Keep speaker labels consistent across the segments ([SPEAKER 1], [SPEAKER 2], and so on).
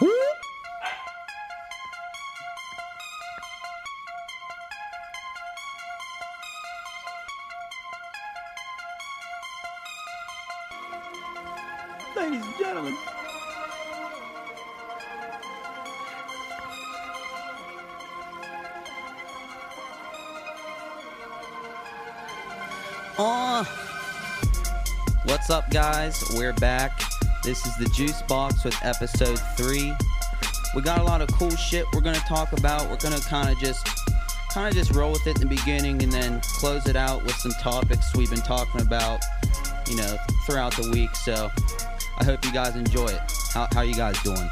[SPEAKER 1] Hmm? Ladies and gentlemen.
[SPEAKER 2] Uh, what's up, guys? We're back. This is the Juice Box with episode three. We got a lot of cool shit we're gonna talk about. We're gonna kind of just, kind of just roll with it in the beginning, and then close it out with some topics we've been talking about, you know, throughout the week. So, I hope you guys enjoy it. How, how you guys doing?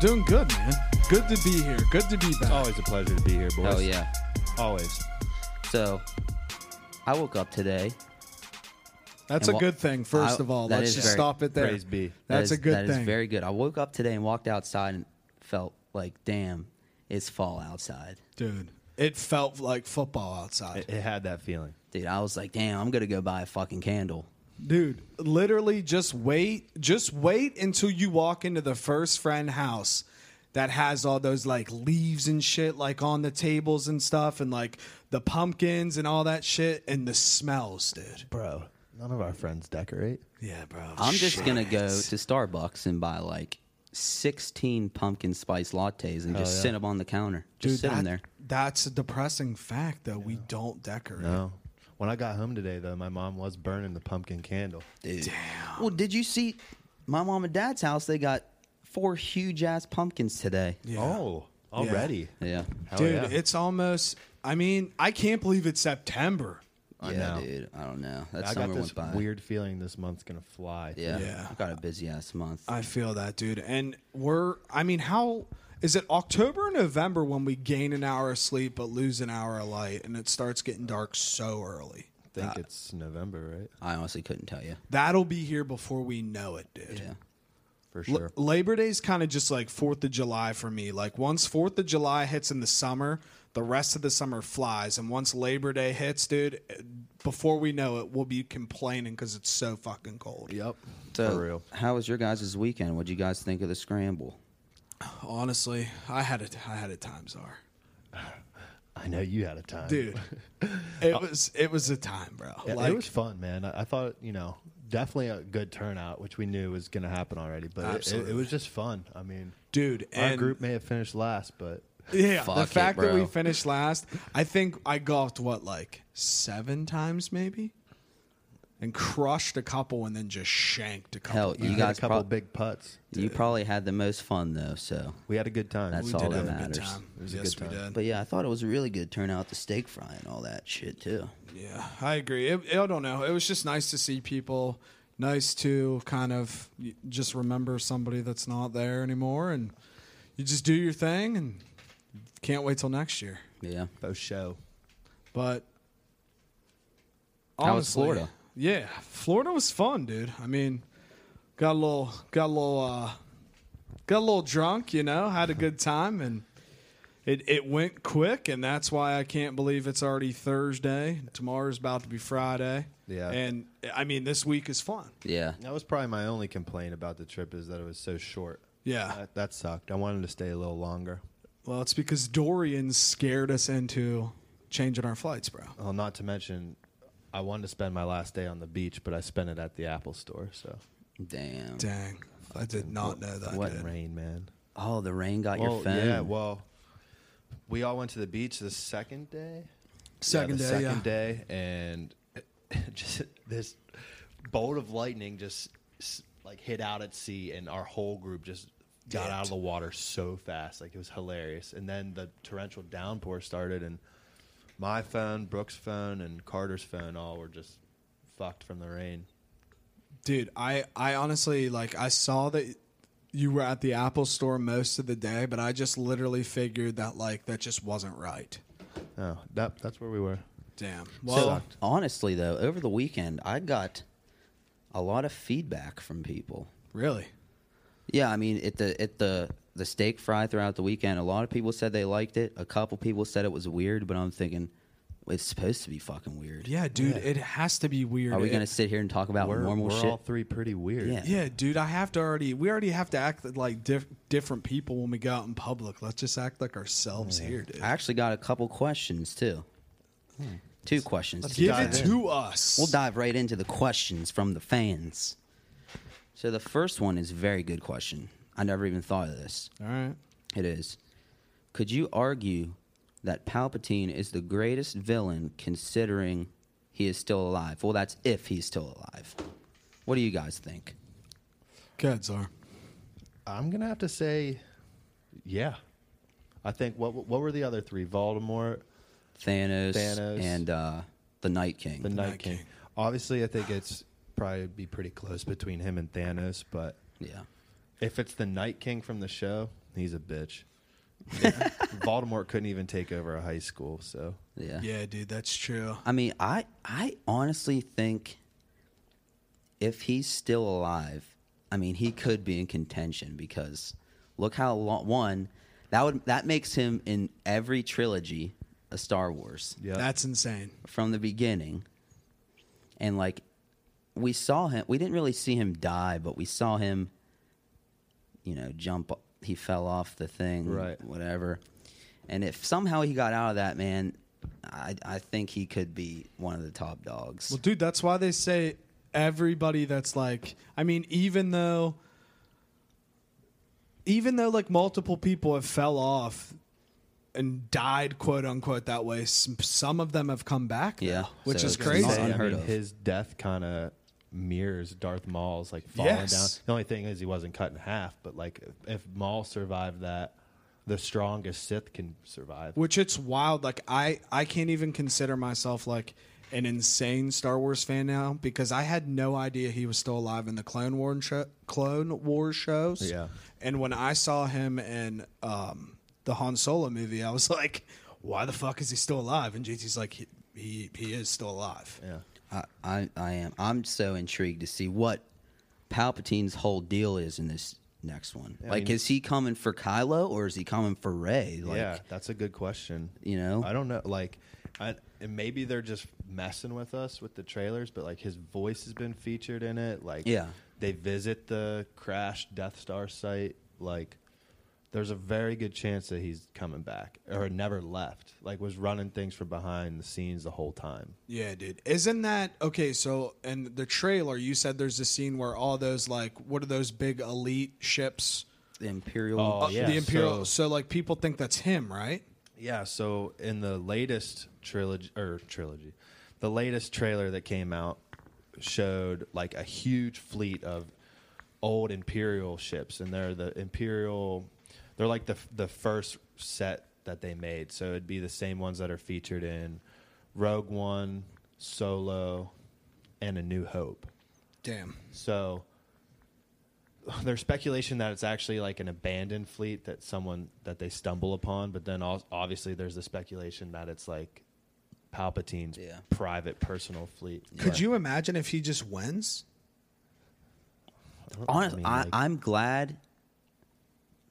[SPEAKER 3] Doing good, man. Good to be here. Good to be back.
[SPEAKER 4] It's always a pleasure to be here, boys.
[SPEAKER 2] Oh yeah.
[SPEAKER 4] Always.
[SPEAKER 2] So, I woke up today.
[SPEAKER 3] That's
[SPEAKER 2] and
[SPEAKER 3] a
[SPEAKER 2] wha-
[SPEAKER 3] good thing, first
[SPEAKER 2] I-
[SPEAKER 3] of all.
[SPEAKER 2] that
[SPEAKER 3] Let's
[SPEAKER 2] is
[SPEAKER 3] just
[SPEAKER 2] very-
[SPEAKER 3] stop it there.
[SPEAKER 4] Praise be.
[SPEAKER 2] That
[SPEAKER 3] That's
[SPEAKER 2] is-
[SPEAKER 3] a good
[SPEAKER 2] that is
[SPEAKER 3] thing.
[SPEAKER 2] very good. I woke up today and walked outside and felt like, damn, it's fall outside.
[SPEAKER 3] Dude, it felt like football outside.
[SPEAKER 4] It, it had that feeling.
[SPEAKER 2] Dude, I was like, damn, I'm gonna go buy a fucking candle.
[SPEAKER 3] Dude, literally just wait. Just wait until you walk into the first friend house that has all those like leaves and shit like on the tables and stuff and like the pumpkins and all that shit and the smells, dude.
[SPEAKER 4] Bro, none of our friends decorate.
[SPEAKER 3] Yeah, bro.
[SPEAKER 2] I'm just
[SPEAKER 3] Shit.
[SPEAKER 2] gonna go to Starbucks and buy like 16 pumpkin spice lattes and just sit 'em sit them on the counter. Just sit 'em
[SPEAKER 3] that-
[SPEAKER 2] there.
[SPEAKER 3] That's a depressing fact though. We don't decorate.
[SPEAKER 4] No. Oh. When I got home today, though, my mom was burning the pumpkin candle.
[SPEAKER 2] Damn. Well, did you see my mom and dad's house? They got four huge ass pumpkins today.
[SPEAKER 3] Yeah.
[SPEAKER 4] Oh, already.
[SPEAKER 2] Yeah.
[SPEAKER 4] Hell
[SPEAKER 3] Dude,
[SPEAKER 4] yeah.
[SPEAKER 3] it's almost. I mean, I can't believe it's September.
[SPEAKER 4] I
[SPEAKER 2] yeah,
[SPEAKER 4] know.
[SPEAKER 2] dude. I don't know. That
[SPEAKER 4] I
[SPEAKER 2] summer
[SPEAKER 4] got this
[SPEAKER 2] went by.
[SPEAKER 4] weird feeling this month's going to fly.
[SPEAKER 2] Yeah.
[SPEAKER 3] Yeah.
[SPEAKER 2] I got a busy ass month.
[SPEAKER 3] I feel that, dude. And we're. I mean, how is it October and November when we gain an hour of sleep but lose an hour of light, and it starts getting dark so early?
[SPEAKER 4] I think it's November, right?
[SPEAKER 2] I honestly couldn't tell you.
[SPEAKER 3] That'll be here before we know it, dude.
[SPEAKER 2] Yeah.
[SPEAKER 4] For
[SPEAKER 3] L-
[SPEAKER 4] sure.
[SPEAKER 3] Labor Day's kind of just like Fourth of July for me. Like once Fourth of July hits in the summer, the rest of the summer flies, and once Labor Day hits, dude, eh, before we know it, we'll be complaining because it's so fucking cold.
[SPEAKER 4] yep.
[SPEAKER 2] So,
[SPEAKER 4] For real.
[SPEAKER 2] how was your guys' weekend? What'd you guys think of the scramble?
[SPEAKER 3] Honestly, I had it. I had it times are,
[SPEAKER 4] I know you had a time.
[SPEAKER 3] dude. it was it was a time, bro.
[SPEAKER 4] Yeah,
[SPEAKER 3] like
[SPEAKER 4] it was fun, man. I, I thought, you know, definitely a good turnout, which we knew was going to happen already, but it- it, it,
[SPEAKER 3] Absolutely.
[SPEAKER 4] was just fun. I mean,
[SPEAKER 3] dude,
[SPEAKER 4] our
[SPEAKER 3] and
[SPEAKER 4] group may have finished last, but
[SPEAKER 3] yeah,
[SPEAKER 2] Fuck
[SPEAKER 3] the
[SPEAKER 2] it,
[SPEAKER 3] fact that
[SPEAKER 2] bro.
[SPEAKER 3] we finished last, I think I golfed what like seven times maybe, and crushed a couple, and then just shanked a couple.
[SPEAKER 2] Hell,
[SPEAKER 4] you,
[SPEAKER 2] you
[SPEAKER 4] got
[SPEAKER 2] guys
[SPEAKER 4] a couple
[SPEAKER 2] prob-
[SPEAKER 4] big putts.
[SPEAKER 2] You probably had the most fun though, so.
[SPEAKER 4] We had a good time.
[SPEAKER 2] That's
[SPEAKER 3] we
[SPEAKER 2] all
[SPEAKER 3] did
[SPEAKER 2] that
[SPEAKER 3] have a good
[SPEAKER 2] matters.
[SPEAKER 3] time.
[SPEAKER 4] It was a
[SPEAKER 3] yes,
[SPEAKER 4] good
[SPEAKER 3] we
[SPEAKER 4] time.
[SPEAKER 3] did.
[SPEAKER 2] But yeah, I thought it was a really good turnout, the steak fry and all that shit too.
[SPEAKER 3] Yeah, I agree. It, I don't know. It was just nice to see people. Nice to kind of y- just remember somebody that's not there anymore, and you just do your thing, and can't wait till next year.
[SPEAKER 2] Yeah.
[SPEAKER 4] Faux show.
[SPEAKER 3] But
[SPEAKER 2] How was Florida?
[SPEAKER 3] Yeah, Florida was fun, dude. I mean, got a little, got a little, uh, got a little drunk. You know, had a good time, and it it went quick, and that's why I can't believe it's already Thursday. Tomorrow's about to be Friday.
[SPEAKER 4] Yeah.
[SPEAKER 3] and I mean, this week is fun.
[SPEAKER 2] Yeah.
[SPEAKER 4] That was probably my only complaint about the trip is that it was so short.
[SPEAKER 3] Yeah.
[SPEAKER 2] Uh,
[SPEAKER 4] That, that sucked. I wanted to stay a little longer.
[SPEAKER 3] Well, it's because Dorian scared us into changing our flights, bro.
[SPEAKER 4] Well, not to mention, I wanted to spend my last day on the beach, but I spent it at the Apple store. So
[SPEAKER 2] Damn.
[SPEAKER 3] Dang, I did not know that.
[SPEAKER 2] what
[SPEAKER 3] dude.
[SPEAKER 4] it rained, man.
[SPEAKER 2] Oh, the rain got
[SPEAKER 4] well,
[SPEAKER 2] your phone.
[SPEAKER 4] yeah. Well, we all went to the beach the second day.
[SPEAKER 3] Second
[SPEAKER 4] yeah, the
[SPEAKER 3] day,
[SPEAKER 4] second
[SPEAKER 3] yeah.
[SPEAKER 4] day, and just this bolt of lightning just s- like hit out at sea, and our whole group just got out of the water so fast, like it was hilarious. And then the torrential downpour started, and my phone, Brooke's phone, and Carter's phone all were just fucked from the rain.
[SPEAKER 3] Dude, I I honestly like I saw that you were at the Apple store most of the day, but I just literally figured that like that just wasn't right.
[SPEAKER 4] Oh, that that's where we were.
[SPEAKER 3] Damn.
[SPEAKER 2] So,
[SPEAKER 3] Well,
[SPEAKER 2] honestly though, over the weekend I got a lot of feedback from people.
[SPEAKER 3] really?
[SPEAKER 2] Yeah, I mean at the at the the steak fry throughout the weekend, a lot of people said they liked it. A couple people said it was weird, but I'm thinking it's supposed to be fucking weird.
[SPEAKER 3] Yeah, dude, it has to be weird.
[SPEAKER 2] Are we
[SPEAKER 3] It-
[SPEAKER 2] gonna sit here and talk about
[SPEAKER 4] We're,
[SPEAKER 2] normal
[SPEAKER 4] we're
[SPEAKER 2] shit?
[SPEAKER 4] all three pretty weird.
[SPEAKER 2] Yeah.
[SPEAKER 3] Yeah, dude, I have to already we already have to act like diff, different people when we go out in public. Let's just act like ourselves here, dude.
[SPEAKER 2] I actually got a couple questions too. Two questions.
[SPEAKER 3] Give
[SPEAKER 4] Hmm. dive
[SPEAKER 3] it
[SPEAKER 4] in.
[SPEAKER 3] to us.
[SPEAKER 2] We'll dive right into the questions from the fans. So the first one is a very good question. I never even thought of this.
[SPEAKER 3] All right.
[SPEAKER 2] It is. Could you argue that Palpatine is the greatest villain considering he is still alive? Well, that's if he's still alive. What do you guys think?
[SPEAKER 3] Good, Czar.
[SPEAKER 4] I'm gonna have to say, yeah. I think what what were the other three? Voldemort,
[SPEAKER 2] Thanos,
[SPEAKER 4] Thanos.
[SPEAKER 2] and uh, the Night King.
[SPEAKER 4] the Night,
[SPEAKER 3] Night
[SPEAKER 4] King.
[SPEAKER 3] King.
[SPEAKER 4] Obviously, I think it's probably be pretty close between him and Thanos. But
[SPEAKER 2] yeah.
[SPEAKER 4] if it's the Night King from the show, he's a bitch. Voldemort couldn't even take over a high school, so
[SPEAKER 2] Yeah.
[SPEAKER 3] Yeah, dude, that's true.
[SPEAKER 2] I mean, I I honestly think if he's still alive, I mean, he could be in contention because look how long one that would that makes him in every trilogy of Star Wars
[SPEAKER 4] yeah.
[SPEAKER 3] That's insane.
[SPEAKER 2] from the beginning. And like we saw him, we didn't really see him die, but we saw him you know, jump he fell off the thing,
[SPEAKER 4] Right.
[SPEAKER 2] whatever. And if somehow he got out of that, man, I I think he could be one of the top dogs.
[SPEAKER 3] Well, dude, that's why they say everybody that's like, I mean, even though, even though like multiple people have fell off and died, quote unquote, that way, some, some of them have come back. though,
[SPEAKER 2] Yeah.
[SPEAKER 3] which
[SPEAKER 2] So
[SPEAKER 3] is
[SPEAKER 2] it's not
[SPEAKER 3] crazy.
[SPEAKER 4] I mean,
[SPEAKER 2] unheard of.
[SPEAKER 4] His death kind of mirrors Darth Maul's like falling
[SPEAKER 3] Yes.
[SPEAKER 4] down. The only thing is he wasn't cut in half, but like if- if Maul survived that, the strongest Sith can survive.
[SPEAKER 3] which it's wild like i i can't even consider myself like an insane star wars fan now because i had no idea he was still alive in the clone war and sho- clone war shows
[SPEAKER 4] Yeah.
[SPEAKER 3] and when i saw him in um the han solo movie i was like why the fuck is he still alive and jt's like he he, he is still alive
[SPEAKER 4] Yeah.
[SPEAKER 2] I, I I am. I'm so intrigued to see what Palpatine's whole deal is in this next one. like,
[SPEAKER 4] mean-
[SPEAKER 2] is he coming for Kylo or is he coming for Rey? Like,
[SPEAKER 4] yeah, that's a good question.
[SPEAKER 2] you know?
[SPEAKER 4] I don't know. Like, I, and maybe they're just messing with us with the trailers, but like his voice has been featured in it. Like,
[SPEAKER 2] Yeah.
[SPEAKER 4] they visit the crashed Death Star site. Like, there's a very good chance that he's coming back or never left. Like, was running things from behind the scenes the whole time.
[SPEAKER 3] Yeah, dude. Isn't that okay? So, in the trailer, you said there's a scene where all those like, what are those big elite ships?
[SPEAKER 2] the Imperial.
[SPEAKER 4] Oh,
[SPEAKER 3] Uh,
[SPEAKER 4] yeah.
[SPEAKER 3] the imperial.
[SPEAKER 4] so-
[SPEAKER 3] so, like, people think that's him, right?
[SPEAKER 4] Yeah, so in the latest trilogy or trilogy, the latest trailer that came out showed like a huge fleet of old imperial ships and they're the imperial they're like the the first set that they made. So it'd be the same ones that are featured in Rogue One, Solo, and A New Hope.
[SPEAKER 3] Damn.
[SPEAKER 4] So there's speculation that it's actually like an abandoned fleet that someone that they stumble upon, but then al- obviously there's the speculation that it's like Palpatine's
[SPEAKER 2] Yeah.
[SPEAKER 4] private personal fleet.
[SPEAKER 3] Could you imagine if he just wins?
[SPEAKER 2] Honest, I
[SPEAKER 4] mean,
[SPEAKER 2] I,
[SPEAKER 4] like-
[SPEAKER 2] I'm glad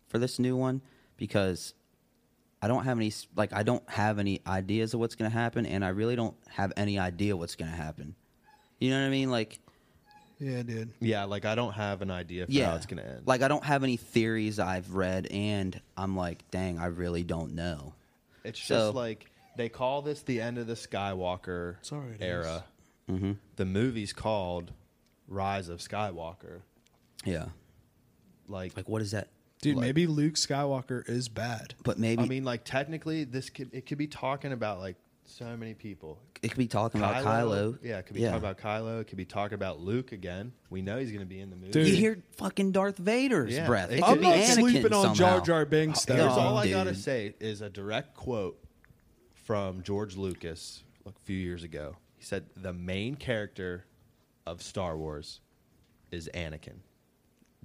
[SPEAKER 2] for this new one because I don't have any s- like I don't have any ideas of what's going to happen, and I really don't have any idea what's going to happen. You know what I mean? Like,
[SPEAKER 3] Yeah, dude.
[SPEAKER 4] Yeah, like I don't have an idea for
[SPEAKER 2] yeah,
[SPEAKER 4] how it's gonna end.
[SPEAKER 2] Like, I don't have any theories I've read, and I'm like, dang, I really don't know.
[SPEAKER 4] It's
[SPEAKER 2] So-
[SPEAKER 4] just like they call this the end of the Skywalker
[SPEAKER 3] It's all right, it
[SPEAKER 4] era. The movie's called Rise of Skywalker.
[SPEAKER 2] Yeah,
[SPEAKER 4] Like,
[SPEAKER 2] like what is that?
[SPEAKER 3] Dude,
[SPEAKER 4] Like-
[SPEAKER 3] maybe Luke Skywalker is bad.
[SPEAKER 2] But maybe
[SPEAKER 4] I mean, like technically, this could it could be talking about like so many people.
[SPEAKER 2] it could be talking about Kylo.
[SPEAKER 4] Yeah, it could be talking about Kylo. It could be talking about Luke again. We know he's going to be in the movie.
[SPEAKER 3] Dude.
[SPEAKER 2] You hear fucking Darth Vader's
[SPEAKER 4] Yeah,
[SPEAKER 2] breath.
[SPEAKER 4] it
[SPEAKER 2] It
[SPEAKER 4] could
[SPEAKER 2] could
[SPEAKER 4] I'm
[SPEAKER 2] be
[SPEAKER 4] not
[SPEAKER 2] Anakin
[SPEAKER 3] sleeping on Jar
[SPEAKER 2] somehow.
[SPEAKER 3] Jar Binks.
[SPEAKER 4] Here's
[SPEAKER 3] though.
[SPEAKER 4] all I
[SPEAKER 2] dude.
[SPEAKER 4] got to say is a direct quote from George Lucas like, a few years ago. He said, "The main character of Star Wars is Anakin."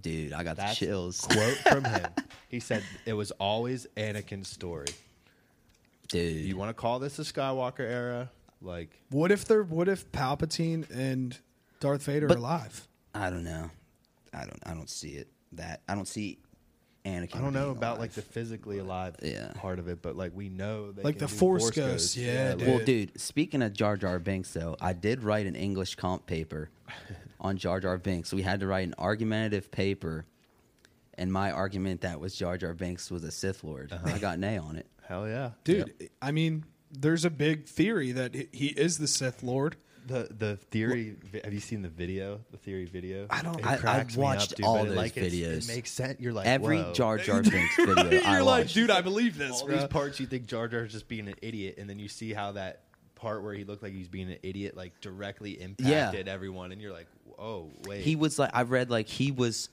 [SPEAKER 2] Dude, I got the
[SPEAKER 4] That's
[SPEAKER 2] chills.
[SPEAKER 4] quote from him. He said, "It was always Anakin's story."
[SPEAKER 2] Dude,
[SPEAKER 4] You want to call this the Skywalker era? Like,
[SPEAKER 3] What if they're what if Palpatine and Darth Vader
[SPEAKER 2] But-
[SPEAKER 3] are alive?
[SPEAKER 2] I don't know. I don't. I don't see it. That I don't see. Anakin.
[SPEAKER 4] I don't know
[SPEAKER 2] being
[SPEAKER 4] about
[SPEAKER 2] alive.
[SPEAKER 4] like the physically alive
[SPEAKER 2] Yeah.
[SPEAKER 4] part of it, but like we know they
[SPEAKER 3] Like
[SPEAKER 4] can
[SPEAKER 3] the
[SPEAKER 4] do
[SPEAKER 3] Force ghosts, yeah, dude.
[SPEAKER 2] Well, dude. Speaking of Jar Jar Binks, though, I did write an English comp paper on Jar Jar Binks. We had to write an argumentative paper, and my argument that was Jar Jar Binks was a Sith Lord.
[SPEAKER 4] Uh-huh.
[SPEAKER 2] I got an A on it.
[SPEAKER 4] hell yeah,
[SPEAKER 3] Dude, I mean, there's a big theory that he- he is the Sith Lord
[SPEAKER 4] the the theory. vi- Have you seen the video? The theory video.
[SPEAKER 5] I don't-
[SPEAKER 4] It
[SPEAKER 2] I- I've
[SPEAKER 4] cracks me up,
[SPEAKER 2] watched
[SPEAKER 4] dude,
[SPEAKER 2] all
[SPEAKER 4] but it,
[SPEAKER 2] those
[SPEAKER 4] like, it's-
[SPEAKER 2] videos.
[SPEAKER 4] It makes sense. You're like
[SPEAKER 2] Every
[SPEAKER 4] whoa.
[SPEAKER 2] Jar Jar Binks video I
[SPEAKER 5] You're like,
[SPEAKER 2] watched.
[SPEAKER 5] dude, I believe this,
[SPEAKER 4] all
[SPEAKER 5] bro.
[SPEAKER 4] these parts you think Jar Jar's just being an idiot, and then you see how that part where he looked like he's being an idiot like directly impacted everyone, and you're like, oh wait,
[SPEAKER 2] he was like I read like he was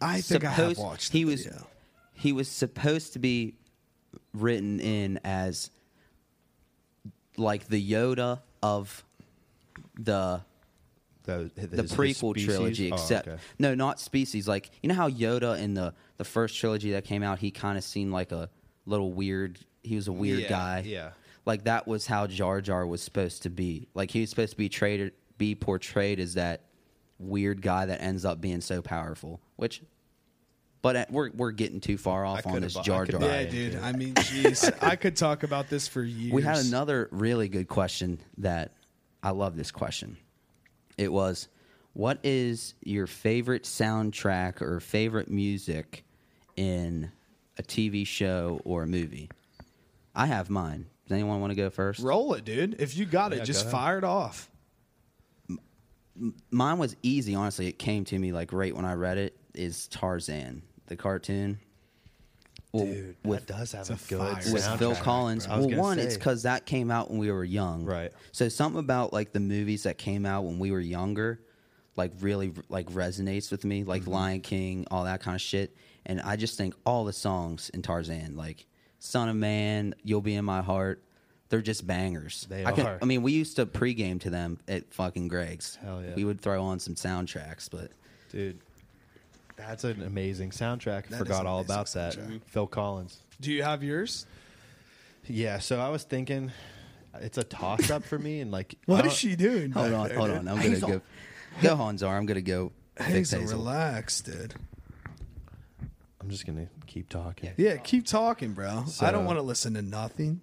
[SPEAKER 3] I think I have
[SPEAKER 2] supposed-
[SPEAKER 3] watched. The
[SPEAKER 2] he was
[SPEAKER 3] video.
[SPEAKER 2] he was supposed to be written in as like the Yoda of the
[SPEAKER 4] the,
[SPEAKER 2] the prequel
[SPEAKER 4] Oh,
[SPEAKER 2] trilogy, except no, not species. Like you know how Yoda in the the first trilogy that came out, he kind of seemed like a little weird. He was a weird
[SPEAKER 4] Yeah,
[SPEAKER 2] guy.
[SPEAKER 4] yeah.
[SPEAKER 2] like that was how Jar Jar was supposed to be. Like he was supposed to be traded, be portrayed as that weird guy that ends up being so powerful. Which, but uh, we're we're getting too far off on
[SPEAKER 4] coulda
[SPEAKER 2] this
[SPEAKER 4] bu- I
[SPEAKER 2] Jar
[SPEAKER 4] coulda
[SPEAKER 2] Jar.
[SPEAKER 4] bought
[SPEAKER 5] yeah,
[SPEAKER 4] Brian,
[SPEAKER 5] dude.
[SPEAKER 4] dude.
[SPEAKER 5] I mean, jeez, I could talk about this for years.
[SPEAKER 2] We had another really good question that I love this question. It was, what is your favorite soundtrack or favorite music in a TV show or a movie? I have mine. Does anyone want to go first?
[SPEAKER 5] Roll it, dude. If you got
[SPEAKER 4] Yeah,
[SPEAKER 5] it, just
[SPEAKER 4] go ahead.
[SPEAKER 5] fire it off.
[SPEAKER 2] Mine was easy, honestly. It came to me like right when I read it. Is Tarzan the cartoon? Well,
[SPEAKER 4] Dude,
[SPEAKER 2] with
[SPEAKER 4] that does have a,
[SPEAKER 5] a
[SPEAKER 4] good
[SPEAKER 5] fire
[SPEAKER 2] with Phil
[SPEAKER 4] soundtrack,
[SPEAKER 2] Collins.
[SPEAKER 4] bro. I was
[SPEAKER 2] Well,
[SPEAKER 4] gonna
[SPEAKER 2] one, it's
[SPEAKER 4] say.
[SPEAKER 2] because that came out when we were young,
[SPEAKER 4] Right.
[SPEAKER 2] So something about like the movies that came out when we were younger, like really like resonates with me,
[SPEAKER 4] Mm-hmm.
[SPEAKER 2] like Lion King, all that kind of shit. And I just think all the songs in Tarzan, like "Son of Man," "You'll Be in My Heart," they're just bangers.
[SPEAKER 4] They
[SPEAKER 2] I can-
[SPEAKER 4] are.
[SPEAKER 2] I mean, we used to pregame to them at fucking Greg's.
[SPEAKER 4] Hell yeah.
[SPEAKER 2] We would throw on some soundtracks, but
[SPEAKER 4] dude. That's an amazing soundtrack. Mm-hmm.
[SPEAKER 3] That is
[SPEAKER 4] Forgot
[SPEAKER 3] an
[SPEAKER 4] all
[SPEAKER 3] amazing
[SPEAKER 4] about
[SPEAKER 3] soundtrack.
[SPEAKER 4] that. Phil Collins.
[SPEAKER 5] Do you have yours?
[SPEAKER 4] Yeah, so I was thinking it's a toss up for me and like I
[SPEAKER 3] What is
[SPEAKER 4] don't-
[SPEAKER 3] she doing?
[SPEAKER 2] hold
[SPEAKER 3] back
[SPEAKER 2] on,
[SPEAKER 3] there,
[SPEAKER 2] hold
[SPEAKER 3] dude?
[SPEAKER 2] on. I'm
[SPEAKER 3] Hazel.
[SPEAKER 2] gonna go. Go Hanzar. I'm gonna go. fix
[SPEAKER 3] Hazel,
[SPEAKER 2] Hazel.
[SPEAKER 3] relax, dude.
[SPEAKER 4] I'm just going to keep talking.
[SPEAKER 3] Yeah, keep talking, bro. I
[SPEAKER 4] So-
[SPEAKER 3] don't want to listen to nothing.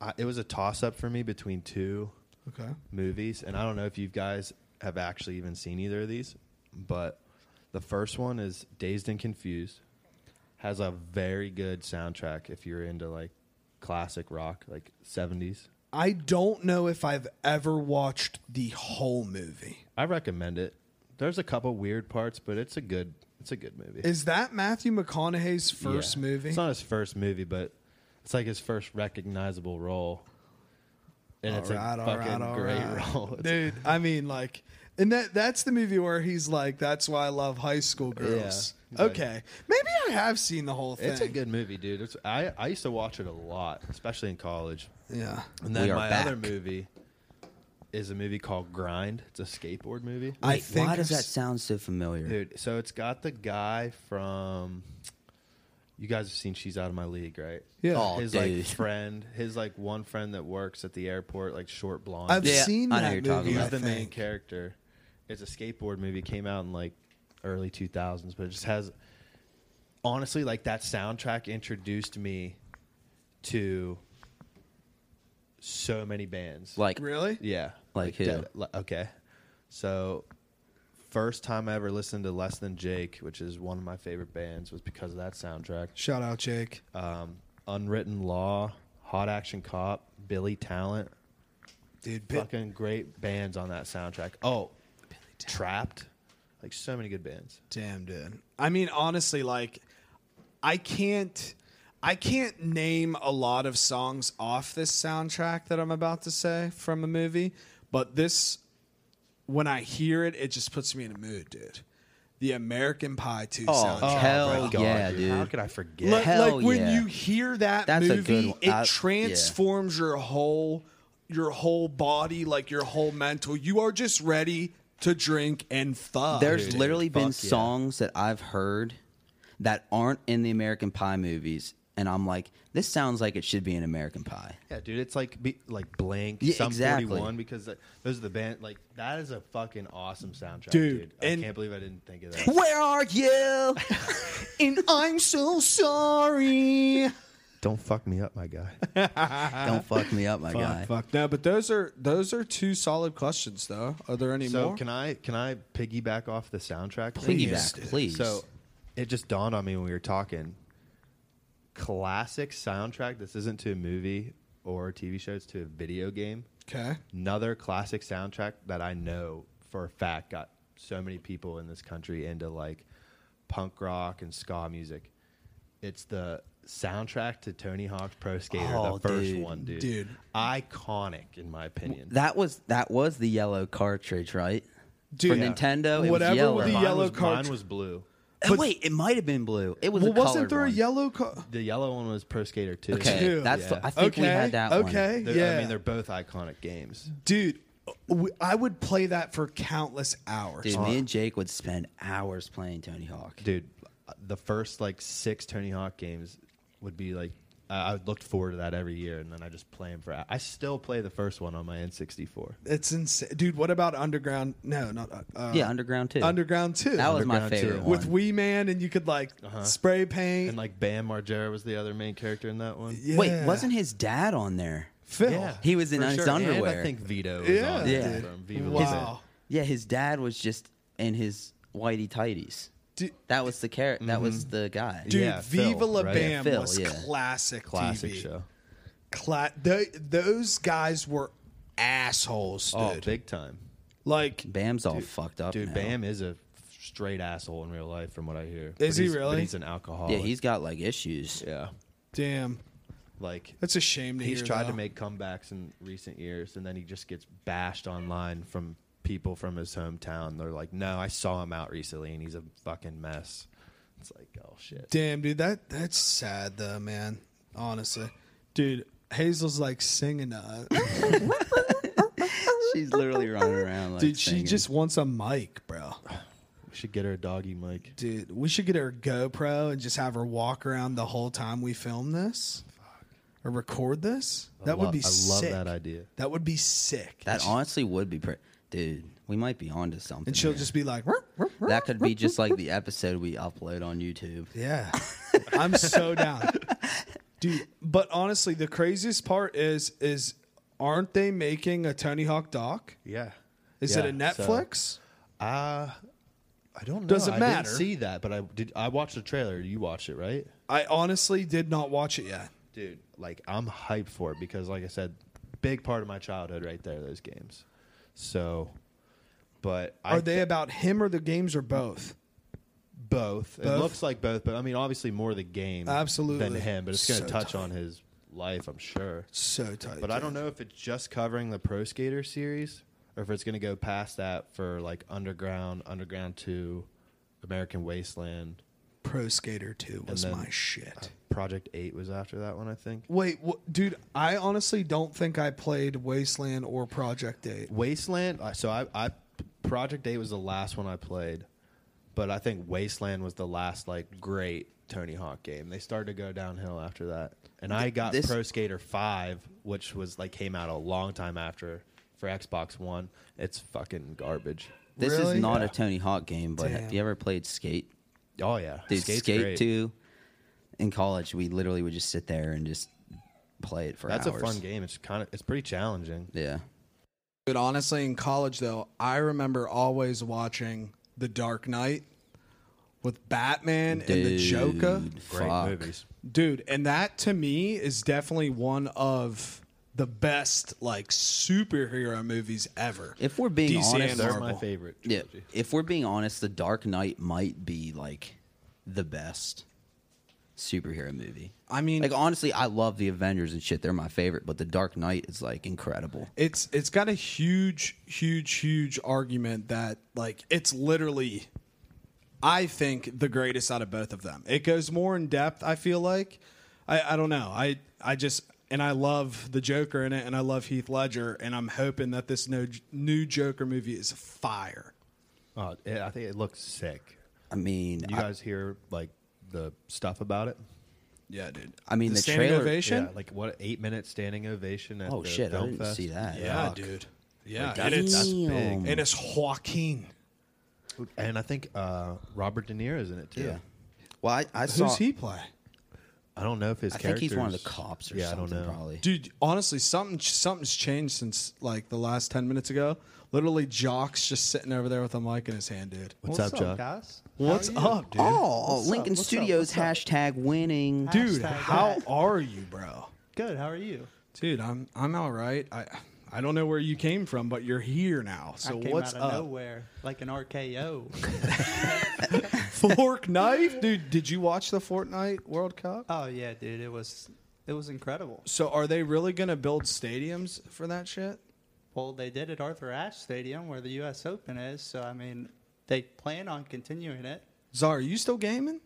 [SPEAKER 4] I, it was a toss up for me between two
[SPEAKER 3] Okay.
[SPEAKER 4] movies and I don't know if you guys have actually even seen either of these, but the first one is Dazed and Confused. Has a very good soundtrack if you're into like classic rock, like 70s.
[SPEAKER 3] I don't know if I've ever watched the whole movie.
[SPEAKER 4] I recommend it. There's a couple weird parts, but it's a good it's a good movie.
[SPEAKER 5] Is that Matthew McConaughey's first
[SPEAKER 4] Yeah.
[SPEAKER 5] movie?
[SPEAKER 4] It's not his first movie, but it's like his first recognizable role. And it's
[SPEAKER 3] Alright,
[SPEAKER 4] a
[SPEAKER 3] alright,
[SPEAKER 4] fucking great
[SPEAKER 3] alright.
[SPEAKER 4] role. It's-
[SPEAKER 5] dude. I mean, like, and that that's the movie where he's like, "That's why I love high school girls."
[SPEAKER 4] He's like-
[SPEAKER 5] okay, maybe I have seen the whole thing.
[SPEAKER 4] It's a good movie, dude. It's, I, I used to watch it a lot, especially in college.
[SPEAKER 5] yeah.
[SPEAKER 4] And then
[SPEAKER 2] We are
[SPEAKER 4] my other
[SPEAKER 2] back.
[SPEAKER 4] movie is a movie called Grind. It's a skateboard movie.
[SPEAKER 5] I
[SPEAKER 2] Wait,
[SPEAKER 5] think
[SPEAKER 2] why does
[SPEAKER 5] I've
[SPEAKER 2] that
[SPEAKER 5] s-
[SPEAKER 2] sound so familiar?
[SPEAKER 4] Dude, so it's got the guy from. You guys have seen She's Out of My League, right?
[SPEAKER 5] Yeah.
[SPEAKER 2] Oh,
[SPEAKER 4] his
[SPEAKER 2] dude.
[SPEAKER 4] like friend, his like one friend that works at the airport, like short blonde.
[SPEAKER 5] I've
[SPEAKER 2] Yeah,
[SPEAKER 5] seen
[SPEAKER 2] I know
[SPEAKER 5] that
[SPEAKER 2] you're talking
[SPEAKER 5] movie.
[SPEAKER 4] He's
[SPEAKER 2] about.
[SPEAKER 5] I
[SPEAKER 4] the main
[SPEAKER 5] think.
[SPEAKER 4] character. It's a skateboard movie. It came out in like early 2000s, but it just has honestly like that soundtrack introduced me to so many bands.
[SPEAKER 2] Like
[SPEAKER 5] Really?
[SPEAKER 4] yeah,
[SPEAKER 2] Like who?
[SPEAKER 4] dead- li- okay, so first time I ever listened to Less Than Jake, which is one of my favorite bands, was because of that soundtrack.
[SPEAKER 5] Shout out, Jake.
[SPEAKER 2] Uh,
[SPEAKER 4] Um, Unwritten Law, Hot Action Cop, Billy Talent,
[SPEAKER 3] Dude, Bi-
[SPEAKER 4] fucking great bands on that soundtrack. Oh, Trapped, like so many good bands.
[SPEAKER 3] damn, dude.
[SPEAKER 5] I mean, honestly, like I can't I can't name a lot of songs off this soundtrack that I'm about to say from a movie, but this when I hear it, it just puts me in a mood, dude. The American Pie 2
[SPEAKER 2] Oh,
[SPEAKER 5] soundtrack.
[SPEAKER 2] hell
[SPEAKER 4] my God,
[SPEAKER 2] yeah, dude.
[SPEAKER 4] How could I forget?
[SPEAKER 5] Like,
[SPEAKER 2] hell
[SPEAKER 5] like when
[SPEAKER 2] yeah.
[SPEAKER 5] you hear that
[SPEAKER 2] That's a
[SPEAKER 5] movie,
[SPEAKER 2] good one.
[SPEAKER 5] it
[SPEAKER 2] I- yeah.
[SPEAKER 5] transforms your whole your whole body, like your whole mental. You are just ready to drink and fuck.
[SPEAKER 2] There's
[SPEAKER 4] dude,
[SPEAKER 2] literally been
[SPEAKER 4] fuck yeah.
[SPEAKER 2] songs that I've heard that aren't in the American Pie movies, and I'm like, this sounds like it should be in American Pie.
[SPEAKER 4] yeah, dude, it's like be, like blank.
[SPEAKER 2] Yeah,
[SPEAKER 4] Sum
[SPEAKER 2] exactly.
[SPEAKER 4] 41 because th- those are the band. Like that is a fucking awesome soundtrack,
[SPEAKER 5] Dude,
[SPEAKER 4] dude.
[SPEAKER 5] and-
[SPEAKER 4] I can't believe I didn't think of that.
[SPEAKER 2] Where are you?
[SPEAKER 5] and I'm so sorry.
[SPEAKER 4] Don't fuck me up, my guy.
[SPEAKER 2] Don't fuck me up, my guy.
[SPEAKER 5] Fuck no, but those are those are two solid questions though. Are there any
[SPEAKER 4] so
[SPEAKER 5] more?
[SPEAKER 4] can I can I piggyback off the soundtrack? thing?
[SPEAKER 2] Piggyback, Please. please.
[SPEAKER 4] So it just dawned on me when we were talking. Classic soundtrack. This isn't to a movie or a TV show. It's to a video game.
[SPEAKER 5] Okay.
[SPEAKER 4] Another classic soundtrack that I know for a fact got so many people in this country into like punk rock and ska music. It's the soundtrack to Tony Hawk's Pro Skater,
[SPEAKER 2] Oh,
[SPEAKER 4] the first
[SPEAKER 2] dude.
[SPEAKER 4] one, dude.
[SPEAKER 5] Dude.
[SPEAKER 4] Iconic in my opinion.
[SPEAKER 2] That was that was the yellow cartridge, right? For
[SPEAKER 5] Dude, yeah.
[SPEAKER 2] Nintendo, it
[SPEAKER 5] Whatever
[SPEAKER 2] was yellow.
[SPEAKER 5] the
[SPEAKER 4] mine
[SPEAKER 5] yellow
[SPEAKER 4] was,
[SPEAKER 5] cartridge-
[SPEAKER 4] Mine was blue.
[SPEAKER 2] Oh, wait, it might have been blue. It was
[SPEAKER 3] Well,
[SPEAKER 2] a
[SPEAKER 3] wasn't
[SPEAKER 2] colored
[SPEAKER 3] there a
[SPEAKER 2] one.
[SPEAKER 3] yellow car?
[SPEAKER 4] The yellow one was Pro Skater 2.
[SPEAKER 2] Okay,
[SPEAKER 5] Two.
[SPEAKER 2] that's
[SPEAKER 4] Yeah.
[SPEAKER 2] the, I think
[SPEAKER 3] okay.
[SPEAKER 2] we had that one.
[SPEAKER 3] okay.
[SPEAKER 4] They're-
[SPEAKER 3] Yeah.
[SPEAKER 4] I mean, they're both iconic games.
[SPEAKER 3] Dude, w- I would play that for countless hours.
[SPEAKER 2] Dude, me and Jake would spend hours playing Tony Hawk.
[SPEAKER 4] Dude, the first like six Tony Hawk games would be like I I looked forward to that every year, and then I just play them for. I still play the first one on my N64.
[SPEAKER 3] It's insane. Dude, what about Underground? No, not uh, uh,
[SPEAKER 2] yeah, Underground too.
[SPEAKER 3] Underground 2.
[SPEAKER 2] that was my
[SPEAKER 4] Underground too.
[SPEAKER 2] favorite
[SPEAKER 3] with
[SPEAKER 2] one.
[SPEAKER 3] Wee Man, and you could like spray paint.
[SPEAKER 4] And like Bam Margera was the other main character in that one.
[SPEAKER 3] yeah.
[SPEAKER 2] Wait, wasn't his dad on there?
[SPEAKER 3] Phil?
[SPEAKER 2] He was in
[SPEAKER 4] for
[SPEAKER 2] his
[SPEAKER 4] And
[SPEAKER 2] underwear.
[SPEAKER 4] I think Vito. Was
[SPEAKER 3] Yeah,
[SPEAKER 4] on that
[SPEAKER 2] Yeah. dude.
[SPEAKER 4] From Viva La
[SPEAKER 3] Wow.
[SPEAKER 4] Vida.
[SPEAKER 2] Yeah, his dad was just in his whitey tighties.
[SPEAKER 3] Dude,
[SPEAKER 2] That was the carrot. That was the guy.
[SPEAKER 3] dude
[SPEAKER 4] Yeah, Phil,
[SPEAKER 3] Viva La
[SPEAKER 4] right?
[SPEAKER 3] Bam
[SPEAKER 2] Yeah, Phil,
[SPEAKER 3] was
[SPEAKER 2] yeah.
[SPEAKER 3] classic
[SPEAKER 4] Classic
[SPEAKER 3] TV.
[SPEAKER 4] show.
[SPEAKER 3] Cla- th- those guys were assholes, dude.
[SPEAKER 4] Oh, big time,
[SPEAKER 3] like,
[SPEAKER 2] Bam's all fucked up.
[SPEAKER 4] dude.
[SPEAKER 2] now.
[SPEAKER 4] Bam is a straight asshole in real life, from what I hear. But
[SPEAKER 3] Is he
[SPEAKER 4] he's- but
[SPEAKER 3] really?
[SPEAKER 4] he's an alcoholic.
[SPEAKER 2] Yeah, he's got like issues.
[SPEAKER 4] yeah.
[SPEAKER 3] damn,
[SPEAKER 4] Like
[SPEAKER 3] that's a shame to
[SPEAKER 4] he's
[SPEAKER 3] hear.
[SPEAKER 4] tried
[SPEAKER 3] though.
[SPEAKER 4] to make comebacks in recent years and then he just gets bashed online from people from his hometown they're like no i saw him out recently and he's a fucking mess it's like oh shit
[SPEAKER 3] Damn, dude, that that's sad though, man. Honestly, dude, Hazel's like singing uh, to us.
[SPEAKER 2] She's literally running around like.
[SPEAKER 3] dude, she
[SPEAKER 2] singing.
[SPEAKER 3] just wants a mic, bro.
[SPEAKER 4] we should get her a doggy mic
[SPEAKER 3] Dude, we should get her a GoPro and just have her walk around the whole time we film this or record this.
[SPEAKER 4] I
[SPEAKER 3] That
[SPEAKER 4] lo-
[SPEAKER 3] would be
[SPEAKER 4] i love
[SPEAKER 3] sick.
[SPEAKER 4] that idea
[SPEAKER 3] That would be sick.
[SPEAKER 2] That honestly would be pretty. Dude, we might be onto something.
[SPEAKER 3] and she'll
[SPEAKER 2] here.
[SPEAKER 3] just be like, "Ruh, ruh, ruh."
[SPEAKER 2] That could be just like the episode we upload on YouTube.
[SPEAKER 3] yeah, I'm so down, dude. But honestly, the craziest part is is aren't they making a Tony Hawk doc?
[SPEAKER 4] yeah
[SPEAKER 3] Is it a
[SPEAKER 4] Yeah, so-
[SPEAKER 3] Netflix?
[SPEAKER 4] uh i don't know
[SPEAKER 3] Doesn't
[SPEAKER 4] I
[SPEAKER 3] matter.
[SPEAKER 4] didn't see that but i did i watched the trailer you watched it right
[SPEAKER 3] I honestly did not watch it yet.
[SPEAKER 4] dude like i'm hyped for it because like i said big part of my childhood right there those games so but I
[SPEAKER 3] Are they about him or the games or both?
[SPEAKER 4] both. It
[SPEAKER 3] Both?
[SPEAKER 4] looks like both, but I mean, obviously more the game
[SPEAKER 3] Absolutely.
[SPEAKER 4] than him. But it's going
[SPEAKER 3] So
[SPEAKER 4] to touch
[SPEAKER 3] tight.
[SPEAKER 4] on his life, I'm sure.
[SPEAKER 3] So tight.
[SPEAKER 4] But I don't know if it's just covering the Pro Skater series or if it's going to go past that for like Underground, Underground Two, American Wasteland,
[SPEAKER 3] Pro Skater 2 was
[SPEAKER 4] then-
[SPEAKER 3] my shit.
[SPEAKER 4] Project Eight was after that one, I think.
[SPEAKER 3] Wait, wh- dude, I honestly don't think I played Wasteland or Project 8.
[SPEAKER 4] Wasteland. I- So I, I Project Eight was the last one I played, but I think Wasteland was the last like great Tony Hawk game. They started to go downhill after that, and I got
[SPEAKER 2] this-
[SPEAKER 4] Pro Skater Five, which was like came out a long time after for Xbox One. It's fucking garbage.
[SPEAKER 2] This
[SPEAKER 3] Really?
[SPEAKER 2] is not a Tony Hawk game, but
[SPEAKER 3] Damn.
[SPEAKER 2] have you ever played Skate?
[SPEAKER 4] Oh yeah,
[SPEAKER 2] Dude,
[SPEAKER 4] Skate's
[SPEAKER 2] Skate
[SPEAKER 4] great.
[SPEAKER 2] 2 in college, we literally would just sit there and just play it for
[SPEAKER 4] That's
[SPEAKER 2] hours.
[SPEAKER 4] a fun game. It's kind of it's pretty challenging.
[SPEAKER 2] Yeah.
[SPEAKER 3] Dude, honestly, in college, though, I remember always watching The Dark Knight with Batman and the Joker.
[SPEAKER 2] Dude,
[SPEAKER 4] Great
[SPEAKER 2] fuck.
[SPEAKER 4] movies.
[SPEAKER 3] Dude, and that to me is definitely one of the best, like, superhero movies ever.
[SPEAKER 2] If we're being
[SPEAKER 3] DC and
[SPEAKER 2] honest,
[SPEAKER 4] They're my
[SPEAKER 3] Marvel.
[SPEAKER 4] favorite.
[SPEAKER 2] yeah,
[SPEAKER 4] trilogy.
[SPEAKER 2] if we're being honest, The Dark Knight might be like the best superhero movie.
[SPEAKER 3] I mean,
[SPEAKER 2] Like honestly, I love the Avengers and shit. They're my favorite, but The Dark Knight is like incredible.
[SPEAKER 3] it's it's got a huge huge huge argument that like it's literally i think the greatest out of both of them it goes more in depth i feel like i i don't know i i just and i love the joker in it and i love heath ledger and i'm hoping that this no, new joker movie is fire
[SPEAKER 4] Oh, yeah, I think it looks sick.
[SPEAKER 2] I mean,
[SPEAKER 4] You
[SPEAKER 2] I-
[SPEAKER 4] guys hear like the stuff about it?
[SPEAKER 3] yeah dude
[SPEAKER 2] I mean, the
[SPEAKER 3] standing
[SPEAKER 2] trailer-
[SPEAKER 3] ovation
[SPEAKER 4] Yeah, like what eight minute standing ovation at
[SPEAKER 2] oh
[SPEAKER 4] the
[SPEAKER 2] shit, I
[SPEAKER 4] film
[SPEAKER 2] didn't
[SPEAKER 4] fest.
[SPEAKER 2] see that.
[SPEAKER 3] Yeah,
[SPEAKER 2] Fuck.
[SPEAKER 3] dude yeah
[SPEAKER 4] that's-
[SPEAKER 3] and it's
[SPEAKER 4] that's big.
[SPEAKER 2] Damn.
[SPEAKER 3] and it's joaquin
[SPEAKER 4] And I think uh, Robert De Niro's in it too.
[SPEAKER 2] Yeah. Well, I, I saw.
[SPEAKER 3] who's he play
[SPEAKER 4] I don't know if his
[SPEAKER 2] I think he's one of the
[SPEAKER 4] character's-
[SPEAKER 2] cops or
[SPEAKER 4] yeah,
[SPEAKER 2] something.
[SPEAKER 4] I don't know.
[SPEAKER 2] Probably.
[SPEAKER 3] Dude, honestly, something something's changed since like the last ten minutes ago. Literally, Jock's just sitting over there with a mic in his hand, dude.
[SPEAKER 4] What's, up, Chuck?
[SPEAKER 6] guys?
[SPEAKER 3] What's up, dude?
[SPEAKER 2] oh,
[SPEAKER 6] What's up?
[SPEAKER 2] Lincoln
[SPEAKER 6] What's up?
[SPEAKER 2] Studios
[SPEAKER 6] What's up?
[SPEAKER 2] hashtag winning.
[SPEAKER 6] Dude.
[SPEAKER 3] dude,
[SPEAKER 6] Hashtag
[SPEAKER 3] how
[SPEAKER 6] that.
[SPEAKER 3] are you, bro?
[SPEAKER 6] Good. How are you?
[SPEAKER 3] Dude, I'm I'm all right. I I don't know where you came from, but you're here now. So
[SPEAKER 6] I came
[SPEAKER 3] what's
[SPEAKER 6] out of
[SPEAKER 3] up?
[SPEAKER 6] nowhere, like an RKO.
[SPEAKER 3] Fork knife, dude. Did you watch the Fortnite World Cup?
[SPEAKER 6] oh yeah, dude, it was it was incredible.
[SPEAKER 3] So are they really gonna build stadiums for that shit?
[SPEAKER 6] Well, they did at Arthur Ashe Stadium where the U.S. Open is, so I mean, they plan on continuing it.
[SPEAKER 3] Czar, are you still gaming?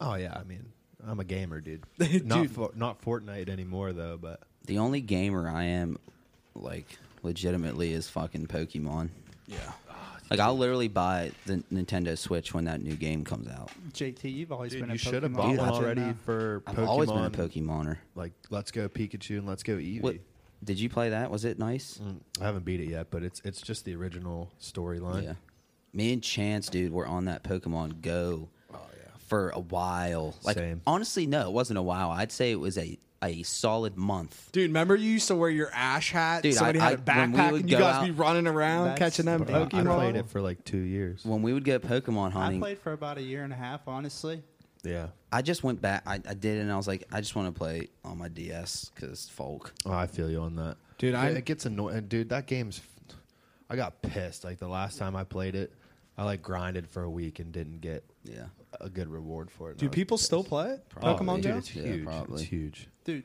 [SPEAKER 4] Oh yeah, I mean, I'm a gamer, dude.
[SPEAKER 3] Dude.
[SPEAKER 4] Not for, not Fortnite anymore though, but
[SPEAKER 2] The only gamer I am, like, legitimately is fucking Pokemon.
[SPEAKER 3] Yeah.
[SPEAKER 2] Like, I'll literally buy the Nintendo Switch when that new game comes out.
[SPEAKER 6] JT, you've always
[SPEAKER 4] dude,
[SPEAKER 6] been.
[SPEAKER 4] you
[SPEAKER 6] a
[SPEAKER 4] should have
[SPEAKER 6] Pokemon
[SPEAKER 4] bought one
[SPEAKER 6] legend,
[SPEAKER 4] already
[SPEAKER 6] though.
[SPEAKER 4] for
[SPEAKER 2] I've
[SPEAKER 4] Pokemon.
[SPEAKER 2] always been a Pokemoner.
[SPEAKER 4] Like, let's go Pikachu and let's go Eevee.
[SPEAKER 2] What did you play? That was it nice?
[SPEAKER 4] Mm, I haven't beat it yet, but it's it's just the original storyline.
[SPEAKER 2] Yeah. Me and Chance, dude, were on that Pokemon Go for a while. Like,
[SPEAKER 4] Oh, Same.
[SPEAKER 2] honestly, no, it wasn't a while. I'd say it was a, a solid month.
[SPEAKER 3] Dude, remember you used to wear your ash hat?
[SPEAKER 2] Dude,
[SPEAKER 3] Somebody
[SPEAKER 2] I-
[SPEAKER 3] had a
[SPEAKER 2] I- when we
[SPEAKER 3] backpack
[SPEAKER 2] would
[SPEAKER 3] and you
[SPEAKER 2] go
[SPEAKER 3] guys
[SPEAKER 2] out-
[SPEAKER 3] be running around
[SPEAKER 6] That's
[SPEAKER 3] catching them
[SPEAKER 6] the
[SPEAKER 4] I, I
[SPEAKER 3] Pokemon.
[SPEAKER 4] played it for like two years.
[SPEAKER 2] When we would go Pokemon
[SPEAKER 6] I
[SPEAKER 2] hunting,
[SPEAKER 6] played for about a year and a half, honestly.
[SPEAKER 4] Yeah,
[SPEAKER 2] I just went back. I, I did, it and I was like, I just want to play on my DS because folk.
[SPEAKER 4] oh, I feel you on that,
[SPEAKER 3] Dude, I-
[SPEAKER 4] It, it gets annoying, dude. That game's. I got pissed. Like the last time I played it, I like grinded for a week and didn't get
[SPEAKER 2] Yeah.
[SPEAKER 4] a good reward for it. and I
[SPEAKER 3] Do
[SPEAKER 4] was
[SPEAKER 3] people
[SPEAKER 4] pissed.
[SPEAKER 3] still play it?
[SPEAKER 4] Probably.
[SPEAKER 3] Pokemon
[SPEAKER 4] dude,
[SPEAKER 3] Go?
[SPEAKER 4] It's
[SPEAKER 2] Yeah,
[SPEAKER 4] huge.
[SPEAKER 2] probably.
[SPEAKER 4] It's huge.
[SPEAKER 6] Dude,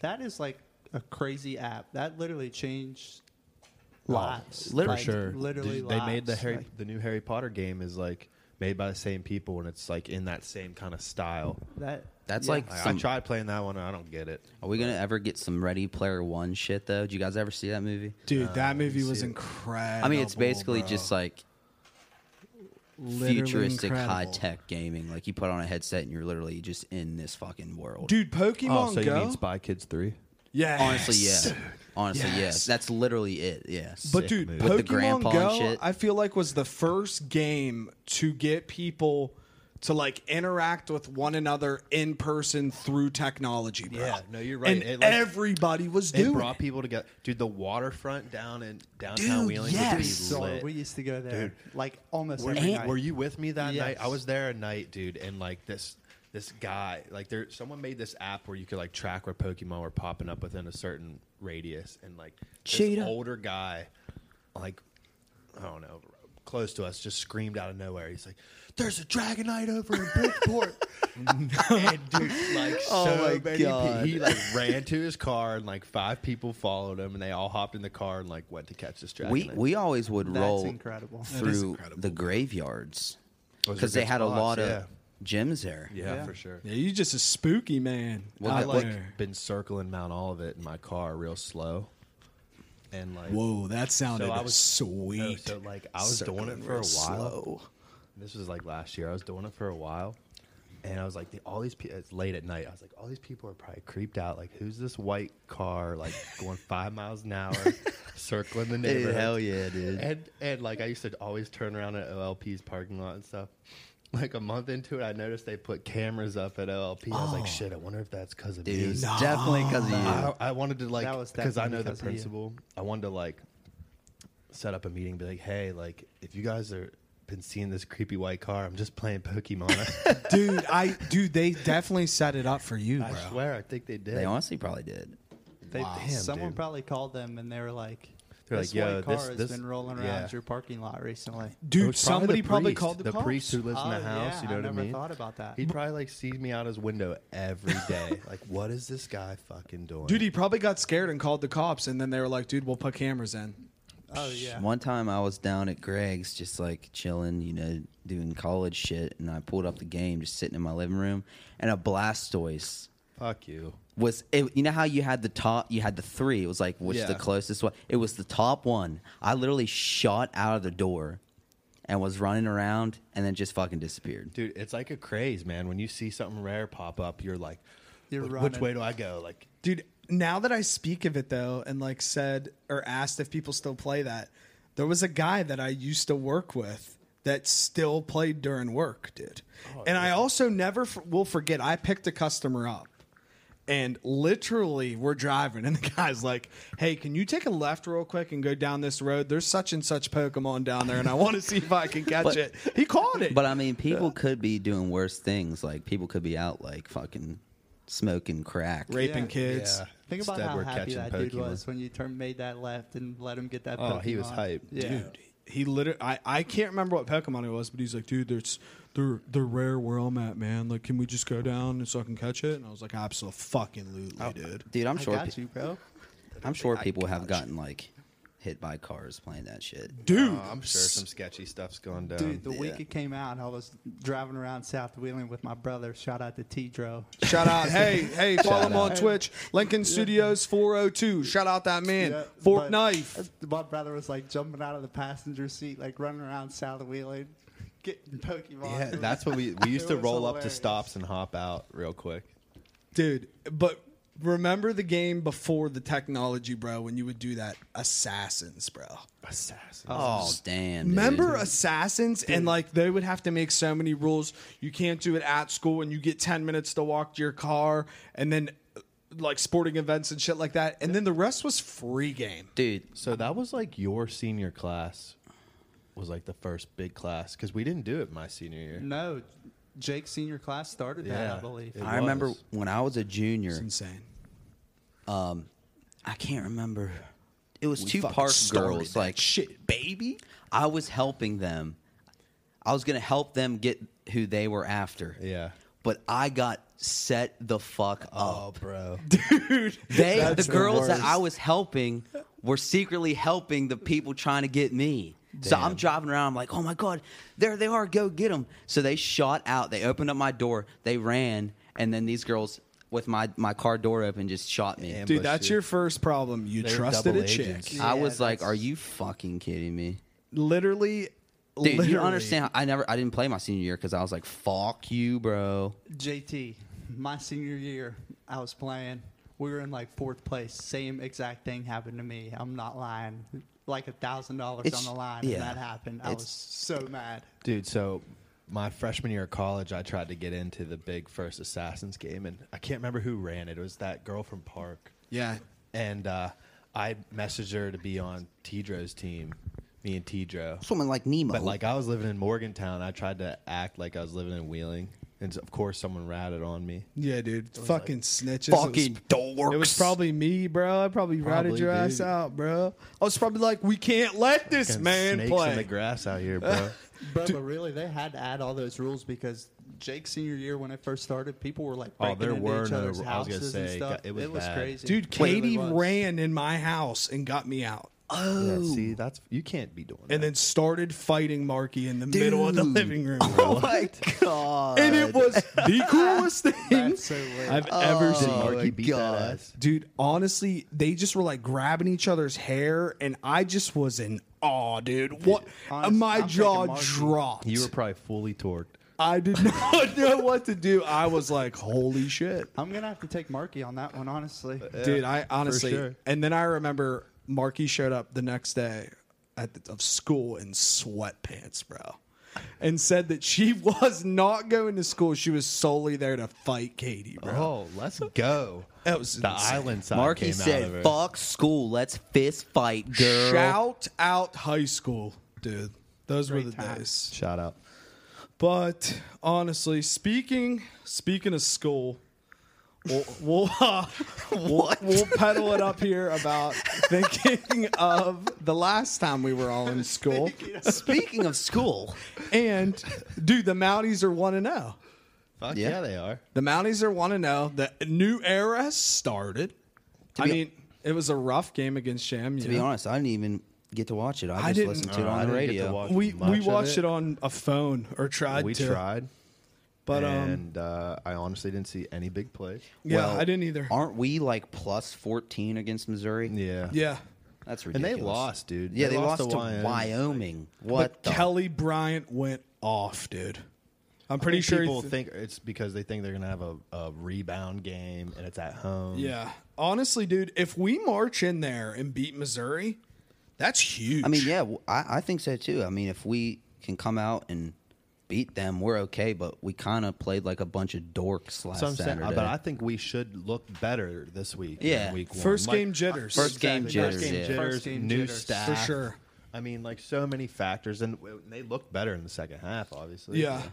[SPEAKER 6] that is like a crazy app. That literally changed
[SPEAKER 4] Oh,
[SPEAKER 6] lives.
[SPEAKER 2] for
[SPEAKER 6] Like,
[SPEAKER 4] sure.
[SPEAKER 6] Literally
[SPEAKER 4] They- they made the
[SPEAKER 6] lives.
[SPEAKER 4] Harry,
[SPEAKER 6] Like,
[SPEAKER 4] the new Harry Potter game is like made by the same people, and it's like in that same kind of style.
[SPEAKER 6] that.
[SPEAKER 2] That's
[SPEAKER 6] yeah.
[SPEAKER 2] like
[SPEAKER 4] I, I
[SPEAKER 2] some-
[SPEAKER 4] tried playing that one, and I don't get it.
[SPEAKER 2] Are we gonna ever get some Ready Player One shit though? Did you guys ever see that movie?
[SPEAKER 3] Dude, that movie
[SPEAKER 4] you
[SPEAKER 3] was
[SPEAKER 4] see it.
[SPEAKER 3] incredible.
[SPEAKER 2] I mean, it's basically
[SPEAKER 3] bro.
[SPEAKER 2] just like
[SPEAKER 3] Literally
[SPEAKER 2] futuristic
[SPEAKER 3] incredible.
[SPEAKER 2] high tech gaming. Like you put on a headset and you're literally just in this fucking world.
[SPEAKER 3] Dude, Pokemon
[SPEAKER 4] oh, so
[SPEAKER 3] Go?
[SPEAKER 4] you mean Spy Kids Three?
[SPEAKER 3] Yes.
[SPEAKER 2] honestly, yeah. Honestly, yes.
[SPEAKER 3] Yes.
[SPEAKER 2] That's literally it. Yes.
[SPEAKER 3] But
[SPEAKER 4] Sick
[SPEAKER 3] dude,
[SPEAKER 4] move.
[SPEAKER 2] With the
[SPEAKER 3] Pokemon
[SPEAKER 2] grandpa and
[SPEAKER 3] Go,
[SPEAKER 2] shit.
[SPEAKER 3] I feel like was the first game to get people to like interact with one another in person through technology. Bro.
[SPEAKER 4] Yeah, no, you're right.
[SPEAKER 3] And
[SPEAKER 4] It, like-
[SPEAKER 3] everybody was
[SPEAKER 4] It
[SPEAKER 3] doing
[SPEAKER 4] brought
[SPEAKER 3] it.
[SPEAKER 4] people together, dude. The waterfront down in downtown
[SPEAKER 3] Dude,
[SPEAKER 4] Wheeling
[SPEAKER 3] yes.
[SPEAKER 4] would be
[SPEAKER 6] So
[SPEAKER 4] lit.
[SPEAKER 6] we used to go there
[SPEAKER 4] Dude.
[SPEAKER 6] like almost
[SPEAKER 4] Were
[SPEAKER 6] every
[SPEAKER 4] you,
[SPEAKER 6] night.
[SPEAKER 4] were you with me that night?
[SPEAKER 6] Yes.
[SPEAKER 4] I was there at night, dude, and like this this guy, like there someone made this app where you could like track where Pokemon were popping up within a certain radius and like this
[SPEAKER 2] Cheetah.
[SPEAKER 4] older guy like I don't know, close to us just screamed out of nowhere. He's like, There's a Dragonite over in Bridgeport. and dude, like
[SPEAKER 2] Oh
[SPEAKER 4] so
[SPEAKER 2] my
[SPEAKER 4] many pe-
[SPEAKER 2] God.
[SPEAKER 4] he like ran to his car and like five people followed him and they all hopped in the car and like went to catch this Dragonite.
[SPEAKER 2] we we always would
[SPEAKER 6] That's
[SPEAKER 2] roll
[SPEAKER 6] incredible. That is
[SPEAKER 2] through
[SPEAKER 3] incredible.
[SPEAKER 2] the graveyards
[SPEAKER 4] Those are
[SPEAKER 2] because they
[SPEAKER 4] good
[SPEAKER 2] had a
[SPEAKER 4] spots,
[SPEAKER 2] lot
[SPEAKER 4] yeah.
[SPEAKER 2] of gems there.
[SPEAKER 4] yeah,
[SPEAKER 6] Yeah.
[SPEAKER 4] for sure.
[SPEAKER 3] Yeah, you just a spooky man.
[SPEAKER 2] Well,
[SPEAKER 3] out
[SPEAKER 4] I like
[SPEAKER 3] there.
[SPEAKER 4] been circling Mount Olivet in my car real slow, and like
[SPEAKER 3] Whoa, that sounded
[SPEAKER 4] I was-
[SPEAKER 3] sweet.
[SPEAKER 4] no, so like I was doing it
[SPEAKER 3] Circling
[SPEAKER 4] for a
[SPEAKER 3] real
[SPEAKER 4] while.
[SPEAKER 3] slow.
[SPEAKER 4] This was like last year. I was doing it for a while, and I was like, the- all these people. It's late at night. I was like, all these people are probably creeped out. Like, who's this white car like going five miles an hour, circling the neighborhood?
[SPEAKER 2] yeah, dude.
[SPEAKER 4] And and like I used to always turn around at OLP's parking lot and stuff. Like a month into it, I noticed they put cameras up at OLP. I was like, shit, I wonder if that's because of
[SPEAKER 2] Dude,
[SPEAKER 4] me.
[SPEAKER 2] it's definitely because of you.
[SPEAKER 4] I, I wanted to like
[SPEAKER 6] That was
[SPEAKER 4] because I
[SPEAKER 6] definitely
[SPEAKER 4] know the
[SPEAKER 6] because of you.
[SPEAKER 4] principal. I wanted to like set up a meeting, be like, hey, like if you guys are been seeing this creepy white car, I'm just playing Pokemon.
[SPEAKER 3] dude, I dude, they definitely set it up for you,
[SPEAKER 4] I
[SPEAKER 3] bro.
[SPEAKER 4] swear, I think they did.
[SPEAKER 2] They honestly probably did.
[SPEAKER 6] They,
[SPEAKER 4] Wow. Damn,
[SPEAKER 6] someone
[SPEAKER 4] dude.
[SPEAKER 6] probably called them and they were like,
[SPEAKER 4] They're like,
[SPEAKER 6] "This
[SPEAKER 4] "Yo,
[SPEAKER 6] white car
[SPEAKER 4] this-
[SPEAKER 6] has
[SPEAKER 4] this-
[SPEAKER 6] been rolling around
[SPEAKER 4] yeah.
[SPEAKER 6] your parking lot recently."
[SPEAKER 4] It
[SPEAKER 3] Dude,
[SPEAKER 4] was
[SPEAKER 3] somebody probably
[SPEAKER 4] priest,
[SPEAKER 3] called the,
[SPEAKER 4] the
[SPEAKER 3] cops.
[SPEAKER 4] priest who lives in
[SPEAKER 6] Oh,
[SPEAKER 4] the house.
[SPEAKER 6] yeah,
[SPEAKER 4] you know
[SPEAKER 6] I
[SPEAKER 4] what
[SPEAKER 6] never
[SPEAKER 4] I mean?
[SPEAKER 6] thought about that.
[SPEAKER 4] He'd probably like sees me out his window every day. like, what is this guy fucking doing?
[SPEAKER 3] Dude, he probably got scared and called the cops, and then they were like, "Dude, we'll put cameras in."
[SPEAKER 6] Oh yeah.
[SPEAKER 2] One time I was down at Greg's just like chilling, you know, doing college shit, and I pulled up the game just sitting in my living room, and a Blastoise
[SPEAKER 4] fuck you.
[SPEAKER 2] was it, you know how you had the top you had the three it was like which the
[SPEAKER 4] Yeah.
[SPEAKER 2] closest one it was the top one i literally shot out of the door and was running around and then just fucking disappeared
[SPEAKER 4] Dude, it's like a craze, man. When you see something rare pop up, you're like,
[SPEAKER 6] You're
[SPEAKER 4] "Wh- which
[SPEAKER 6] running.
[SPEAKER 4] way do I go? Like,
[SPEAKER 3] Dude, now that I speak of it though, and like said or asked if people still play that, there was a guy that I used to work with that still played during work, dude. and I also never f- will forget. I picked a customer up, and literally we're driving, and the guy's like, "Hey, can you take a left real quick and go down this road? There's such and such Pokemon down there, and I want to see if I can catch
[SPEAKER 2] But-
[SPEAKER 3] it." He caught it.
[SPEAKER 2] but i mean people could be doing worse things like people could be out like fucking smoking crack.
[SPEAKER 3] raping
[SPEAKER 6] Yeah.
[SPEAKER 3] kids.
[SPEAKER 4] Yeah.
[SPEAKER 6] Think about
[SPEAKER 4] Instead,
[SPEAKER 6] how
[SPEAKER 4] we're
[SPEAKER 6] happy
[SPEAKER 4] catching
[SPEAKER 6] that dude
[SPEAKER 4] Pokemon.
[SPEAKER 6] was when you turned made that left and let him get that.
[SPEAKER 4] Oh, he was
[SPEAKER 6] Pokemon.
[SPEAKER 4] hyped.
[SPEAKER 6] yeah.
[SPEAKER 3] Dude, he literally. I, I can't remember what Pokemon it was, but he's like, dude, there's they're they're rare where I'm at, man. Like, can we just go down so I can catch it? And I was like, absolutely, dude.
[SPEAKER 2] Dude, I'm
[SPEAKER 6] I
[SPEAKER 2] sure.
[SPEAKER 6] got
[SPEAKER 2] pe-
[SPEAKER 6] you, bro.
[SPEAKER 4] Um,
[SPEAKER 2] I'm sure people have gotten like hit by cars playing that shit.
[SPEAKER 3] Dude,
[SPEAKER 4] Oh, I'm sure some sketchy stuff's gone down.
[SPEAKER 6] Dude, the week
[SPEAKER 2] yeah.
[SPEAKER 6] it came out, I was driving around South Wheeling with my brother. Shout out to T-Dro.
[SPEAKER 3] Shout out. Hey, hey, follow him on
[SPEAKER 6] out.
[SPEAKER 3] Twitch. Lincoln Studios 402. Shout out that man.
[SPEAKER 6] Yeah,
[SPEAKER 3] Fork
[SPEAKER 6] but-
[SPEAKER 3] Knife.
[SPEAKER 6] My brother was like jumping out of the passenger seat, like running around South Wheeling, getting Pokemon.
[SPEAKER 4] yeah, that's what we we used
[SPEAKER 6] It
[SPEAKER 4] to
[SPEAKER 6] was
[SPEAKER 4] roll up to
[SPEAKER 6] hilarious.
[SPEAKER 4] stops and hop out real quick.
[SPEAKER 3] Dude, but remember the game before the technology, bro, when you would do that? Assassins, bro.
[SPEAKER 4] Assassin.
[SPEAKER 2] Oh damn! dude.
[SPEAKER 3] Remember assassins and like they would have to make so many rules. You can't do it at school, and you get ten minutes to walk to your car, and then uh, like sporting events and shit like that. And then the rest was free game.
[SPEAKER 2] dude.
[SPEAKER 4] So that was like your senior class was like the first big class because we didn't do it my senior year.
[SPEAKER 6] No, Jake's senior class started that, I
[SPEAKER 4] Yeah.
[SPEAKER 6] believe.
[SPEAKER 4] It
[SPEAKER 2] I remember
[SPEAKER 4] was.
[SPEAKER 2] when I was a junior.
[SPEAKER 3] Insane.
[SPEAKER 2] I can't remember. It was
[SPEAKER 3] We
[SPEAKER 2] two
[SPEAKER 3] fucking
[SPEAKER 2] park
[SPEAKER 3] started
[SPEAKER 2] girls.
[SPEAKER 3] that
[SPEAKER 2] Like
[SPEAKER 3] shit, baby.
[SPEAKER 2] I was helping them. I was gonna help them get who they were after.
[SPEAKER 4] Yeah.
[SPEAKER 2] But I got set the fuck
[SPEAKER 4] Oh,
[SPEAKER 2] up.
[SPEAKER 4] bro.
[SPEAKER 2] They, the
[SPEAKER 3] the
[SPEAKER 2] girls that
[SPEAKER 3] worst.
[SPEAKER 2] I was helping, were secretly helping the people trying to get me. So I'm driving around. I'm like, oh my god, there they are. Go get them. So they shot out. They opened up my door. They ran, and then these girls with my my car door open just shot me.
[SPEAKER 4] Damn.
[SPEAKER 3] Dude,
[SPEAKER 4] Ambush
[SPEAKER 3] that's
[SPEAKER 4] you.
[SPEAKER 3] your first problem. You
[SPEAKER 4] They're
[SPEAKER 3] trusted
[SPEAKER 4] double
[SPEAKER 3] a chick.
[SPEAKER 4] agents.
[SPEAKER 2] I
[SPEAKER 6] Yeah,
[SPEAKER 2] was like,
[SPEAKER 6] that's-
[SPEAKER 2] are you fucking kidding me?
[SPEAKER 3] Literally,
[SPEAKER 2] Dude,
[SPEAKER 3] literally.
[SPEAKER 2] you understand? How I never, I didn't play my senior year because I was like, "Fuck you, bro."
[SPEAKER 6] JT, my senior year, I was playing. We were in like fourth place. Same exact thing happened to me. I'm not lying. Like a thousand dollars
[SPEAKER 2] It's-
[SPEAKER 6] on the line,
[SPEAKER 2] yeah.
[SPEAKER 6] and that happened. I
[SPEAKER 2] It's-
[SPEAKER 6] was so mad.
[SPEAKER 4] Dude, so my freshman year of college, I tried to get into the big first Assassin's game, and I can't remember who ran it. It was that girl from Park.
[SPEAKER 3] Yeah.
[SPEAKER 4] And uh, I messaged her to be on Tidro's team, me and Tidro.
[SPEAKER 2] Someone like Nemo.
[SPEAKER 4] But like I was living in Morgantown, I tried to act like I was living in Wheeling, and so, of course someone ratted on me.
[SPEAKER 3] Yeah, dude. Fucking snitches.
[SPEAKER 2] fucking
[SPEAKER 3] It
[SPEAKER 2] dorks.
[SPEAKER 3] was, it was probably me, bro. I probably ratted
[SPEAKER 4] Probably,
[SPEAKER 3] your ass
[SPEAKER 4] dude.
[SPEAKER 3] out, bro. I was probably like, we can't let this
[SPEAKER 4] Fucking
[SPEAKER 3] man
[SPEAKER 4] snakes in the
[SPEAKER 3] play.
[SPEAKER 4] grass out here, bro.
[SPEAKER 6] Bro, but really, they had to add all those rules because Jake's senior year, when it first started, people were like
[SPEAKER 4] Oh,
[SPEAKER 6] breaking
[SPEAKER 4] there
[SPEAKER 6] into
[SPEAKER 4] were
[SPEAKER 6] each
[SPEAKER 4] no
[SPEAKER 6] other's
[SPEAKER 4] ru- I was
[SPEAKER 6] houses
[SPEAKER 4] gonna
[SPEAKER 6] and
[SPEAKER 4] say,
[SPEAKER 6] stuff.
[SPEAKER 4] God, it was bad.
[SPEAKER 6] crazy,
[SPEAKER 3] Dude,
[SPEAKER 6] It really
[SPEAKER 3] Katie
[SPEAKER 6] was.
[SPEAKER 3] ran in my house and got me out.
[SPEAKER 4] Yeah, see, that's you can't be doing.
[SPEAKER 3] Oh. And
[SPEAKER 4] that.
[SPEAKER 3] then started fighting Marky in the middle of the
[SPEAKER 2] Dude.
[SPEAKER 3] living room.
[SPEAKER 2] oh my god.
[SPEAKER 3] and it was the coolest thing
[SPEAKER 6] That's so weird.
[SPEAKER 3] I've ever seen.
[SPEAKER 4] Did Marky
[SPEAKER 2] Oh my
[SPEAKER 4] beat that
[SPEAKER 2] God.
[SPEAKER 4] ass?
[SPEAKER 3] Dude, honestly, they just were like grabbing each other's hair, and I just was in awe, dude. What?
[SPEAKER 6] Honest-
[SPEAKER 3] my
[SPEAKER 6] I'm taking
[SPEAKER 3] jaw
[SPEAKER 6] Marky.
[SPEAKER 3] dropped.
[SPEAKER 4] You were probably fully torqued.
[SPEAKER 3] I did not know what to do. I was like, holy shit.
[SPEAKER 6] I'm gonna have to take Marky on that one, honestly.
[SPEAKER 3] dude, I honestly.
[SPEAKER 4] sure.
[SPEAKER 3] And then I remember Marky showed up the next day at the, of school in sweatpants, bro. And said that she was not going to school. She was solely there to fight Katie, bro.
[SPEAKER 4] Oh, let's go.
[SPEAKER 3] That was
[SPEAKER 4] the
[SPEAKER 3] insane.
[SPEAKER 4] island side
[SPEAKER 2] Marky
[SPEAKER 4] came out of
[SPEAKER 2] said,
[SPEAKER 4] her.
[SPEAKER 2] "Fuck school. Let's fist fight, girl."
[SPEAKER 3] Shout out high school, dude. Those were the days.
[SPEAKER 4] Shout out.
[SPEAKER 3] But honestly, speaking speaking of school, we'll we'll, uh, we'll, we'll pedal it up here about thinking of the last time we were all in school.
[SPEAKER 2] Speaking of school,
[SPEAKER 3] And dude, the Mounties are one and zero.
[SPEAKER 4] Fuck
[SPEAKER 2] Yeah.
[SPEAKER 4] yeah, they are.
[SPEAKER 3] The Mounties are one and zero. The new era has started. I
[SPEAKER 2] be-
[SPEAKER 3] mean, it was a rough game against Sham.
[SPEAKER 2] to be honest, I didn't even get to watch it. I just
[SPEAKER 3] didn't-
[SPEAKER 2] listened to it
[SPEAKER 4] No, I
[SPEAKER 2] on the
[SPEAKER 4] didn't get to
[SPEAKER 2] radio.
[SPEAKER 4] watch
[SPEAKER 3] we
[SPEAKER 4] much
[SPEAKER 3] we
[SPEAKER 4] of
[SPEAKER 3] watched it.
[SPEAKER 4] it.
[SPEAKER 3] on a phone or tried
[SPEAKER 4] we
[SPEAKER 3] to.
[SPEAKER 4] tried,
[SPEAKER 3] but um,
[SPEAKER 4] and uh, I honestly didn't see any big plays.
[SPEAKER 3] yeah,
[SPEAKER 2] Well,
[SPEAKER 3] I didn't either.
[SPEAKER 2] Aren't we like plus fourteen against Missouri?
[SPEAKER 4] Yeah,
[SPEAKER 3] Yeah.
[SPEAKER 2] that's
[SPEAKER 4] And
[SPEAKER 2] ridiculous.
[SPEAKER 4] they lost, dude.
[SPEAKER 2] Yeah, they, lost,
[SPEAKER 4] to
[SPEAKER 2] to Wyoming. What
[SPEAKER 3] but
[SPEAKER 2] the
[SPEAKER 3] Kelly Bryant went off, dude. I'm
[SPEAKER 4] Pretty
[SPEAKER 3] pretty sure. he
[SPEAKER 4] people
[SPEAKER 3] th-
[SPEAKER 4] think it's because they think they're gonna have a, a rebound game and it's at home.
[SPEAKER 3] yeah, honestly, dude, if we march in there and beat Missouri, that's huge.
[SPEAKER 2] I mean, yeah, w- I, I think so too. I mean, if we can come out and beat them, we're okay. But we kind of played like a bunch of dorks last
[SPEAKER 4] So I'm saying,
[SPEAKER 2] Saturday.
[SPEAKER 4] but I think we should look better this week. than
[SPEAKER 2] Yeah.
[SPEAKER 4] week one.
[SPEAKER 3] First
[SPEAKER 4] Like,
[SPEAKER 3] game jitters.
[SPEAKER 2] First game jitters,
[SPEAKER 4] First game
[SPEAKER 2] yeah.
[SPEAKER 4] jitters,
[SPEAKER 6] First game
[SPEAKER 4] new
[SPEAKER 6] jitters.
[SPEAKER 4] staff,
[SPEAKER 3] For sure.
[SPEAKER 4] I mean, like so many factors, and w- they looked better in the second half, obviously.
[SPEAKER 3] yeah,
[SPEAKER 4] you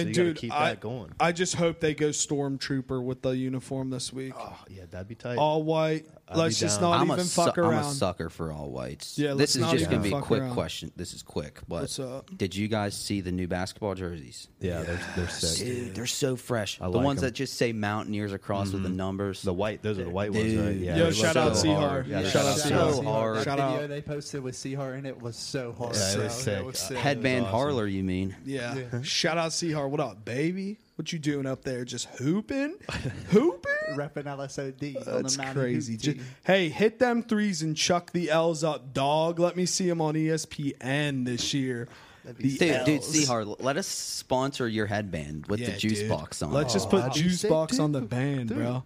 [SPEAKER 3] And
[SPEAKER 4] gotta
[SPEAKER 3] dude,
[SPEAKER 4] keep
[SPEAKER 3] I,
[SPEAKER 4] that going.
[SPEAKER 3] I just hope they go stormtrooper with the uniform this week,
[SPEAKER 4] Oh, yeah, that'd be tight.
[SPEAKER 3] all white.
[SPEAKER 4] I'd be
[SPEAKER 3] let's just
[SPEAKER 4] down.
[SPEAKER 3] not
[SPEAKER 2] I'm
[SPEAKER 3] even
[SPEAKER 2] a, su-
[SPEAKER 3] fuck
[SPEAKER 2] I'm
[SPEAKER 3] around.
[SPEAKER 2] a sucker for all whites.
[SPEAKER 3] Yeah, let's
[SPEAKER 2] this is
[SPEAKER 3] not
[SPEAKER 2] just
[SPEAKER 3] even
[SPEAKER 2] going to be a
[SPEAKER 3] fuck
[SPEAKER 2] quick
[SPEAKER 3] around.
[SPEAKER 2] question. This is quick, but
[SPEAKER 3] What's up?
[SPEAKER 2] did you guys see the new basketball jerseys?
[SPEAKER 4] yeah, they're, they're sick.
[SPEAKER 2] Dude, they're so fresh.
[SPEAKER 4] I
[SPEAKER 2] the
[SPEAKER 4] like
[SPEAKER 2] ones
[SPEAKER 4] 'em.
[SPEAKER 2] that just say Mountaineers across with the numbers.
[SPEAKER 4] The white, those are the white ones, right?
[SPEAKER 2] Dude.
[SPEAKER 4] Yeah,
[SPEAKER 3] Yo,
[SPEAKER 4] they're
[SPEAKER 3] shout
[SPEAKER 4] so
[SPEAKER 3] out Seahar.
[SPEAKER 4] hard. Yeah,
[SPEAKER 2] Yeah,
[SPEAKER 4] shout out
[SPEAKER 2] shout
[SPEAKER 4] Seahar.
[SPEAKER 2] out.
[SPEAKER 6] Seahar.
[SPEAKER 2] hard.
[SPEAKER 6] That
[SPEAKER 3] Shout
[SPEAKER 6] video
[SPEAKER 3] out.
[SPEAKER 6] they posted with Seahar in it was so hard.
[SPEAKER 4] Yeah, it was
[SPEAKER 6] So,
[SPEAKER 4] sick. Uh,
[SPEAKER 6] sick.
[SPEAKER 2] Headband
[SPEAKER 4] That was awesome.
[SPEAKER 2] Parlor, you mean?
[SPEAKER 3] Yeah.
[SPEAKER 6] Yeah.
[SPEAKER 3] Shout out Seahar. What up, baby? What you doing up there? Just hooping? hooping?
[SPEAKER 6] Repping LSOD on
[SPEAKER 3] That's
[SPEAKER 6] the mountain.
[SPEAKER 3] crazy.
[SPEAKER 6] hoop team.
[SPEAKER 3] Ju- hey, hit them threes and chuck the L's up, dog. Let me see them on E ESPN this year. The
[SPEAKER 2] Dude, dude,
[SPEAKER 3] Ls.
[SPEAKER 2] Seahar, let us sponsor your headband with
[SPEAKER 3] Yeah,
[SPEAKER 2] the juice
[SPEAKER 3] dude.
[SPEAKER 2] box on.
[SPEAKER 3] Let's
[SPEAKER 2] it.
[SPEAKER 3] just
[SPEAKER 4] Oh,
[SPEAKER 3] put
[SPEAKER 4] that'd be
[SPEAKER 3] juice
[SPEAKER 4] sick,
[SPEAKER 3] box on the
[SPEAKER 4] dude.
[SPEAKER 3] band, bro.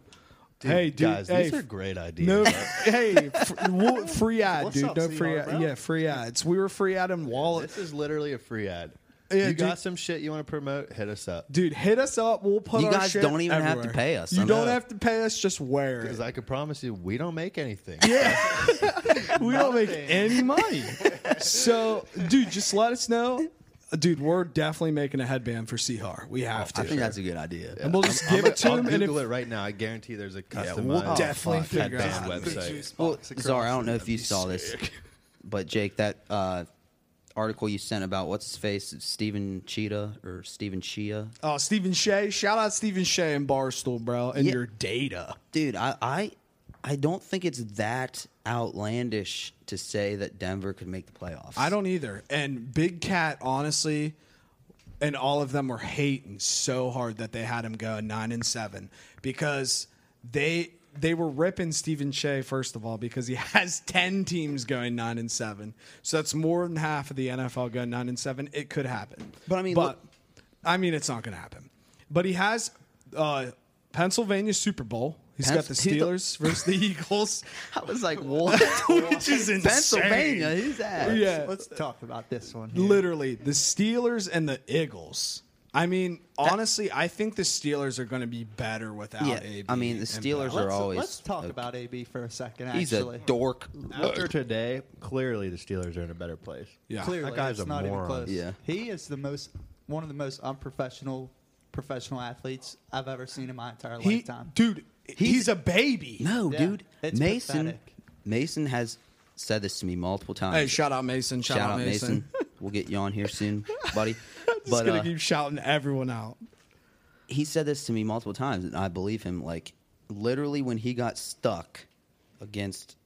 [SPEAKER 4] Dude,
[SPEAKER 3] hey, dude.
[SPEAKER 4] guys,
[SPEAKER 3] hey,
[SPEAKER 4] these are
[SPEAKER 3] f-
[SPEAKER 4] great ideas.
[SPEAKER 3] No, hey, fr- wo- free ad,
[SPEAKER 6] What's
[SPEAKER 3] dude.
[SPEAKER 6] up,
[SPEAKER 3] no free
[SPEAKER 6] Seahar,
[SPEAKER 3] ad.
[SPEAKER 6] bro?
[SPEAKER 3] Yeah, free ads. We were free ad and wallet.
[SPEAKER 4] This is literally a free ad.
[SPEAKER 3] Yeah,
[SPEAKER 4] you got
[SPEAKER 3] dude.
[SPEAKER 4] some shit you want to promote? Hit us up.
[SPEAKER 3] Dude, hit us up. We'll put
[SPEAKER 2] You
[SPEAKER 3] our
[SPEAKER 2] guys
[SPEAKER 3] shit
[SPEAKER 2] don't even have to
[SPEAKER 3] everywhere.
[SPEAKER 2] pay us.
[SPEAKER 3] You
[SPEAKER 2] I
[SPEAKER 3] don't
[SPEAKER 2] know.
[SPEAKER 3] have to pay us. Just wear it.
[SPEAKER 4] Because I could promise you, we don't make anything.
[SPEAKER 3] we don't make
[SPEAKER 6] Nothing.
[SPEAKER 3] any money. so, dude, just let us know. Dude, we're definitely making a headband for Seahar.
[SPEAKER 4] Oh,
[SPEAKER 3] We have to.
[SPEAKER 2] I think that's a good idea.
[SPEAKER 3] and we'll just give
[SPEAKER 4] I'm
[SPEAKER 3] it to
[SPEAKER 4] gonna-
[SPEAKER 3] him.
[SPEAKER 4] I'll
[SPEAKER 3] And if,
[SPEAKER 4] Google it right now. I guarantee there's a
[SPEAKER 3] Yeah,
[SPEAKER 4] customized
[SPEAKER 3] we'll definitely
[SPEAKER 4] fuck,
[SPEAKER 3] figure out
[SPEAKER 4] headband
[SPEAKER 3] how to
[SPEAKER 4] website.
[SPEAKER 6] Juice
[SPEAKER 3] Oh,
[SPEAKER 2] Well,
[SPEAKER 6] box across
[SPEAKER 2] Czar, I don't
[SPEAKER 6] it.
[SPEAKER 2] know if you saw this, but Jake, that uh, article you sent about what's his face, Stephen Cheetah or Stephen Chia.
[SPEAKER 3] oh, Stephen Shea. Shout out Stephen Shea and Barstool, bro, and
[SPEAKER 2] Yeah.
[SPEAKER 3] your data.
[SPEAKER 2] Dude, I, I I don't think it's that outlandish to say that Denver could make the playoffs.
[SPEAKER 3] I don't either. And Big Cat, honestly, and all of them were hating so hard that they had him go nine and seven because they they were ripping Stephen Shea first of all because he has ten teams going nine and seven. So that's more than half of the NFL going nine and seven. It could happen,
[SPEAKER 2] But I mean,
[SPEAKER 3] but
[SPEAKER 2] look-
[SPEAKER 3] I mean, it's not going to happen. But he has uh, Pennsylvania Super Bowl. He's got the
[SPEAKER 2] Pens- who the-
[SPEAKER 3] Steelers versus the Eagles,
[SPEAKER 2] I was like, what?
[SPEAKER 3] which is insane.
[SPEAKER 2] Pennsylvania, who's that?
[SPEAKER 3] Yeah.
[SPEAKER 6] Let's talk about this one. here.
[SPEAKER 3] Literally, the Steelers and the Eagles. I mean, honestly, I think the Steelers are going to be better without
[SPEAKER 2] Yeah,
[SPEAKER 3] AB.
[SPEAKER 2] I mean, the
[SPEAKER 3] and
[SPEAKER 2] Steelers
[SPEAKER 3] Bell.
[SPEAKER 2] are
[SPEAKER 6] Let's,
[SPEAKER 2] always.
[SPEAKER 6] let's talk
[SPEAKER 2] a-
[SPEAKER 6] about AB for a second. Actually,
[SPEAKER 2] He's a dork.
[SPEAKER 4] After today, clearly the Steelers are in a better place.
[SPEAKER 3] Yeah.
[SPEAKER 6] Clearly,
[SPEAKER 4] That guy's
[SPEAKER 6] it's
[SPEAKER 4] a
[SPEAKER 6] not even
[SPEAKER 4] moron.
[SPEAKER 6] close.
[SPEAKER 2] Yeah.
[SPEAKER 6] he is the most one of the most unprofessional professional athletes I've ever seen in my entire
[SPEAKER 3] He,
[SPEAKER 6] lifetime.
[SPEAKER 3] dude, he's, a baby.
[SPEAKER 2] No,
[SPEAKER 6] Yeah,
[SPEAKER 2] dude.
[SPEAKER 6] it's
[SPEAKER 2] Mason
[SPEAKER 6] pathetic.
[SPEAKER 2] Mason has said this to me multiple times.
[SPEAKER 3] Hey, shout out Mason. Shout, out Mason.
[SPEAKER 2] we'll get you on here soon, buddy.
[SPEAKER 3] Just
[SPEAKER 2] but
[SPEAKER 3] gonna
[SPEAKER 2] uh,
[SPEAKER 3] keep shouting everyone out.
[SPEAKER 2] he said this to me multiple times, and I believe him. Like literally, when he got stuck against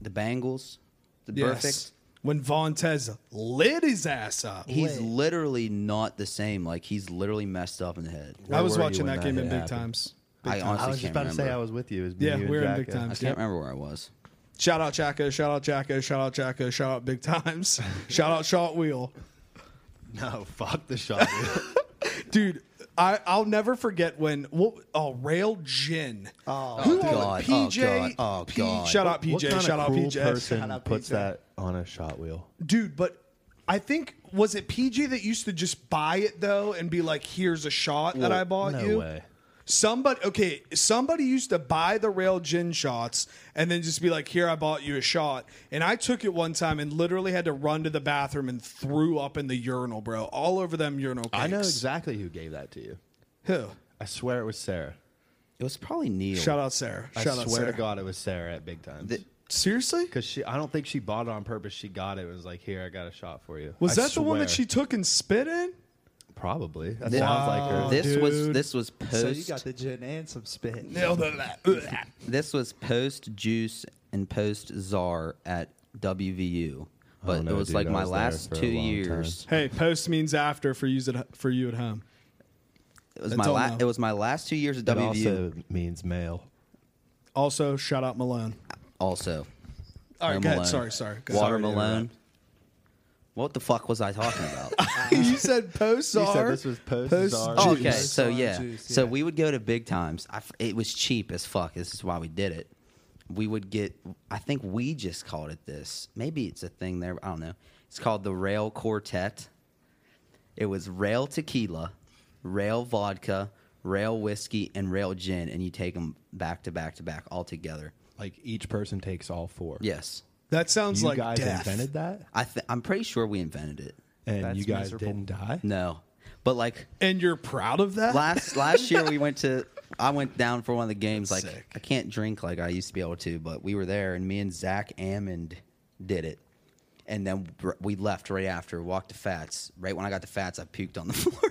[SPEAKER 2] the Bengals, the perfect.
[SPEAKER 3] Yes. When Vontez lit his ass up.
[SPEAKER 2] He's
[SPEAKER 6] Wait.
[SPEAKER 2] literally not the same. Like he's literally messed up in the head.
[SPEAKER 3] I was
[SPEAKER 4] were you
[SPEAKER 3] watching
[SPEAKER 4] when
[SPEAKER 3] that
[SPEAKER 4] that
[SPEAKER 3] game in
[SPEAKER 4] hit
[SPEAKER 3] big
[SPEAKER 4] happened?
[SPEAKER 3] times.
[SPEAKER 2] I honestly
[SPEAKER 4] I was just
[SPEAKER 2] can't
[SPEAKER 4] about
[SPEAKER 2] remember.
[SPEAKER 4] to say I was with you. It was me,
[SPEAKER 3] Yeah,
[SPEAKER 4] you, and
[SPEAKER 3] we're in
[SPEAKER 4] Jack, uh,
[SPEAKER 3] big
[SPEAKER 4] yeah.
[SPEAKER 3] time.
[SPEAKER 2] I can't remember where I was.
[SPEAKER 3] Shout out Jacko. Shout out Jacko. Shout out Jacko. Shout out big times. shout out shot wheel.
[SPEAKER 4] No, fuck the shot. dude.
[SPEAKER 3] Dude, I, I'll never forget when what, oh Rail Jin.
[SPEAKER 6] Oh,
[SPEAKER 3] Who
[SPEAKER 2] Oh,
[SPEAKER 3] all-
[SPEAKER 2] God. Oh,
[SPEAKER 3] PJ.
[SPEAKER 2] God. Oh,
[SPEAKER 3] P-
[SPEAKER 2] God.
[SPEAKER 3] Shout out PJ.
[SPEAKER 4] What kind of
[SPEAKER 3] Shout out
[SPEAKER 4] cruel
[SPEAKER 3] PJ.
[SPEAKER 6] Shout
[SPEAKER 4] person
[SPEAKER 6] out
[SPEAKER 4] puts
[SPEAKER 6] PJ.
[SPEAKER 4] that on a shot wheel?
[SPEAKER 3] Dude, but I think was it PJ that used to just buy it though and be like, "Here's a shot that I bought
[SPEAKER 4] no
[SPEAKER 3] you."
[SPEAKER 4] way.
[SPEAKER 3] Somebody okay, somebody used to buy the rail gin shots and then just be like, "Here, I bought you a shot." And I took it one time and literally had to run to the bathroom and threw up in the urinal, bro, all over them urinal. Cakes.
[SPEAKER 4] I know exactly who gave that to you.
[SPEAKER 3] who.
[SPEAKER 4] I swear it was Sarah.
[SPEAKER 2] It was probably Neil.
[SPEAKER 3] Shout out Sarah. Shout
[SPEAKER 4] I
[SPEAKER 3] out
[SPEAKER 4] swear
[SPEAKER 3] Sarah.
[SPEAKER 4] to God, it was Sarah at big time.
[SPEAKER 2] The-
[SPEAKER 3] Seriously?
[SPEAKER 4] Because she, I don't think she bought it on purpose. She got it. and was like, here, I got a shot for you.
[SPEAKER 3] Was
[SPEAKER 4] I
[SPEAKER 3] that the one that she
[SPEAKER 4] swear.
[SPEAKER 3] took and spit in?
[SPEAKER 4] Probably. That
[SPEAKER 2] This-
[SPEAKER 4] sounds like her.
[SPEAKER 2] This was
[SPEAKER 3] dude.
[SPEAKER 2] this was post.
[SPEAKER 6] so you got the gin and some spit.
[SPEAKER 2] this was post Juice and post Czar at WVU, but
[SPEAKER 4] don't know,
[SPEAKER 2] it was
[SPEAKER 4] dude.
[SPEAKER 2] like
[SPEAKER 4] I
[SPEAKER 2] my
[SPEAKER 4] was there
[SPEAKER 2] last
[SPEAKER 4] for a
[SPEAKER 2] two
[SPEAKER 4] long
[SPEAKER 2] years.
[SPEAKER 3] Hey, post means after for use at, for you at home.
[SPEAKER 2] It was
[SPEAKER 3] That's
[SPEAKER 2] my
[SPEAKER 3] all
[SPEAKER 2] la-
[SPEAKER 3] now.
[SPEAKER 2] it was my last two years at
[SPEAKER 4] It
[SPEAKER 2] WVU. Also,
[SPEAKER 4] also means male.
[SPEAKER 3] Also, shout out Malone. All right,
[SPEAKER 2] Home
[SPEAKER 3] go ahead.
[SPEAKER 2] Alone.
[SPEAKER 3] Sorry, sorry. Go
[SPEAKER 2] Water
[SPEAKER 3] ahead. Sorry to
[SPEAKER 2] Malone. What the fuck was I talking about?
[SPEAKER 3] you said post
[SPEAKER 4] You said
[SPEAKER 3] czar,
[SPEAKER 4] this was post czar.
[SPEAKER 2] Oh,
[SPEAKER 3] juice.
[SPEAKER 2] okay, so
[SPEAKER 6] Juice,
[SPEAKER 2] yeah.
[SPEAKER 6] juice,
[SPEAKER 2] so
[SPEAKER 6] yeah.
[SPEAKER 2] we would go to Big Times. I f it was cheap as fuck. This is why we did it. We would get. I think we just called it this. Maybe it's a thing there. I don't know. It's called the Rail Quartet. It was rail tequila, rail vodka, rail whiskey, and rail gin, and you take them back to back to back all together.
[SPEAKER 4] Like each person takes all four.
[SPEAKER 2] Yes,
[SPEAKER 3] That sounds
[SPEAKER 4] You
[SPEAKER 3] like
[SPEAKER 4] guys
[SPEAKER 3] death.
[SPEAKER 4] invented that,
[SPEAKER 2] I th- I'm pretty sure we invented it.
[SPEAKER 4] and
[SPEAKER 6] That's
[SPEAKER 4] you guys
[SPEAKER 6] miserable.
[SPEAKER 4] didn't die.
[SPEAKER 2] No, But like
[SPEAKER 3] And you're proud of that?
[SPEAKER 2] last last year we went to I went down for one of the games.
[SPEAKER 3] That's
[SPEAKER 2] like
[SPEAKER 3] sick.
[SPEAKER 2] I can't drink like I used to be able to, but we were there and me and Zach Ammond did it. And then r- we left right after, walked to Fats. Right when I got to Fats, I puked on the floor.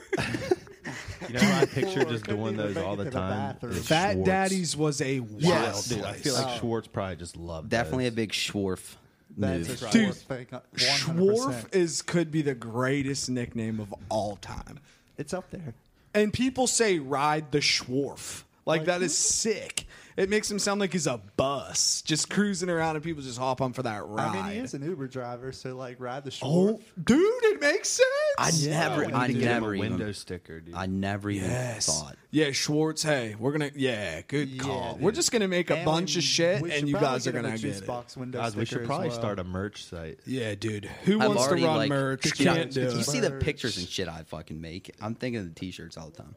[SPEAKER 4] You know, I picture just
[SPEAKER 6] couldn't
[SPEAKER 4] doing
[SPEAKER 6] even
[SPEAKER 4] those
[SPEAKER 6] make
[SPEAKER 4] all
[SPEAKER 6] it
[SPEAKER 4] the
[SPEAKER 6] to the
[SPEAKER 4] time.
[SPEAKER 6] bathroom.
[SPEAKER 4] is
[SPEAKER 3] Fat
[SPEAKER 4] Schwartz.
[SPEAKER 3] Daddy's was a wild
[SPEAKER 4] Yes, dude, I
[SPEAKER 3] place. Uh,
[SPEAKER 4] feel like
[SPEAKER 6] Oh.
[SPEAKER 4] Schwartz probably just loved.
[SPEAKER 2] Definitely a
[SPEAKER 4] those.
[SPEAKER 2] big Schwarf
[SPEAKER 6] That's
[SPEAKER 2] move.
[SPEAKER 6] a
[SPEAKER 3] Dude,
[SPEAKER 6] Schwarf thing. uh, 100%.
[SPEAKER 3] Schwarf is could be the greatest nickname of all time.
[SPEAKER 6] It's up there.
[SPEAKER 3] And people say ride the Schwarf. Like, that is sick. It makes him sound like he's a bus just cruising around and people just hop on for that ride.
[SPEAKER 6] I mean, he is an Uber driver, so like ride the Schwarf.
[SPEAKER 3] Oh, dude, it makes sense.
[SPEAKER 2] I never,
[SPEAKER 4] We
[SPEAKER 2] I
[SPEAKER 4] need to get him
[SPEAKER 2] never
[SPEAKER 4] a window
[SPEAKER 2] even,
[SPEAKER 4] sticker, dude.
[SPEAKER 2] I never even
[SPEAKER 3] Yes.
[SPEAKER 2] thought.
[SPEAKER 3] Yeah, Schwartz. Hey, we're gonna. Yeah, good
[SPEAKER 6] Yeah,
[SPEAKER 3] call.
[SPEAKER 6] dude.
[SPEAKER 3] We're just gonna make a
[SPEAKER 6] And
[SPEAKER 3] bunch of
[SPEAKER 6] we-
[SPEAKER 3] shit,
[SPEAKER 6] we
[SPEAKER 3] and
[SPEAKER 6] should
[SPEAKER 3] you
[SPEAKER 6] probably
[SPEAKER 3] guys are
[SPEAKER 6] get him a
[SPEAKER 3] gonna
[SPEAKER 6] juice
[SPEAKER 3] get it.
[SPEAKER 6] box window
[SPEAKER 4] Guys, we should
[SPEAKER 6] sticker as
[SPEAKER 4] probably
[SPEAKER 6] well.
[SPEAKER 4] start a merch site.
[SPEAKER 3] Yeah, dude. Who
[SPEAKER 2] I've
[SPEAKER 3] wants to
[SPEAKER 2] already
[SPEAKER 3] run
[SPEAKER 2] like,
[SPEAKER 3] merch?
[SPEAKER 2] you know,
[SPEAKER 3] Can't do
[SPEAKER 2] you
[SPEAKER 3] it.
[SPEAKER 2] see the
[SPEAKER 6] Merch.
[SPEAKER 2] pictures and shit I fucking make. I'm thinking of the t-shirts all the time.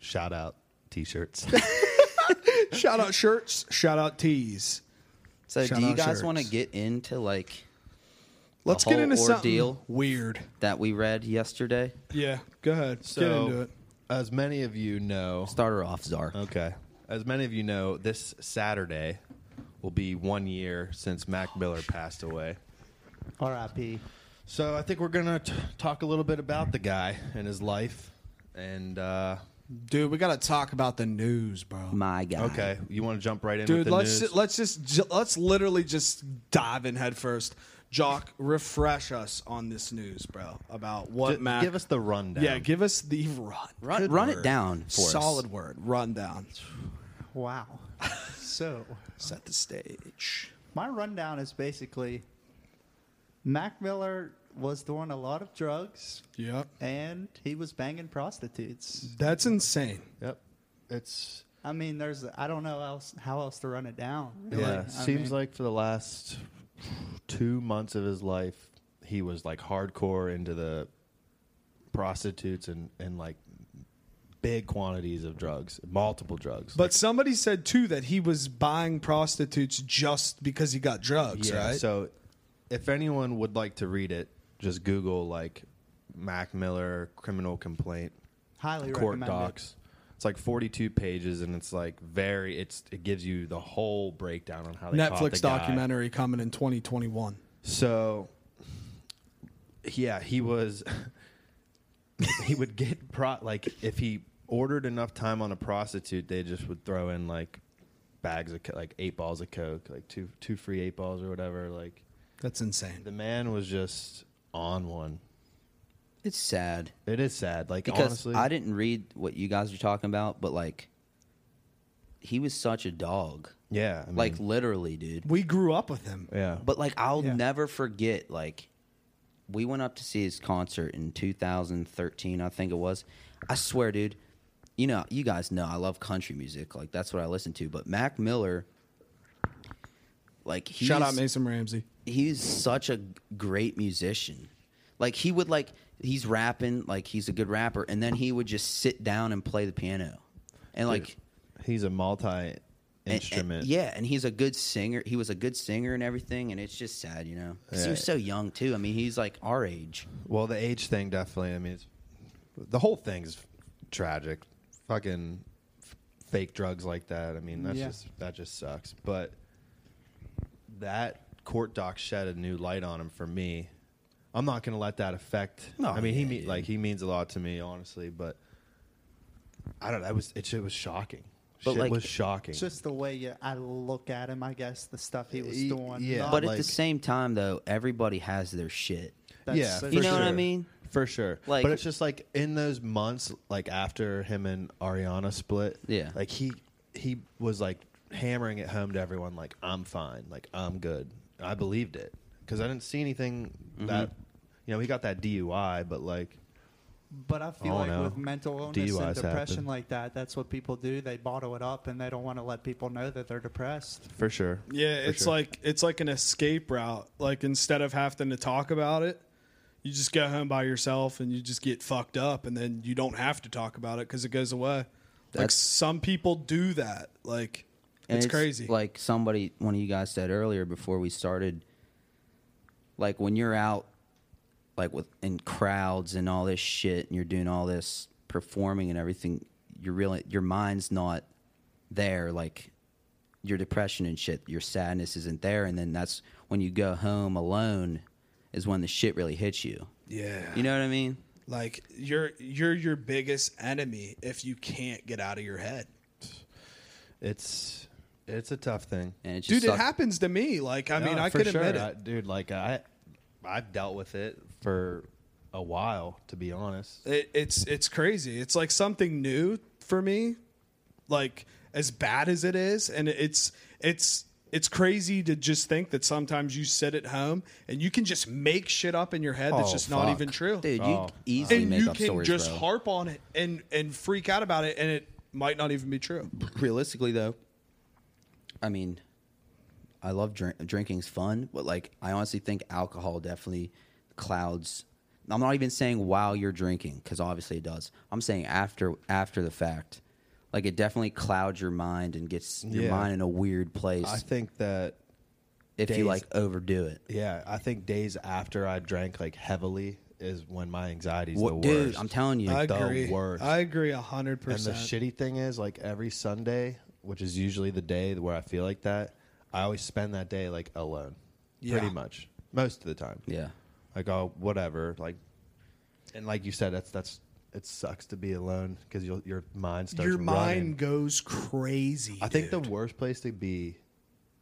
[SPEAKER 4] Shout out t-shirts.
[SPEAKER 3] shout out shirts. Shout out tees.
[SPEAKER 2] So,
[SPEAKER 3] Shout
[SPEAKER 2] do you
[SPEAKER 3] out
[SPEAKER 2] guys want to
[SPEAKER 3] shirts.
[SPEAKER 2] get into like
[SPEAKER 3] Let's
[SPEAKER 2] the
[SPEAKER 3] get
[SPEAKER 2] whole
[SPEAKER 3] into something
[SPEAKER 2] ordeal?
[SPEAKER 3] weird.
[SPEAKER 2] that we read yesterday?
[SPEAKER 3] Yeah, go ahead.
[SPEAKER 4] so,
[SPEAKER 3] get into it.
[SPEAKER 4] as many of you know,
[SPEAKER 2] Start her off, Czar.
[SPEAKER 4] okay, as many of you know, this Saturday will be one year since Mac Miller passed away.
[SPEAKER 6] R.I.P.
[SPEAKER 4] So I think we're gonna t- talk a little bit about the guy and his life, and uh,
[SPEAKER 3] Dude, we gotta talk about the news, bro.
[SPEAKER 2] My God.
[SPEAKER 4] okay, you want to jump right in, With
[SPEAKER 3] Dude,
[SPEAKER 4] the
[SPEAKER 3] let's
[SPEAKER 4] news?
[SPEAKER 3] ju- let's just ju- let's literally just dive in head first. Jock, refresh us on this news, bro, about what
[SPEAKER 4] Ju-
[SPEAKER 3] Mac.
[SPEAKER 4] give us the rundown.
[SPEAKER 3] yeah, give us the run.
[SPEAKER 2] Run,
[SPEAKER 3] Good
[SPEAKER 2] run
[SPEAKER 3] word.
[SPEAKER 2] it down for us.
[SPEAKER 3] Solid word. Rundown.
[SPEAKER 6] Wow. so,
[SPEAKER 3] Set the stage.
[SPEAKER 6] my rundown is basically Mac Miller was doing a lot of drugs
[SPEAKER 3] Yep.
[SPEAKER 6] and he was banging prostitutes.
[SPEAKER 3] That's insane.
[SPEAKER 4] Yep, it's
[SPEAKER 6] I mean, there's I don't know else how else to run it down. really.
[SPEAKER 4] Yeah,
[SPEAKER 6] I
[SPEAKER 4] seems
[SPEAKER 6] mean,
[SPEAKER 4] like for the last two months of his life, he was like hardcore into the prostitutes and and like big quantities of drugs, multiple drugs.
[SPEAKER 3] But somebody said too that he was buying prostitutes just because he got drugs,
[SPEAKER 4] yeah,
[SPEAKER 3] right?
[SPEAKER 4] so if anyone would like to read it, just Google like Mac Miller criminal complaint
[SPEAKER 3] Oh,
[SPEAKER 6] highly
[SPEAKER 4] court
[SPEAKER 6] recommended.
[SPEAKER 4] docs. It's like 42 pages, and it's like very. It's it gives you the whole breakdown on how they caught the
[SPEAKER 3] Netflix
[SPEAKER 4] guy.
[SPEAKER 3] documentary coming in 2021.
[SPEAKER 4] So, yeah, he was. he would get pro like if he ordered enough time on a prostitute, they just would throw in like bags of co- like eight balls of coke, like two two free eight balls or whatever. Like
[SPEAKER 3] That's insane.
[SPEAKER 4] the man was just on one.
[SPEAKER 2] It's sad
[SPEAKER 4] It is sad. Like
[SPEAKER 2] because
[SPEAKER 4] honestly,
[SPEAKER 2] I didn't read what you guys were talking about, but like, he was such a dog.
[SPEAKER 4] Yeah, I mean,
[SPEAKER 2] like literally, dude.
[SPEAKER 3] We grew up with him.
[SPEAKER 4] yeah,
[SPEAKER 2] But like, I'll
[SPEAKER 3] Yeah.
[SPEAKER 2] never forget. Like, we went up to see his concert in 2013, I think it was. I swear, dude. You know, you guys know I love country music. Like that's what I listen to. But Mac Miller, like he's,
[SPEAKER 3] Shout out Mason Ramsey.
[SPEAKER 2] he's such a great musician. Like he would like he's rapping, like he's a good rapper, and then he would just sit down and play the piano, and like
[SPEAKER 4] he's a multi
[SPEAKER 2] and- and-
[SPEAKER 4] instrument.
[SPEAKER 2] yeah, and he's a good singer. He was a good singer and everything, and it's just sad, you know, 'Cause he was
[SPEAKER 4] Yeah.
[SPEAKER 2] so young too. I mean, he's like our age.
[SPEAKER 4] Well, the age thing definitely. I mean, it's, the whole thing's tragic. Fucking f- fake drugs like that. I mean, that's
[SPEAKER 6] Yeah.
[SPEAKER 4] just that just sucks. But that court doc shed a new light on him for me. I'm not gonna let that affect.
[SPEAKER 2] No,
[SPEAKER 4] I mean, he
[SPEAKER 2] yeah,
[SPEAKER 4] me-
[SPEAKER 2] dude.
[SPEAKER 4] like he means a lot to me, honestly. But I don't. know. That was it. Shit was shocking.
[SPEAKER 2] But,
[SPEAKER 4] shit
[SPEAKER 2] like,
[SPEAKER 4] was shocking.
[SPEAKER 6] It's just the way you, I look at him. I guess the stuff he was
[SPEAKER 4] Y-
[SPEAKER 6] doing.
[SPEAKER 4] yeah.
[SPEAKER 6] not-
[SPEAKER 2] But at
[SPEAKER 4] like-
[SPEAKER 2] the same time, though, everybody has their shit.
[SPEAKER 6] that's
[SPEAKER 4] yeah,
[SPEAKER 6] so
[SPEAKER 4] for
[SPEAKER 2] You know what I
[SPEAKER 4] sure.
[SPEAKER 2] mean?
[SPEAKER 4] For sure.
[SPEAKER 2] Like-
[SPEAKER 4] but it's just like in those months, like after him and Ariana split,
[SPEAKER 2] Yeah.
[SPEAKER 4] like he he was like hammering it home to everyone, like I'm fine, like I'm good. I believed it because I didn't see anything
[SPEAKER 2] Mm-hmm.
[SPEAKER 4] that you know he got that DUI, but like
[SPEAKER 6] But I feel
[SPEAKER 4] Oh,
[SPEAKER 6] like
[SPEAKER 4] no.
[SPEAKER 6] with mental illness and
[SPEAKER 4] DUIs
[SPEAKER 6] depression
[SPEAKER 4] happen.
[SPEAKER 6] like that, that's what people do. They bottle it up and they don't want to let people know that they're depressed.
[SPEAKER 4] for sure.
[SPEAKER 3] Yeah,
[SPEAKER 4] For
[SPEAKER 3] it's
[SPEAKER 4] sure.
[SPEAKER 3] like it's like an escape route. Like instead of having to talk about it, you just go home by yourself and you just get fucked up, and then you don't have to talk about it because it goes away. like
[SPEAKER 2] That's-
[SPEAKER 3] some people do that. Like
[SPEAKER 2] And
[SPEAKER 3] it's, crazy.
[SPEAKER 2] Like somebody, one of you guys said earlier before we started, like when you're out like with in crowds and all this shit, and you're doing all this performing and everything, you're really your mind's not there. Like your depression and shit, your sadness isn't there, and then that's when you go home alone, is when the shit really hits you.
[SPEAKER 3] Yeah.
[SPEAKER 2] You know what I mean?
[SPEAKER 3] Like you're you're your biggest enemy if you can't get out of your head.
[SPEAKER 4] It's it's a tough thing.
[SPEAKER 2] And it just
[SPEAKER 3] Dude, it
[SPEAKER 2] sucks.
[SPEAKER 3] happens to me. Like I mean,
[SPEAKER 4] No,
[SPEAKER 3] I
[SPEAKER 4] for
[SPEAKER 3] could
[SPEAKER 4] sure.
[SPEAKER 3] admit
[SPEAKER 4] I-
[SPEAKER 3] it.
[SPEAKER 4] dude. Like I, I've dealt with it for a while, to be honest.
[SPEAKER 3] it. It's it's crazy. It's like something new for me. Like as bad as it is, and it's it's it's crazy to just think that sometimes you sit at home and you can just make shit up in your head that's
[SPEAKER 4] Oh,
[SPEAKER 3] just not
[SPEAKER 4] fuck.
[SPEAKER 3] even true.
[SPEAKER 2] Dude, you
[SPEAKER 4] Oh.
[SPEAKER 2] easily
[SPEAKER 3] and
[SPEAKER 2] make
[SPEAKER 3] you
[SPEAKER 2] up
[SPEAKER 3] can
[SPEAKER 2] stories,
[SPEAKER 3] just
[SPEAKER 2] bro.
[SPEAKER 3] harp on it and and freak out about it, and it might not even be true.
[SPEAKER 2] realistically though, I mean, I love drink, drinking's fun, but like I honestly think alcohol definitely clouds. I'm not even saying while you're drinking because obviously it does. I'm saying after after the fact, like it definitely clouds your mind and gets your
[SPEAKER 4] Yeah.
[SPEAKER 2] mind in a weird place
[SPEAKER 4] I think that
[SPEAKER 2] if you
[SPEAKER 4] days-
[SPEAKER 2] like overdo it.
[SPEAKER 4] yeah, I think days after I drank like heavily is when my anxiety's
[SPEAKER 2] What,
[SPEAKER 4] the worst.
[SPEAKER 2] dude, I'm telling you,
[SPEAKER 3] I
[SPEAKER 4] the
[SPEAKER 3] agree.
[SPEAKER 4] worst.
[SPEAKER 3] I agree hundred
[SPEAKER 4] And the
[SPEAKER 3] percent.
[SPEAKER 4] shitty thing is, like every Sunday, which is usually the day where I feel like that, I always spend that day like alone,
[SPEAKER 3] Yeah.
[SPEAKER 4] pretty much most of the time.
[SPEAKER 2] yeah,
[SPEAKER 4] Like oh, whatever. Like, and like you said, that's that's it sucks to be alone because your mind starts
[SPEAKER 3] Your mind
[SPEAKER 4] running.
[SPEAKER 3] goes crazy.
[SPEAKER 4] I think the
[SPEAKER 3] dude.
[SPEAKER 4] worst place to be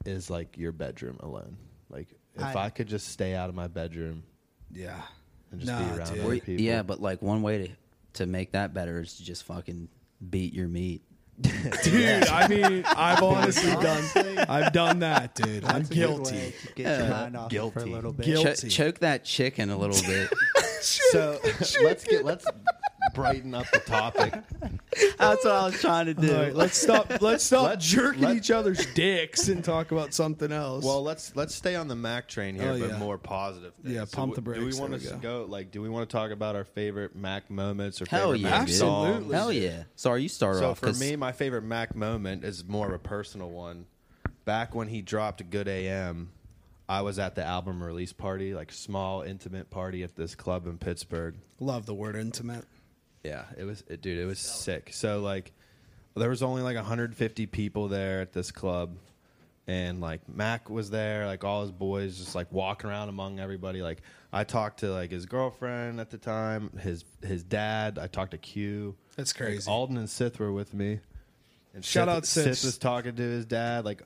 [SPEAKER 4] is like your bedroom alone. Like if
[SPEAKER 6] I-
[SPEAKER 4] I, could just stay out of my bedroom
[SPEAKER 3] yeah,
[SPEAKER 4] and just
[SPEAKER 3] Nah,
[SPEAKER 4] be around
[SPEAKER 3] dude.
[SPEAKER 4] other
[SPEAKER 2] Or-
[SPEAKER 4] people.
[SPEAKER 2] yeah, but like one way to to make that better is to just fucking beat your meat.
[SPEAKER 3] dude. I mean, I've honestly done. I've done that, dude. I'm guilty.
[SPEAKER 6] Get your mind off it for a
[SPEAKER 4] guilty.
[SPEAKER 6] little bit.
[SPEAKER 3] Guil-
[SPEAKER 2] Cho-
[SPEAKER 3] Guilty.
[SPEAKER 2] choke that chicken a little bit.
[SPEAKER 4] So let's get let's brighten up the topic.
[SPEAKER 2] That's what I was trying to do.
[SPEAKER 3] All right, let's stop. Let's stop
[SPEAKER 4] Let-
[SPEAKER 3] jerking
[SPEAKER 4] let-
[SPEAKER 3] each other's dicks and talk about something else.
[SPEAKER 4] Well, let's let's stay on the Mac train here,
[SPEAKER 3] Oh,
[SPEAKER 4] but
[SPEAKER 3] yeah.
[SPEAKER 4] more positive. Things.
[SPEAKER 3] Yeah, pump the brakes.
[SPEAKER 4] w- Do we
[SPEAKER 3] There
[SPEAKER 4] want
[SPEAKER 3] we
[SPEAKER 4] to
[SPEAKER 3] go.
[SPEAKER 4] go. like? Do we want to talk about our favorite Mac moments or
[SPEAKER 2] Hell
[SPEAKER 4] favorite
[SPEAKER 2] yeah,
[SPEAKER 4] Mac
[SPEAKER 2] dude.
[SPEAKER 4] songs?
[SPEAKER 3] Absolutely.
[SPEAKER 2] Hell yeah. Sorry, you started
[SPEAKER 4] So
[SPEAKER 2] off.
[SPEAKER 4] for
[SPEAKER 2] 'cause-
[SPEAKER 4] me, my favorite Mac moment is more of a personal one. Back when he dropped "Good AM," I was at the album release party, like small intimate party at this club in Pittsburgh.
[SPEAKER 3] love the word intimate.
[SPEAKER 4] Yeah, it was, it, dude, it was sick. So like, there was only like 150 people there at this club, and like Mac was there, like all his boys, just like walking around among everybody. Like I talked to like his girlfriend at the time, his his dad. I talked to Q.
[SPEAKER 3] That's
[SPEAKER 4] Like,
[SPEAKER 3] crazy.
[SPEAKER 4] Alden and Sith were with me. And
[SPEAKER 3] Shout
[SPEAKER 4] Sith,
[SPEAKER 3] out Sith.
[SPEAKER 4] was talking to his dad. Like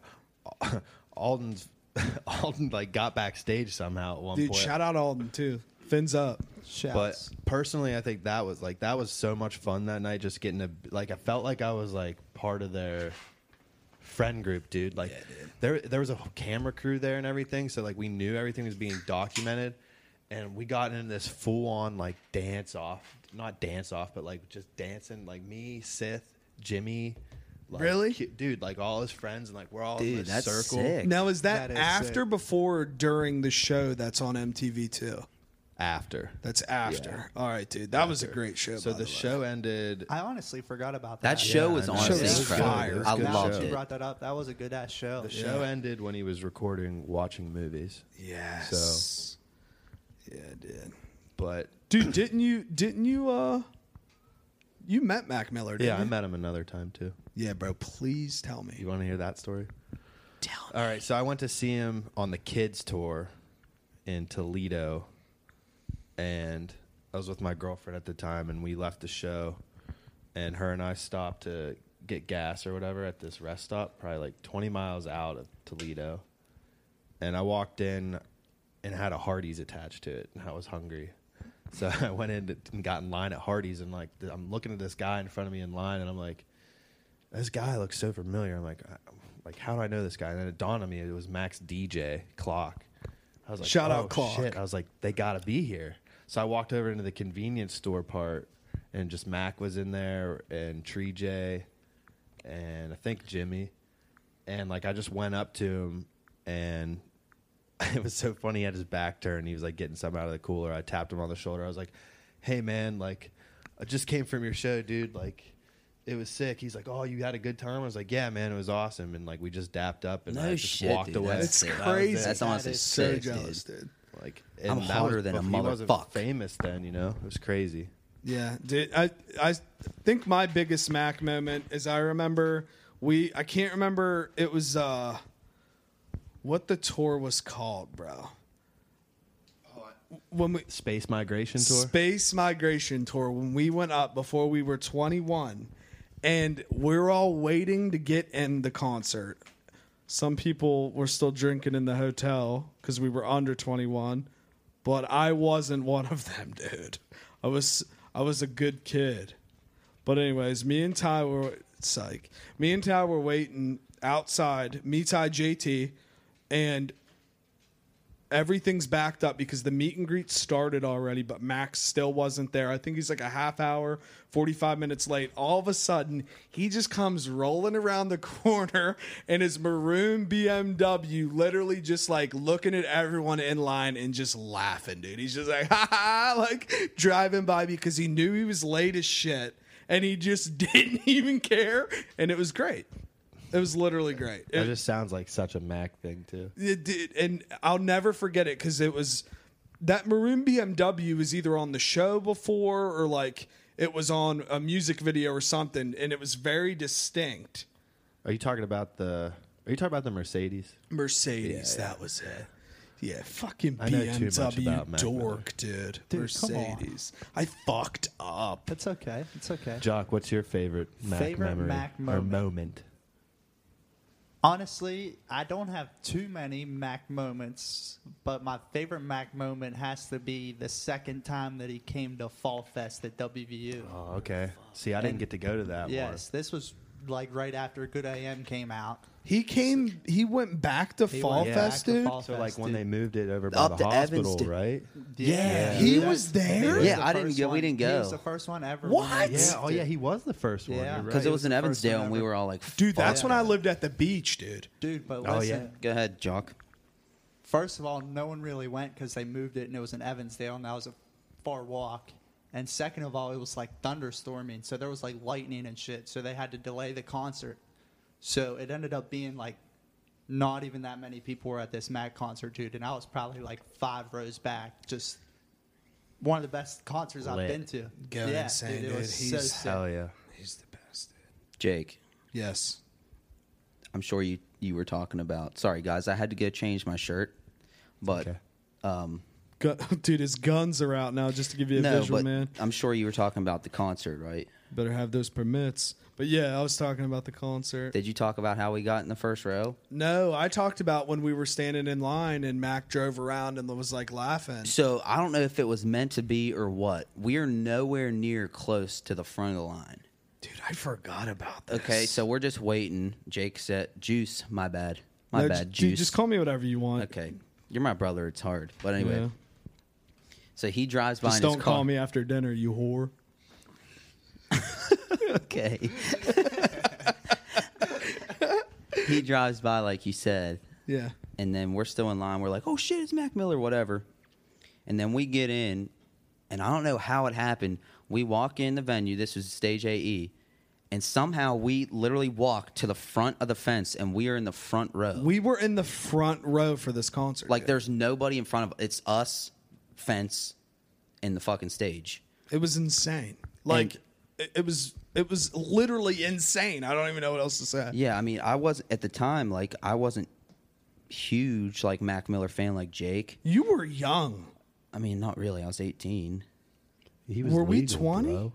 [SPEAKER 4] Alden's Alden like got backstage somehow at one
[SPEAKER 3] Dude,
[SPEAKER 4] point.
[SPEAKER 3] shout out Alden too. Fins up.
[SPEAKER 4] But personally, I think that was like that was so much fun that night. Just getting a like, I felt like I was like part of their friend group, dude. Like there there was a camera crew there and everything, so like we knew everything was being documented. And we got into this full on like dance off, not dance off, but like just dancing. Like me, Sith, Jimmy, like,
[SPEAKER 3] Really?
[SPEAKER 4] Q- dude. Like all his friends, and like we're all in
[SPEAKER 2] dude,
[SPEAKER 4] this
[SPEAKER 2] that's
[SPEAKER 4] circle
[SPEAKER 2] sick.
[SPEAKER 3] Now is that,
[SPEAKER 6] That is
[SPEAKER 3] after,
[SPEAKER 6] sick.
[SPEAKER 3] before, or during the show that's on MTV too?
[SPEAKER 4] after.
[SPEAKER 3] That's after. All right, dude. That was a great show.
[SPEAKER 4] So
[SPEAKER 3] by
[SPEAKER 4] the
[SPEAKER 3] way.
[SPEAKER 4] show ended.
[SPEAKER 6] I honestly forgot about that.
[SPEAKER 2] that show
[SPEAKER 4] Yeah,
[SPEAKER 2] was
[SPEAKER 4] I know.
[SPEAKER 2] honestly
[SPEAKER 3] Show was
[SPEAKER 2] incredible.
[SPEAKER 3] fire. It was
[SPEAKER 2] I
[SPEAKER 6] Now
[SPEAKER 4] good
[SPEAKER 2] loved
[SPEAKER 6] that you
[SPEAKER 2] it.
[SPEAKER 6] brought that up. That was a good ass show.
[SPEAKER 4] The show ended when he was recording, watching movies.
[SPEAKER 3] Yes. Yeah, dude.
[SPEAKER 4] But
[SPEAKER 3] Dude, didn't you? Didn't you? Uh, you met Mac Miller, didn't
[SPEAKER 4] yeah, I
[SPEAKER 3] you?
[SPEAKER 4] met him another time too.
[SPEAKER 3] Yeah, bro. Please tell me.
[SPEAKER 4] You want to hear that story? All right, so I went to see him on the kids tour in Toledo, and I was with my girlfriend at the time, and we left the show, and her and I stopped to get gas or whatever at this rest stop, probably like 20 miles out of Toledo, and I walked in and had a Hardee's attached to it, and I was hungry. So I went in and got in line at Hardee's, and like I'm looking at this guy in front of me in line, and I'm like, this guy looks so familiar. I'm like, I, like how do I know this guy? And then it dawned on me it was Max DJ Clock. I was like,
[SPEAKER 3] Shout out
[SPEAKER 4] "Oh,
[SPEAKER 3] Clock."
[SPEAKER 4] shit." I was like, they gotta be here. So I walked over into the convenience store part, and just Mac was in there, and Tree J, and I think Jimmy, and like I just went up to him, and it was so funny. He had his back turned. He was like getting something out of the cooler. I tapped him on the shoulder. I was like, "Hey, man, like, I just came from your show, dude. Like, it was sick." He's like, "Oh, you had a good time." I was like, "yeah, man, it was awesome." And like, we just dapped up and
[SPEAKER 2] No
[SPEAKER 4] I just
[SPEAKER 2] shit,
[SPEAKER 4] walked
[SPEAKER 2] dude.
[SPEAKER 4] away.
[SPEAKER 2] That's
[SPEAKER 3] It's
[SPEAKER 2] sick.
[SPEAKER 3] crazy.
[SPEAKER 2] That's
[SPEAKER 3] That
[SPEAKER 2] honestly
[SPEAKER 3] is so
[SPEAKER 2] sick,
[SPEAKER 3] jealous,
[SPEAKER 2] dude.
[SPEAKER 3] dude.
[SPEAKER 4] Like
[SPEAKER 2] I'm
[SPEAKER 4] that was
[SPEAKER 2] hotter than a
[SPEAKER 4] before- he wasn't
[SPEAKER 2] motherfuck.
[SPEAKER 4] Famous then, you know, it was crazy.
[SPEAKER 3] Yeah, did I? I think my biggest Mac moment is I remember we. I can't remember it was uh, what the tour was called, bro. When we
[SPEAKER 4] Space migration tour.
[SPEAKER 3] Space Migration Tour when we went up before we were 21 and we're all waiting to get in the concert. Some people were still drinking in the hotel cuz we were under 21, but I wasn't one of them, dude. I was I was a good kid. But anyways, me and Ty were psych. Me and Ty were waiting outside. Me, Ty, JT, and everything's backed up because the meet and greet started already, but Max still wasn't there. I think he's like a half hour, 45 minutes late. All of a sudden, he just comes rolling around the corner in his maroon BMW, literally just like looking at everyone in line and just laughing, dude. He's just like, ha ha, ha," like driving by because he knew he was late as shit and he just didn't even care. And it was great. It was literally great. It-
[SPEAKER 4] That just sounds like such a Mac thing too.
[SPEAKER 3] it did, and I'll never forget it because it was that maroon BMW was either on the show before or like it was on a music video or something, and it was very distinct.
[SPEAKER 4] Are you talking about the? Are you talking about the Mercedes?
[SPEAKER 3] Mercedes, that was it. Yeah, fucking
[SPEAKER 4] I know too much about
[SPEAKER 3] BMW
[SPEAKER 4] Mac
[SPEAKER 3] dork, dude.
[SPEAKER 6] Dude, come on.
[SPEAKER 3] Mercedes, I fucked up.
[SPEAKER 6] It's okay. It's okay.
[SPEAKER 4] Jock, what's your favorite Mac
[SPEAKER 6] Favorite
[SPEAKER 4] memory
[SPEAKER 6] Mac
[SPEAKER 4] or
[SPEAKER 6] moment.
[SPEAKER 4] moment?
[SPEAKER 6] Honestly, I don't have too many Mac moments, but my favorite Mac moment has to be the second time that he came to Fall Fest at WVU.
[SPEAKER 4] Oh, okay. See, I didn't get to go to that
[SPEAKER 6] yes, this was like right after Good AM came out.
[SPEAKER 3] He came. He went back to
[SPEAKER 6] He
[SPEAKER 3] Fall
[SPEAKER 6] went back
[SPEAKER 3] Fest,
[SPEAKER 6] to
[SPEAKER 3] dude.
[SPEAKER 6] Fall
[SPEAKER 4] one. So like
[SPEAKER 6] Fest,
[SPEAKER 4] when
[SPEAKER 6] dude.
[SPEAKER 4] they moved it over by
[SPEAKER 2] Up
[SPEAKER 4] the
[SPEAKER 2] to
[SPEAKER 4] hospital,
[SPEAKER 2] Evanston.
[SPEAKER 4] right?
[SPEAKER 2] Yeah.
[SPEAKER 3] He
[SPEAKER 6] That's-
[SPEAKER 3] was there?
[SPEAKER 6] he was
[SPEAKER 2] Yeah,
[SPEAKER 6] the
[SPEAKER 2] I didn't
[SPEAKER 6] first
[SPEAKER 2] go- we
[SPEAKER 6] one.
[SPEAKER 2] didn't
[SPEAKER 6] He
[SPEAKER 2] go.
[SPEAKER 6] was the first one ever.
[SPEAKER 3] What?
[SPEAKER 6] when they
[SPEAKER 4] Yeah.
[SPEAKER 6] used
[SPEAKER 4] Oh
[SPEAKER 6] it.
[SPEAKER 4] yeah, he was the first one.
[SPEAKER 6] Yeah.
[SPEAKER 4] you're
[SPEAKER 2] because
[SPEAKER 4] right.
[SPEAKER 2] it was in
[SPEAKER 6] the first
[SPEAKER 2] Evansdale
[SPEAKER 6] one
[SPEAKER 2] and we
[SPEAKER 6] ever.
[SPEAKER 2] were all like,
[SPEAKER 3] dude,
[SPEAKER 2] "Fuck."
[SPEAKER 3] that's when I lived at the beach, dude.
[SPEAKER 6] dude. But
[SPEAKER 4] Oh,
[SPEAKER 6] listen,
[SPEAKER 2] Go ahead, Jock.
[SPEAKER 6] first of all, no one really went because they moved it and it was in Evansdale and that was a far walk. And second of all, it was like thunderstorming, so there was like lightning and shit, so they had to delay the concert. So it ended up being like not even that many people were at this Mac concert, dude. And I was probably like five rows back, just one of the best concerts I've
[SPEAKER 4] Lit.
[SPEAKER 6] been to.
[SPEAKER 3] Go insane,
[SPEAKER 6] It
[SPEAKER 3] dude.
[SPEAKER 6] was so
[SPEAKER 3] He's-
[SPEAKER 6] sick.
[SPEAKER 4] Hell yeah.
[SPEAKER 7] He's the best. Dude.
[SPEAKER 2] Jake,
[SPEAKER 3] Yes.
[SPEAKER 2] I'm sure you you were talking about. Sorry, guys, I had to go change my shirt, but
[SPEAKER 4] Okay.
[SPEAKER 2] um,
[SPEAKER 3] Gu- dude, his guns are out now. Just to give you a
[SPEAKER 2] no,
[SPEAKER 3] visual,
[SPEAKER 2] but
[SPEAKER 3] man.
[SPEAKER 2] I'm sure you were talking about the concert, right?
[SPEAKER 3] Better have those permits. But yeah, I was talking about the concert.
[SPEAKER 2] Did you talk about how we got in the first row?
[SPEAKER 3] No, I talked about when we were standing in line and Mac drove around and was like laughing.
[SPEAKER 2] So I don't know if it was meant to be or what. We are nowhere near close to the front of the line.
[SPEAKER 3] Dude, I forgot about this.
[SPEAKER 2] Okay, so we're just waiting. Jake said, "Juice, my bad, my
[SPEAKER 3] No,
[SPEAKER 2] bad,
[SPEAKER 3] ju-
[SPEAKER 2] juice."
[SPEAKER 3] Dude, just call me whatever you want.
[SPEAKER 2] okay, you're my brother. It's hard, but anyway.
[SPEAKER 3] Yeah.
[SPEAKER 2] So he drives by
[SPEAKER 3] Just
[SPEAKER 2] in
[SPEAKER 3] don't
[SPEAKER 2] his car.
[SPEAKER 3] call me after dinner, you whore.
[SPEAKER 2] okay. he drives by, like you said,
[SPEAKER 3] Yeah.
[SPEAKER 2] and then we're still in line. We're like, oh shit, it's Mac Miller, whatever. And then we get in, and I don't know how it happened. We walk in the venue. This was stage AE. And somehow we literally walk to the front of the fence, and we are in the front row.
[SPEAKER 3] We were in the front row for this concert.
[SPEAKER 2] like
[SPEAKER 3] dude.
[SPEAKER 2] there's nobody in front of it's us, fence, and the fucking stage.
[SPEAKER 3] It was insane. Like
[SPEAKER 2] And-
[SPEAKER 3] it, it was it was literally insane. I don't even know what else to say.
[SPEAKER 2] Yeah, I mean, I was at the time like I wasn't huge like Mac Miller fan like Jake.
[SPEAKER 3] You were young.
[SPEAKER 2] I mean, not really. I was 18.
[SPEAKER 4] He was
[SPEAKER 3] Were we
[SPEAKER 4] legal,
[SPEAKER 3] 20?
[SPEAKER 4] bro.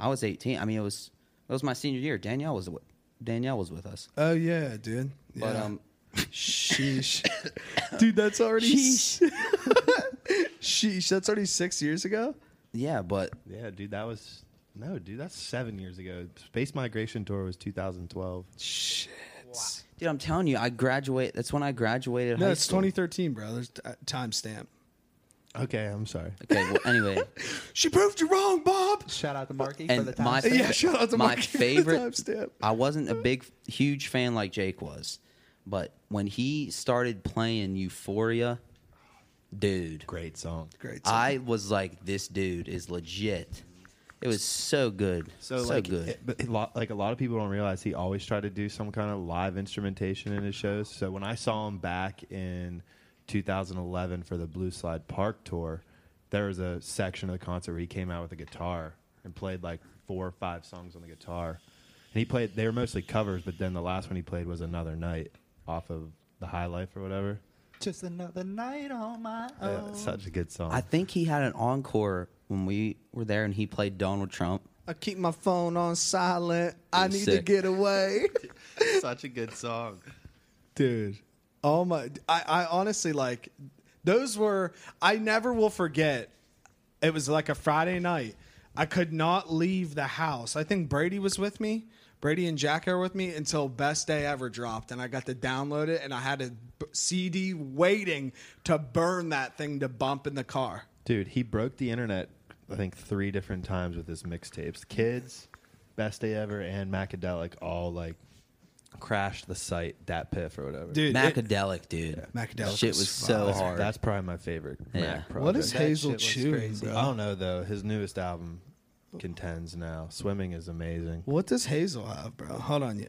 [SPEAKER 2] I was 18. I mean, it was it was my senior year. Danielle was with Danielle was with us.
[SPEAKER 3] Oh yeah, dude.
[SPEAKER 2] But
[SPEAKER 3] Yeah.
[SPEAKER 2] um
[SPEAKER 3] Sheesh. Dude, that's already
[SPEAKER 2] Sheesh.
[SPEAKER 3] Sheesh, that's already six years ago?
[SPEAKER 2] yeah, but
[SPEAKER 4] Yeah, dude, that was no, dude, that's seven years ago. Space Migration Tour was 2012.
[SPEAKER 3] Shit.
[SPEAKER 2] dude, I'm telling you, I graduate that's when I graduated
[SPEAKER 3] No,
[SPEAKER 2] high
[SPEAKER 3] it's
[SPEAKER 2] school.
[SPEAKER 3] 2013, bro. There's t- uh, timestamp.
[SPEAKER 4] Okay, I'm sorry.
[SPEAKER 2] Okay, well anyway.
[SPEAKER 3] She proved you wrong, Bob.
[SPEAKER 6] Shout out to Marky for
[SPEAKER 2] And
[SPEAKER 6] the time.
[SPEAKER 2] my
[SPEAKER 3] Yeah, shout out to
[SPEAKER 2] my
[SPEAKER 3] Mike for the
[SPEAKER 2] favorite.
[SPEAKER 3] timestamp.
[SPEAKER 2] I wasn't a big, huge fan like Jake was, but when he started playing Euphoria, dude,
[SPEAKER 4] Great song.
[SPEAKER 3] Great. song.
[SPEAKER 2] I was like, this dude is legit. It was so good, so,
[SPEAKER 4] like,
[SPEAKER 2] good.
[SPEAKER 4] it- but a lot, like a lot of people don't realize he always tried to do some kind of live instrumentation in his shows. So when I saw him back in 2011 for the Blue Slide Park tour, there was a section of the concert where he came out with a guitar and played like four or five songs on the guitar. And he played, they were mostly covers, but then the last one he played was Another Night off of The High Life or whatever.
[SPEAKER 6] Just another night on my
[SPEAKER 4] Yeah,
[SPEAKER 6] own.
[SPEAKER 4] such a good song.
[SPEAKER 2] I think he had an encore when we were there, and he played Donald Trump.
[SPEAKER 3] I keep my phone on silent. I
[SPEAKER 2] That's
[SPEAKER 3] need to
[SPEAKER 2] sick.
[SPEAKER 3] get away.
[SPEAKER 4] such a good song.
[SPEAKER 3] dude oh my I, I honestly like those were i never will forget it was like a friday night i could not leave the house i think brady was with me brady and jack are with me until best day ever dropped and i got to download it and i had a b- cd waiting to burn that thing to bump in the car
[SPEAKER 4] Dude, he broke the internet, I think, three different times with his mixtapes. Kids, Best Day Ever, and Macadelic all like crashed the site, that piff or whatever.
[SPEAKER 3] dude it-
[SPEAKER 2] Macadelic, dude.
[SPEAKER 3] Macadelic
[SPEAKER 2] Shit was,
[SPEAKER 3] was
[SPEAKER 2] so
[SPEAKER 4] that's,
[SPEAKER 2] hard.
[SPEAKER 4] that's probably my favorite.
[SPEAKER 2] Yeah.
[SPEAKER 4] Mac project.
[SPEAKER 3] what is
[SPEAKER 6] That
[SPEAKER 3] hazel
[SPEAKER 6] shit was
[SPEAKER 3] chewing
[SPEAKER 6] crazy.
[SPEAKER 3] bro
[SPEAKER 4] I don't know though. His newest album contends now. Swimming is amazing.
[SPEAKER 3] what does hazel have bro hold on yeah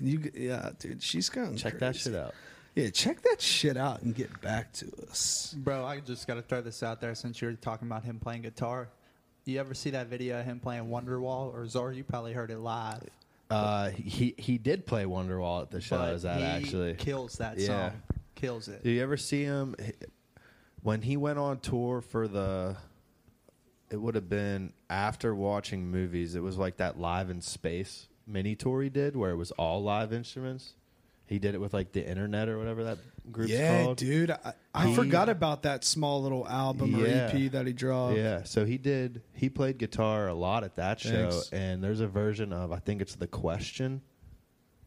[SPEAKER 3] you g- yeah dude she's going
[SPEAKER 4] Check that
[SPEAKER 3] crazy.
[SPEAKER 4] shit out.
[SPEAKER 3] Yeah, check that shit out and get back to us.
[SPEAKER 6] Bro, I just got to throw this out there since you're talking about him playing guitar. You ever see that video of him playing Wonderwall or Czar? You probably heard it live.
[SPEAKER 4] Uh, he he did play Wonderwall at the show.
[SPEAKER 6] but
[SPEAKER 4] Is that
[SPEAKER 6] he
[SPEAKER 4] actually
[SPEAKER 6] kills that
[SPEAKER 4] Yeah.
[SPEAKER 6] song? Kills it.
[SPEAKER 4] Do you ever see him he- when he went on tour for the? It would have been after watching movies. It was like that live in space mini tour he did, where it was all live instruments. He did it with like the internet or whatever that group's
[SPEAKER 3] yeah,
[SPEAKER 4] called.
[SPEAKER 3] dude, I, I
[SPEAKER 4] He-
[SPEAKER 3] forgot about that small little album
[SPEAKER 4] Yeah.
[SPEAKER 3] or EP that he dropped.
[SPEAKER 4] Yeah, so he did. He played guitar a lot at that show,
[SPEAKER 3] Thanks.
[SPEAKER 4] and there's a version of I think it's the question,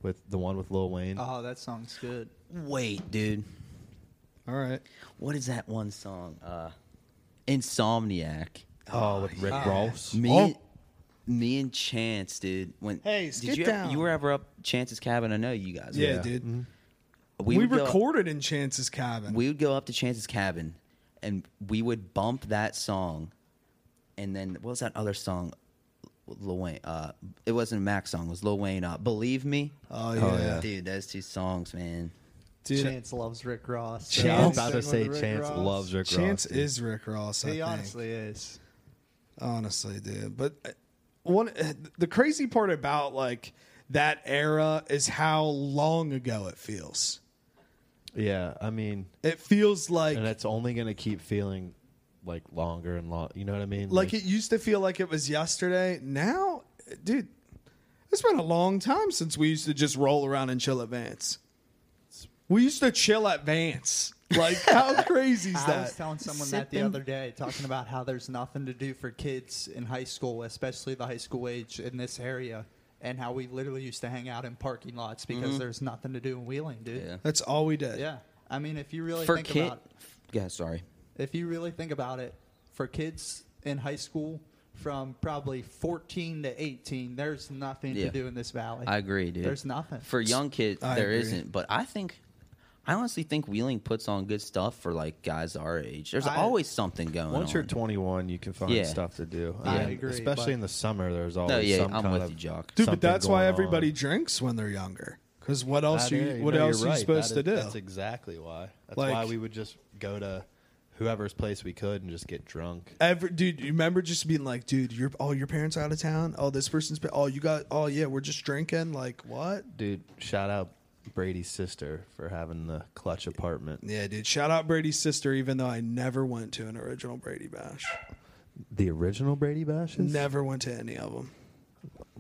[SPEAKER 4] with the one with Lil Wayne.
[SPEAKER 6] Oh, that song's good.
[SPEAKER 2] Wait, dude.
[SPEAKER 3] All right,
[SPEAKER 2] What is that one song? Uh, Insomniac.
[SPEAKER 4] oh, with Rick Ross.
[SPEAKER 2] Me,
[SPEAKER 3] Oh.
[SPEAKER 2] me and Chance, dude. When
[SPEAKER 3] Hey,
[SPEAKER 2] did
[SPEAKER 3] get
[SPEAKER 2] you ever-
[SPEAKER 3] down.
[SPEAKER 2] you were ever up Chance's cabin? I know you guys.
[SPEAKER 3] yeah,
[SPEAKER 2] were.
[SPEAKER 3] dude,
[SPEAKER 4] Mm-hmm.
[SPEAKER 2] We,
[SPEAKER 3] we,
[SPEAKER 2] would go-
[SPEAKER 3] recorded in Chance's cabin.
[SPEAKER 2] we would go up to Chance's cabin, and we would bump that song, and then what was that other song? Lil Wayne. Uh, it wasn't a Mac song. It was Lil Wayne. Uh, Believe me.
[SPEAKER 3] Oh, yeah.
[SPEAKER 2] dude, those two songs, man.
[SPEAKER 3] dude, Chance,
[SPEAKER 6] Chance loves Rick Ross.
[SPEAKER 3] Chance-
[SPEAKER 4] I was about
[SPEAKER 6] Been
[SPEAKER 4] to
[SPEAKER 6] with
[SPEAKER 4] say
[SPEAKER 6] Rick
[SPEAKER 4] Chance
[SPEAKER 6] Ross.
[SPEAKER 4] loves Rick Ross. dude.
[SPEAKER 3] is Rick Ross. I
[SPEAKER 6] He
[SPEAKER 3] think.
[SPEAKER 6] honestly is.
[SPEAKER 3] honestly, dude. But uh, one, uh, the crazy part about like that era is how long ago it feels.
[SPEAKER 4] yeah. I mean,
[SPEAKER 3] It feels like
[SPEAKER 4] and it's only gonna keep feeling like longer and long. You know what I mean?
[SPEAKER 3] like it used to feel like it was yesterday. Now, dude, it's been a long time since we used to just roll around and chill at Vance. We used to chill at Vance. Like, how crazy is
[SPEAKER 6] I was
[SPEAKER 3] that?
[SPEAKER 6] telling someone that the
[SPEAKER 2] Sipping-
[SPEAKER 6] other day, talking about how there's nothing to do for kids in high school, especially the high school age in this area, and how we literally used to hang out in parking lots because
[SPEAKER 4] Mm-hmm.
[SPEAKER 6] there's nothing to do in Wheeling, dude.
[SPEAKER 2] Yeah.
[SPEAKER 3] That's all we did.
[SPEAKER 6] Yeah. I mean, if you really
[SPEAKER 2] For
[SPEAKER 6] think
[SPEAKER 2] kid.
[SPEAKER 6] about
[SPEAKER 2] Yeah, sorry.
[SPEAKER 6] if you really think about it, for kids in high school from probably 14 to 18, there's nothing
[SPEAKER 2] Yeah.
[SPEAKER 6] to do in this valley.
[SPEAKER 2] I agree, dude.
[SPEAKER 6] There's nothing.
[SPEAKER 2] for young kids.
[SPEAKER 3] I
[SPEAKER 2] there
[SPEAKER 3] agree.
[SPEAKER 2] not but I think. I honestly think Wheeling puts on good stuff for like guys our age. There's
[SPEAKER 6] I-
[SPEAKER 2] always something going
[SPEAKER 4] once you're
[SPEAKER 2] on.
[SPEAKER 4] 21, you can find
[SPEAKER 2] Yeah.
[SPEAKER 4] stuff to do.
[SPEAKER 6] I
[SPEAKER 4] mean,
[SPEAKER 6] agree, but-
[SPEAKER 4] especially in the summer. There's always
[SPEAKER 2] no, yeah,
[SPEAKER 4] some
[SPEAKER 2] I'm
[SPEAKER 4] kind
[SPEAKER 2] with
[SPEAKER 4] of
[SPEAKER 2] you, Jock.
[SPEAKER 3] Dude, but
[SPEAKER 4] Something
[SPEAKER 3] that's why
[SPEAKER 4] going
[SPEAKER 3] everybody
[SPEAKER 4] on.
[SPEAKER 3] drinks when they're younger. Because what else
[SPEAKER 4] That
[SPEAKER 3] you,
[SPEAKER 4] is-
[SPEAKER 3] what
[SPEAKER 4] no,
[SPEAKER 3] else
[SPEAKER 4] you're
[SPEAKER 3] are you
[SPEAKER 4] right.
[SPEAKER 3] supposed
[SPEAKER 4] That
[SPEAKER 3] to
[SPEAKER 4] is-
[SPEAKER 3] do?
[SPEAKER 4] That's exactly why. That's
[SPEAKER 3] Like-
[SPEAKER 4] why we would just go to whoever's place we could and just get drunk.
[SPEAKER 3] Ever, dude, you remember just being like, dude, your oh, your parents are out of town. Oh, this person's, pa- oh, you got, oh yeah, we're just drinking. Like what?
[SPEAKER 4] Dude, shout out Brady's sister for having the clutch apartment.
[SPEAKER 3] Yeah, dude. Shout out Brady's sister, even though I never went to an original Brady bash.
[SPEAKER 4] The original Brady Bashes?
[SPEAKER 3] Never went to any of them.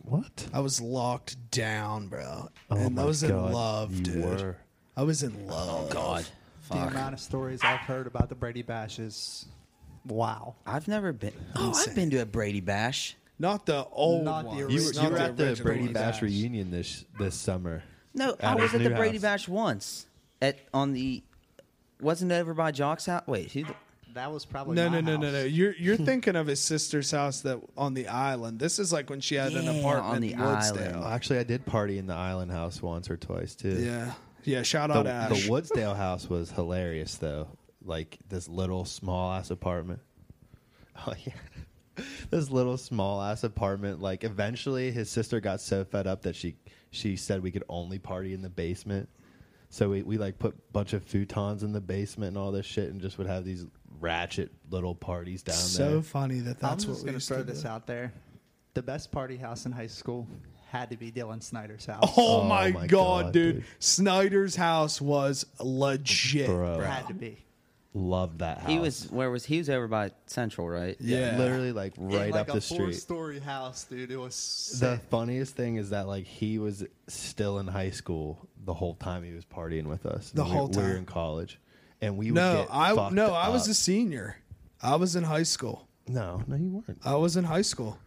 [SPEAKER 4] What?
[SPEAKER 3] I was locked down, bro.
[SPEAKER 4] Oh
[SPEAKER 3] and I
[SPEAKER 4] my
[SPEAKER 3] was
[SPEAKER 4] God,
[SPEAKER 3] in love,
[SPEAKER 4] you
[SPEAKER 3] dude.
[SPEAKER 4] were.
[SPEAKER 3] I was in love.
[SPEAKER 2] Oh, God,
[SPEAKER 6] the amount
[SPEAKER 2] fuck.
[SPEAKER 6] of stories I've heard about the Brady Bash is wow.
[SPEAKER 2] I've never been. Oh, I've
[SPEAKER 3] Insane.
[SPEAKER 2] been to a Brady Bash.
[SPEAKER 3] Not the old
[SPEAKER 6] Not the
[SPEAKER 3] ones.
[SPEAKER 6] original.
[SPEAKER 4] You were,
[SPEAKER 3] Not
[SPEAKER 4] you were at the
[SPEAKER 3] original
[SPEAKER 4] Brady
[SPEAKER 3] ones.
[SPEAKER 4] Bash
[SPEAKER 6] Bash.
[SPEAKER 4] reunion this this summer.
[SPEAKER 2] No,
[SPEAKER 4] At
[SPEAKER 2] I was
[SPEAKER 4] his
[SPEAKER 2] at the
[SPEAKER 4] new
[SPEAKER 2] Brady
[SPEAKER 4] house.
[SPEAKER 2] Bash once at on the. Wasn't it over by Jock's house? Wait, who? The,
[SPEAKER 6] That was probably
[SPEAKER 3] No,
[SPEAKER 6] my
[SPEAKER 3] no, no, no,
[SPEAKER 6] house.
[SPEAKER 3] no. You're you're thinking of his sister's house that on the island. This is like when she had
[SPEAKER 2] Yeah,
[SPEAKER 3] an
[SPEAKER 2] on
[SPEAKER 3] apartment
[SPEAKER 2] the
[SPEAKER 3] in Woodsdale.
[SPEAKER 4] Oh, actually, I did party in the Island House once or twice too.
[SPEAKER 3] Yeah, yeah. Shout
[SPEAKER 4] the,
[SPEAKER 3] out
[SPEAKER 4] the
[SPEAKER 3] Ash.
[SPEAKER 4] Woodsdale house was hilarious though. Like this little small ass apartment. Oh yeah. This little small ass apartment. Like eventually his sister got so fed up that she she said we could only party in the basement. So we, we like put a bunch of futons in the basement and all this shit, and just would have these ratchet little parties down
[SPEAKER 3] so
[SPEAKER 4] there.
[SPEAKER 3] funny that that's
[SPEAKER 6] I'm
[SPEAKER 3] what
[SPEAKER 6] just
[SPEAKER 3] we
[SPEAKER 6] going to
[SPEAKER 3] used
[SPEAKER 6] throw
[SPEAKER 3] to
[SPEAKER 6] this
[SPEAKER 3] do.
[SPEAKER 6] out there. The best party house in high school had to be Dylan Snyder's house.
[SPEAKER 3] Oh,
[SPEAKER 4] Oh
[SPEAKER 3] my,
[SPEAKER 4] my
[SPEAKER 3] god,
[SPEAKER 4] God,
[SPEAKER 3] dude.
[SPEAKER 4] dude.
[SPEAKER 3] Snyder's house was legit.
[SPEAKER 4] Bro,
[SPEAKER 6] It had to be.
[SPEAKER 4] loved that house.
[SPEAKER 2] He was where was he was over by Central, right?
[SPEAKER 4] yeah,
[SPEAKER 8] Yeah.
[SPEAKER 4] literally like right
[SPEAKER 6] In, like
[SPEAKER 4] up
[SPEAKER 6] a
[SPEAKER 4] the street.
[SPEAKER 6] Four-story house, dude. It was
[SPEAKER 4] The
[SPEAKER 6] sick.
[SPEAKER 4] funniest thing is that like he was still in high school the whole time he was partying with us.
[SPEAKER 3] The
[SPEAKER 4] we,
[SPEAKER 3] whole
[SPEAKER 4] we were
[SPEAKER 3] time.
[SPEAKER 4] in college, and we would
[SPEAKER 3] No,
[SPEAKER 4] get
[SPEAKER 3] I
[SPEAKER 4] fucked
[SPEAKER 3] no, I was
[SPEAKER 4] up.
[SPEAKER 3] a senior. I was in high school.
[SPEAKER 4] no, no, you weren't.
[SPEAKER 3] I was in high school.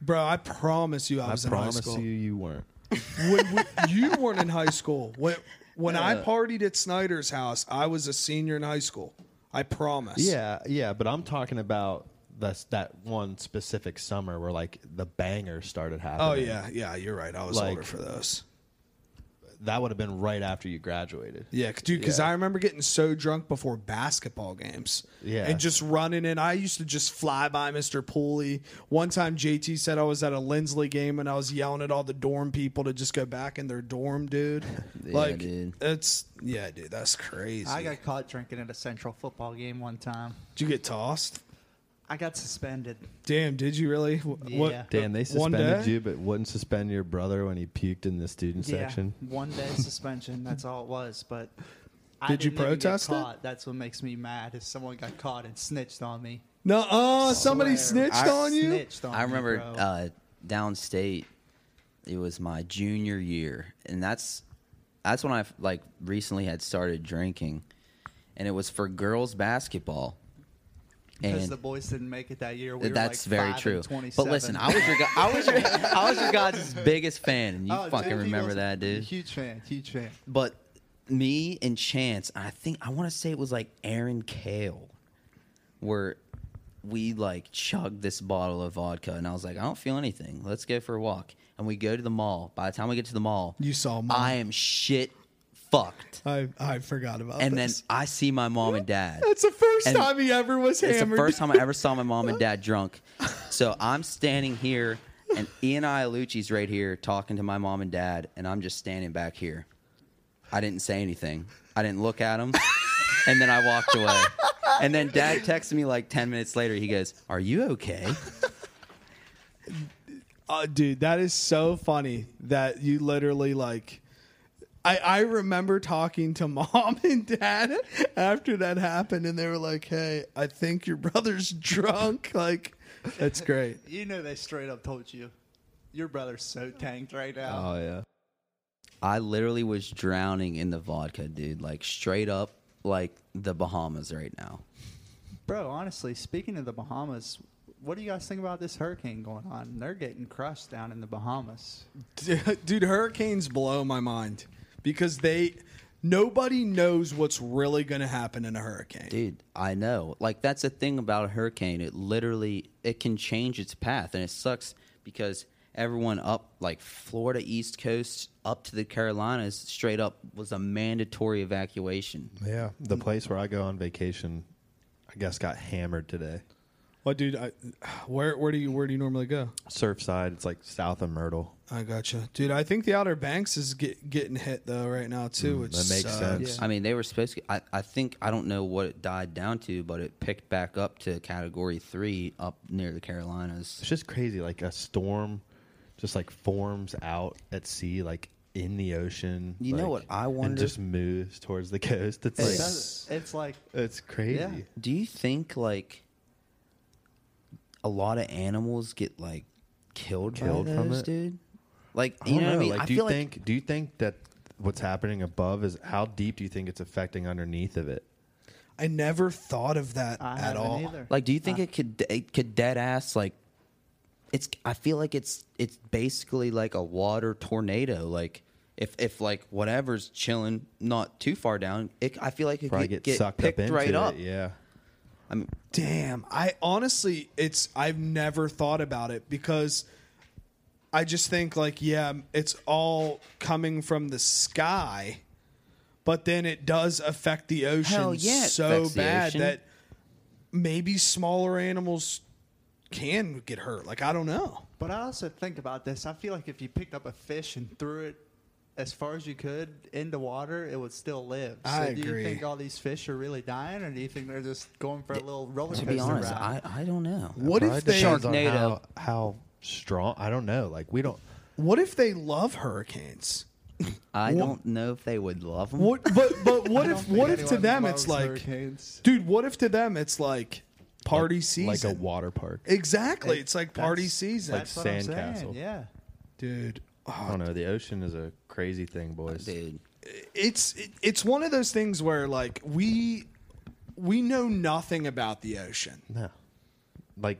[SPEAKER 3] Bro, I promise you I
[SPEAKER 4] I
[SPEAKER 3] was in high
[SPEAKER 4] promise
[SPEAKER 3] school.
[SPEAKER 4] you, you weren't.
[SPEAKER 3] when we, you weren't in high school. When when I partied at Snyder's house, I was a senior in high school. I promise.
[SPEAKER 4] Yeah, yeah, but I'm talking about that's that one specific summer where like the bangers started happening.
[SPEAKER 3] Oh yeah, yeah. You're right. I was
[SPEAKER 4] Like-
[SPEAKER 3] older for those.
[SPEAKER 4] that would have been right after you graduated.
[SPEAKER 3] Yeah, c- dude. Because
[SPEAKER 4] Yeah.
[SPEAKER 3] I remember getting so drunk before basketball games.
[SPEAKER 4] Yeah.
[SPEAKER 3] and just running in. I used to just fly by Mr. Pooley. One time, JT said I was at a Lindsley game and I was yelling at all the dorm people to just go back in their dorm, dude.
[SPEAKER 2] Yeah,
[SPEAKER 3] like,
[SPEAKER 2] dude.
[SPEAKER 3] it's yeah, dude. That's crazy.
[SPEAKER 6] I got caught drinking at a Central football game one time.
[SPEAKER 3] Did you get tossed?
[SPEAKER 6] I got suspended.
[SPEAKER 3] Damn, did you really? Wh- What?
[SPEAKER 6] Yeah.
[SPEAKER 4] Dan, they
[SPEAKER 3] One
[SPEAKER 4] suspended
[SPEAKER 3] day?
[SPEAKER 4] you, but wouldn't suspend your brother when he puked in the student section.
[SPEAKER 6] Yeah, one day suspension. That's all it was. But I
[SPEAKER 3] Did you
[SPEAKER 6] didn't even get
[SPEAKER 3] protest it?
[SPEAKER 6] caught. That's what makes me mad. Is someone got caught and snitched on me.
[SPEAKER 3] No, uh, somebody
[SPEAKER 6] Swear.
[SPEAKER 3] snitched
[SPEAKER 2] I-
[SPEAKER 3] on you.
[SPEAKER 6] Snitched on
[SPEAKER 2] I remember
[SPEAKER 6] Me, bro.
[SPEAKER 2] uh, downstate. It was my junior year, and that's that's when I like recently had started drinking, and it was for girls basketball.
[SPEAKER 6] because
[SPEAKER 2] and-
[SPEAKER 6] the boys didn't make it that year. We were
[SPEAKER 2] that's
[SPEAKER 6] like
[SPEAKER 2] very
[SPEAKER 6] five
[SPEAKER 2] true.
[SPEAKER 6] and
[SPEAKER 2] But listen,
[SPEAKER 6] 27.
[SPEAKER 2] I was your gu- I was your I was your guys' biggest fan, and you
[SPEAKER 6] Oh,
[SPEAKER 2] fucking
[SPEAKER 6] JT
[SPEAKER 2] remember
[SPEAKER 6] was a
[SPEAKER 2] that, dude.
[SPEAKER 6] Huge fan, huge fan.
[SPEAKER 2] But me and Chance, I think I want to say it was like Aaron Kale, where we like chugged this bottle of vodka, and I was like, I don't feel anything. Let's go for a walk, and we go to the mall. By the time we get to the mall,
[SPEAKER 3] You saw mom.
[SPEAKER 2] I am shit fucked,
[SPEAKER 3] I I forgot about
[SPEAKER 2] and then
[SPEAKER 3] this.
[SPEAKER 2] I see my mom and dad.
[SPEAKER 3] that's the first
[SPEAKER 2] and-
[SPEAKER 3] time he ever was hammered.
[SPEAKER 2] It's the first time I ever saw my mom and dad drunk. So I'm standing here, and Ian Ialucci's right here talking to my mom and dad, and I'm just standing back here. I didn't say anything. I didn't look at him, and then I walked away. And then dad texted me like 10 minutes later. He goes, Are you okay?
[SPEAKER 3] Uh, dude, that is so funny that you literally like. I, I remember talking to mom and dad after that happened, and they were like, "Hey, I think your brother's drunk." Like, that's great.
[SPEAKER 6] You know they straight up told you, your brother's so tanked right
[SPEAKER 2] Uh,
[SPEAKER 6] now.
[SPEAKER 4] Oh yeah.
[SPEAKER 2] I literally was drowning in the vodka, dude. Like straight up, like the Bahamas right now.
[SPEAKER 6] Bro, honestly, speaking of the Bahamas, what do you guys think about this hurricane going on? They're getting crushed down in the Bahamas.
[SPEAKER 8] dude hurricanes blow my mind because they nobody knows what's really going to happen in a hurricane
[SPEAKER 2] Dude, I know. Like that's the thing about a hurricane. It literally it can change its path and it sucks because everyone up like Florida East Coast up to the Carolinas straight up was a mandatory evacuation.
[SPEAKER 4] Yeah. The place where I go on vacation, I guess got hammered today.
[SPEAKER 8] what dude I, where where do you where do you normally go
[SPEAKER 4] Surfside, it's like south of Myrtle.
[SPEAKER 8] i gotcha dude i think the outer banks is get, getting hit though right now too which
[SPEAKER 4] that makes
[SPEAKER 8] sucks.
[SPEAKER 4] sense.
[SPEAKER 2] I mean, they were supposed to I, I think I don't know what it died down to, but it picked back up to category 3 up near the Carolinas.
[SPEAKER 4] It's just crazy. Like a storm just like forms out at sea, like in the ocean.
[SPEAKER 2] You know
[SPEAKER 4] like,
[SPEAKER 2] what I
[SPEAKER 4] And
[SPEAKER 2] wonder?
[SPEAKER 4] just moves towards the coast. It's
[SPEAKER 6] It
[SPEAKER 4] like
[SPEAKER 6] does- it's like
[SPEAKER 4] it's crazy.
[SPEAKER 6] Yeah.
[SPEAKER 2] Do you think like a lot of animals get like killed,
[SPEAKER 4] Killed
[SPEAKER 2] by
[SPEAKER 4] from
[SPEAKER 2] those,
[SPEAKER 4] it?
[SPEAKER 2] dude? Like
[SPEAKER 4] I
[SPEAKER 2] you
[SPEAKER 4] don't
[SPEAKER 2] know, what I mean?
[SPEAKER 4] Like,
[SPEAKER 2] I
[SPEAKER 4] do
[SPEAKER 2] feel
[SPEAKER 4] you think do you think that what's happening above is how deep do you think it's affecting underneath of it?
[SPEAKER 3] I never thought of that
[SPEAKER 6] I
[SPEAKER 3] at
[SPEAKER 6] haven't
[SPEAKER 3] all.
[SPEAKER 6] either.
[SPEAKER 2] Like, do you
[SPEAKER 4] Uh.
[SPEAKER 2] think it could it could dead ass like? It's. I feel like it's it's basically like a water tornado. Like if if like whatever's chilling not too far down, it, I feel like it
[SPEAKER 4] Probably
[SPEAKER 2] could
[SPEAKER 4] get,
[SPEAKER 2] get,
[SPEAKER 4] sucked up
[SPEAKER 2] picked
[SPEAKER 4] into
[SPEAKER 2] right
[SPEAKER 4] it.
[SPEAKER 2] up.
[SPEAKER 4] Yeah.
[SPEAKER 2] I mean,
[SPEAKER 3] Damn, I honestly, it's I've never thought about it because I just think like, yeah, it's all coming from the sky, but then it does affect the ocean
[SPEAKER 2] Hell yeah, it
[SPEAKER 3] so
[SPEAKER 2] affects the
[SPEAKER 3] bad
[SPEAKER 2] ocean.
[SPEAKER 3] that maybe smaller animals can get hurt. Like I don't know.
[SPEAKER 6] But I also think about this. I feel like if you picked up a fish and threw it as far as you could in the water, it would still live. So
[SPEAKER 9] I
[SPEAKER 6] do
[SPEAKER 9] agree.
[SPEAKER 6] you think all these fish are really dying, or do you think they're just going for a little roller
[SPEAKER 2] To
[SPEAKER 6] coaster
[SPEAKER 2] be honest,
[SPEAKER 6] ride?
[SPEAKER 2] I, I don't know.
[SPEAKER 9] What
[SPEAKER 4] Probably
[SPEAKER 9] if they
[SPEAKER 4] depends on
[SPEAKER 2] Sharknado.
[SPEAKER 4] How, how strong? I don't know. Like we don't.
[SPEAKER 9] What if they love hurricanes?
[SPEAKER 2] I don't know if they would love them.
[SPEAKER 9] What but but what
[SPEAKER 6] I don't
[SPEAKER 9] if
[SPEAKER 6] think
[SPEAKER 9] what if to
[SPEAKER 6] anyone
[SPEAKER 9] them it's
[SPEAKER 6] loves
[SPEAKER 9] like
[SPEAKER 6] hurricanes.
[SPEAKER 9] dude, what if to them it's like party
[SPEAKER 4] Like
[SPEAKER 9] season?
[SPEAKER 4] a water park.
[SPEAKER 9] exactly.
[SPEAKER 6] It-
[SPEAKER 9] it's like party
[SPEAKER 6] that's-
[SPEAKER 9] season.
[SPEAKER 4] Like
[SPEAKER 6] That's what I'm saying,
[SPEAKER 4] sandcastle.
[SPEAKER 6] Yeah.
[SPEAKER 9] dude,
[SPEAKER 3] Ah,
[SPEAKER 4] I don't know. The ocean is a crazy thing, boys.
[SPEAKER 2] Dude,
[SPEAKER 3] it's it- it's one of those things where like we we know nothing about the ocean.
[SPEAKER 4] No. Like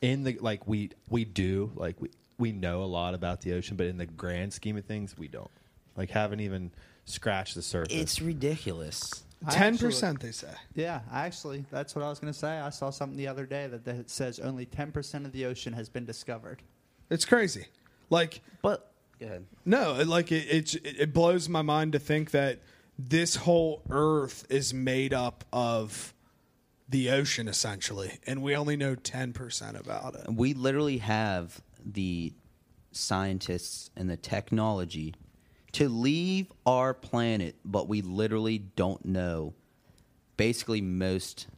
[SPEAKER 4] in the like we we do like we we know a lot about the ocean, but in the grand scheme of things, we don't. Like haven't even scratched the surface.
[SPEAKER 2] it's ridiculous.
[SPEAKER 6] I
[SPEAKER 9] ten
[SPEAKER 6] actually-
[SPEAKER 9] percent they say.
[SPEAKER 6] Yeah, actually, that's what I was going to say. I saw something the other day that, that says only 10% of the ocean has been discovered.
[SPEAKER 9] It's crazy. Like
[SPEAKER 2] But go ahead.
[SPEAKER 3] No, it- like it, it it blows my mind to think that this whole Earth is made up of the ocean essentially, and we only know ten percent about it.
[SPEAKER 2] we literally have the scientists and the technology to leave our planet, but we literally don't know basically most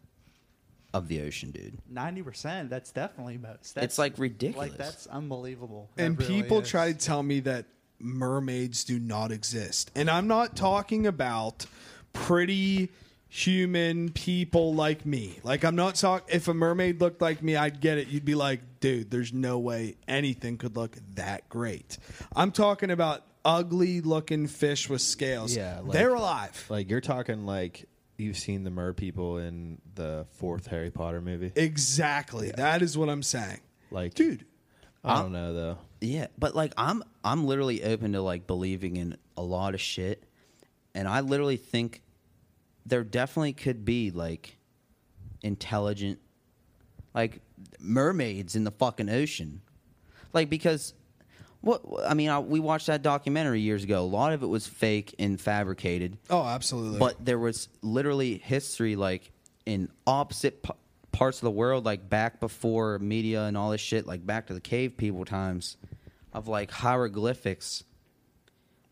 [SPEAKER 2] of the ocean, dude.
[SPEAKER 6] 90%, that's definitely most. That's,
[SPEAKER 2] it's like ridiculous.
[SPEAKER 6] Like, that's unbelievable. That
[SPEAKER 3] and
[SPEAKER 6] really
[SPEAKER 3] people
[SPEAKER 6] is.
[SPEAKER 3] try to tell me that mermaids do not exist and i'm not talking about pretty human people like me like i'm not talking if a mermaid looked like me i'd get it you'd be like dude there's no way anything could look that great i'm talking about ugly looking fish with scales
[SPEAKER 4] Yeah, like-
[SPEAKER 3] they're alive
[SPEAKER 4] like you're talking like you've seen the mer people in the fourth Harry Potter movie.
[SPEAKER 3] exactly that is what i'm saying
[SPEAKER 4] Like
[SPEAKER 3] dude
[SPEAKER 4] I don't know though.
[SPEAKER 2] yeah, but like I'm I'm literally open to like believing in a lot of shit. And I literally think there definitely could be like intelligent like mermaids in the fucking ocean like because what i mean I, we watched that documentary years ago a lot of it was fake and fabricated
[SPEAKER 3] oh absolutely
[SPEAKER 2] but there was literally history like in opposite p- parts of the world like back before media and all this shit like back to the cave people times of like hieroglyphics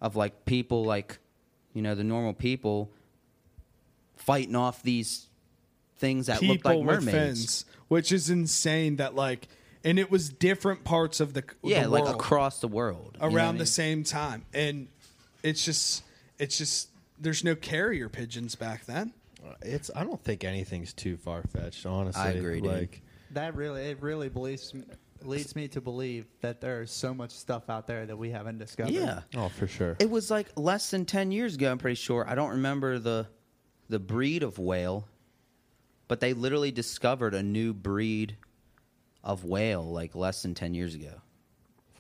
[SPEAKER 2] of like people like you know the normal people fighting off these things that look
[SPEAKER 3] people
[SPEAKER 2] like mermaids
[SPEAKER 3] with fins, which is insane. That like, and it was different parts of the the
[SPEAKER 2] yeah like
[SPEAKER 3] world
[SPEAKER 2] across the world you know
[SPEAKER 3] around
[SPEAKER 2] what
[SPEAKER 3] the
[SPEAKER 2] I mean?
[SPEAKER 3] same time, and it's just it's just there's no carrier pigeons back then.
[SPEAKER 4] It's I don't think anything's too far fetched, honestly.
[SPEAKER 2] I agree, dude.
[SPEAKER 4] Like
[SPEAKER 6] That really, it really believes, m- leads me to believe that there is so much stuff out there that we haven't discovered.
[SPEAKER 2] yeah
[SPEAKER 4] oh for sure.
[SPEAKER 2] It was like less than ten years ago. I'm pretty sure. I don't remember the the breed of whale, but they literally discovered a new breed of whale like less than ten years ago.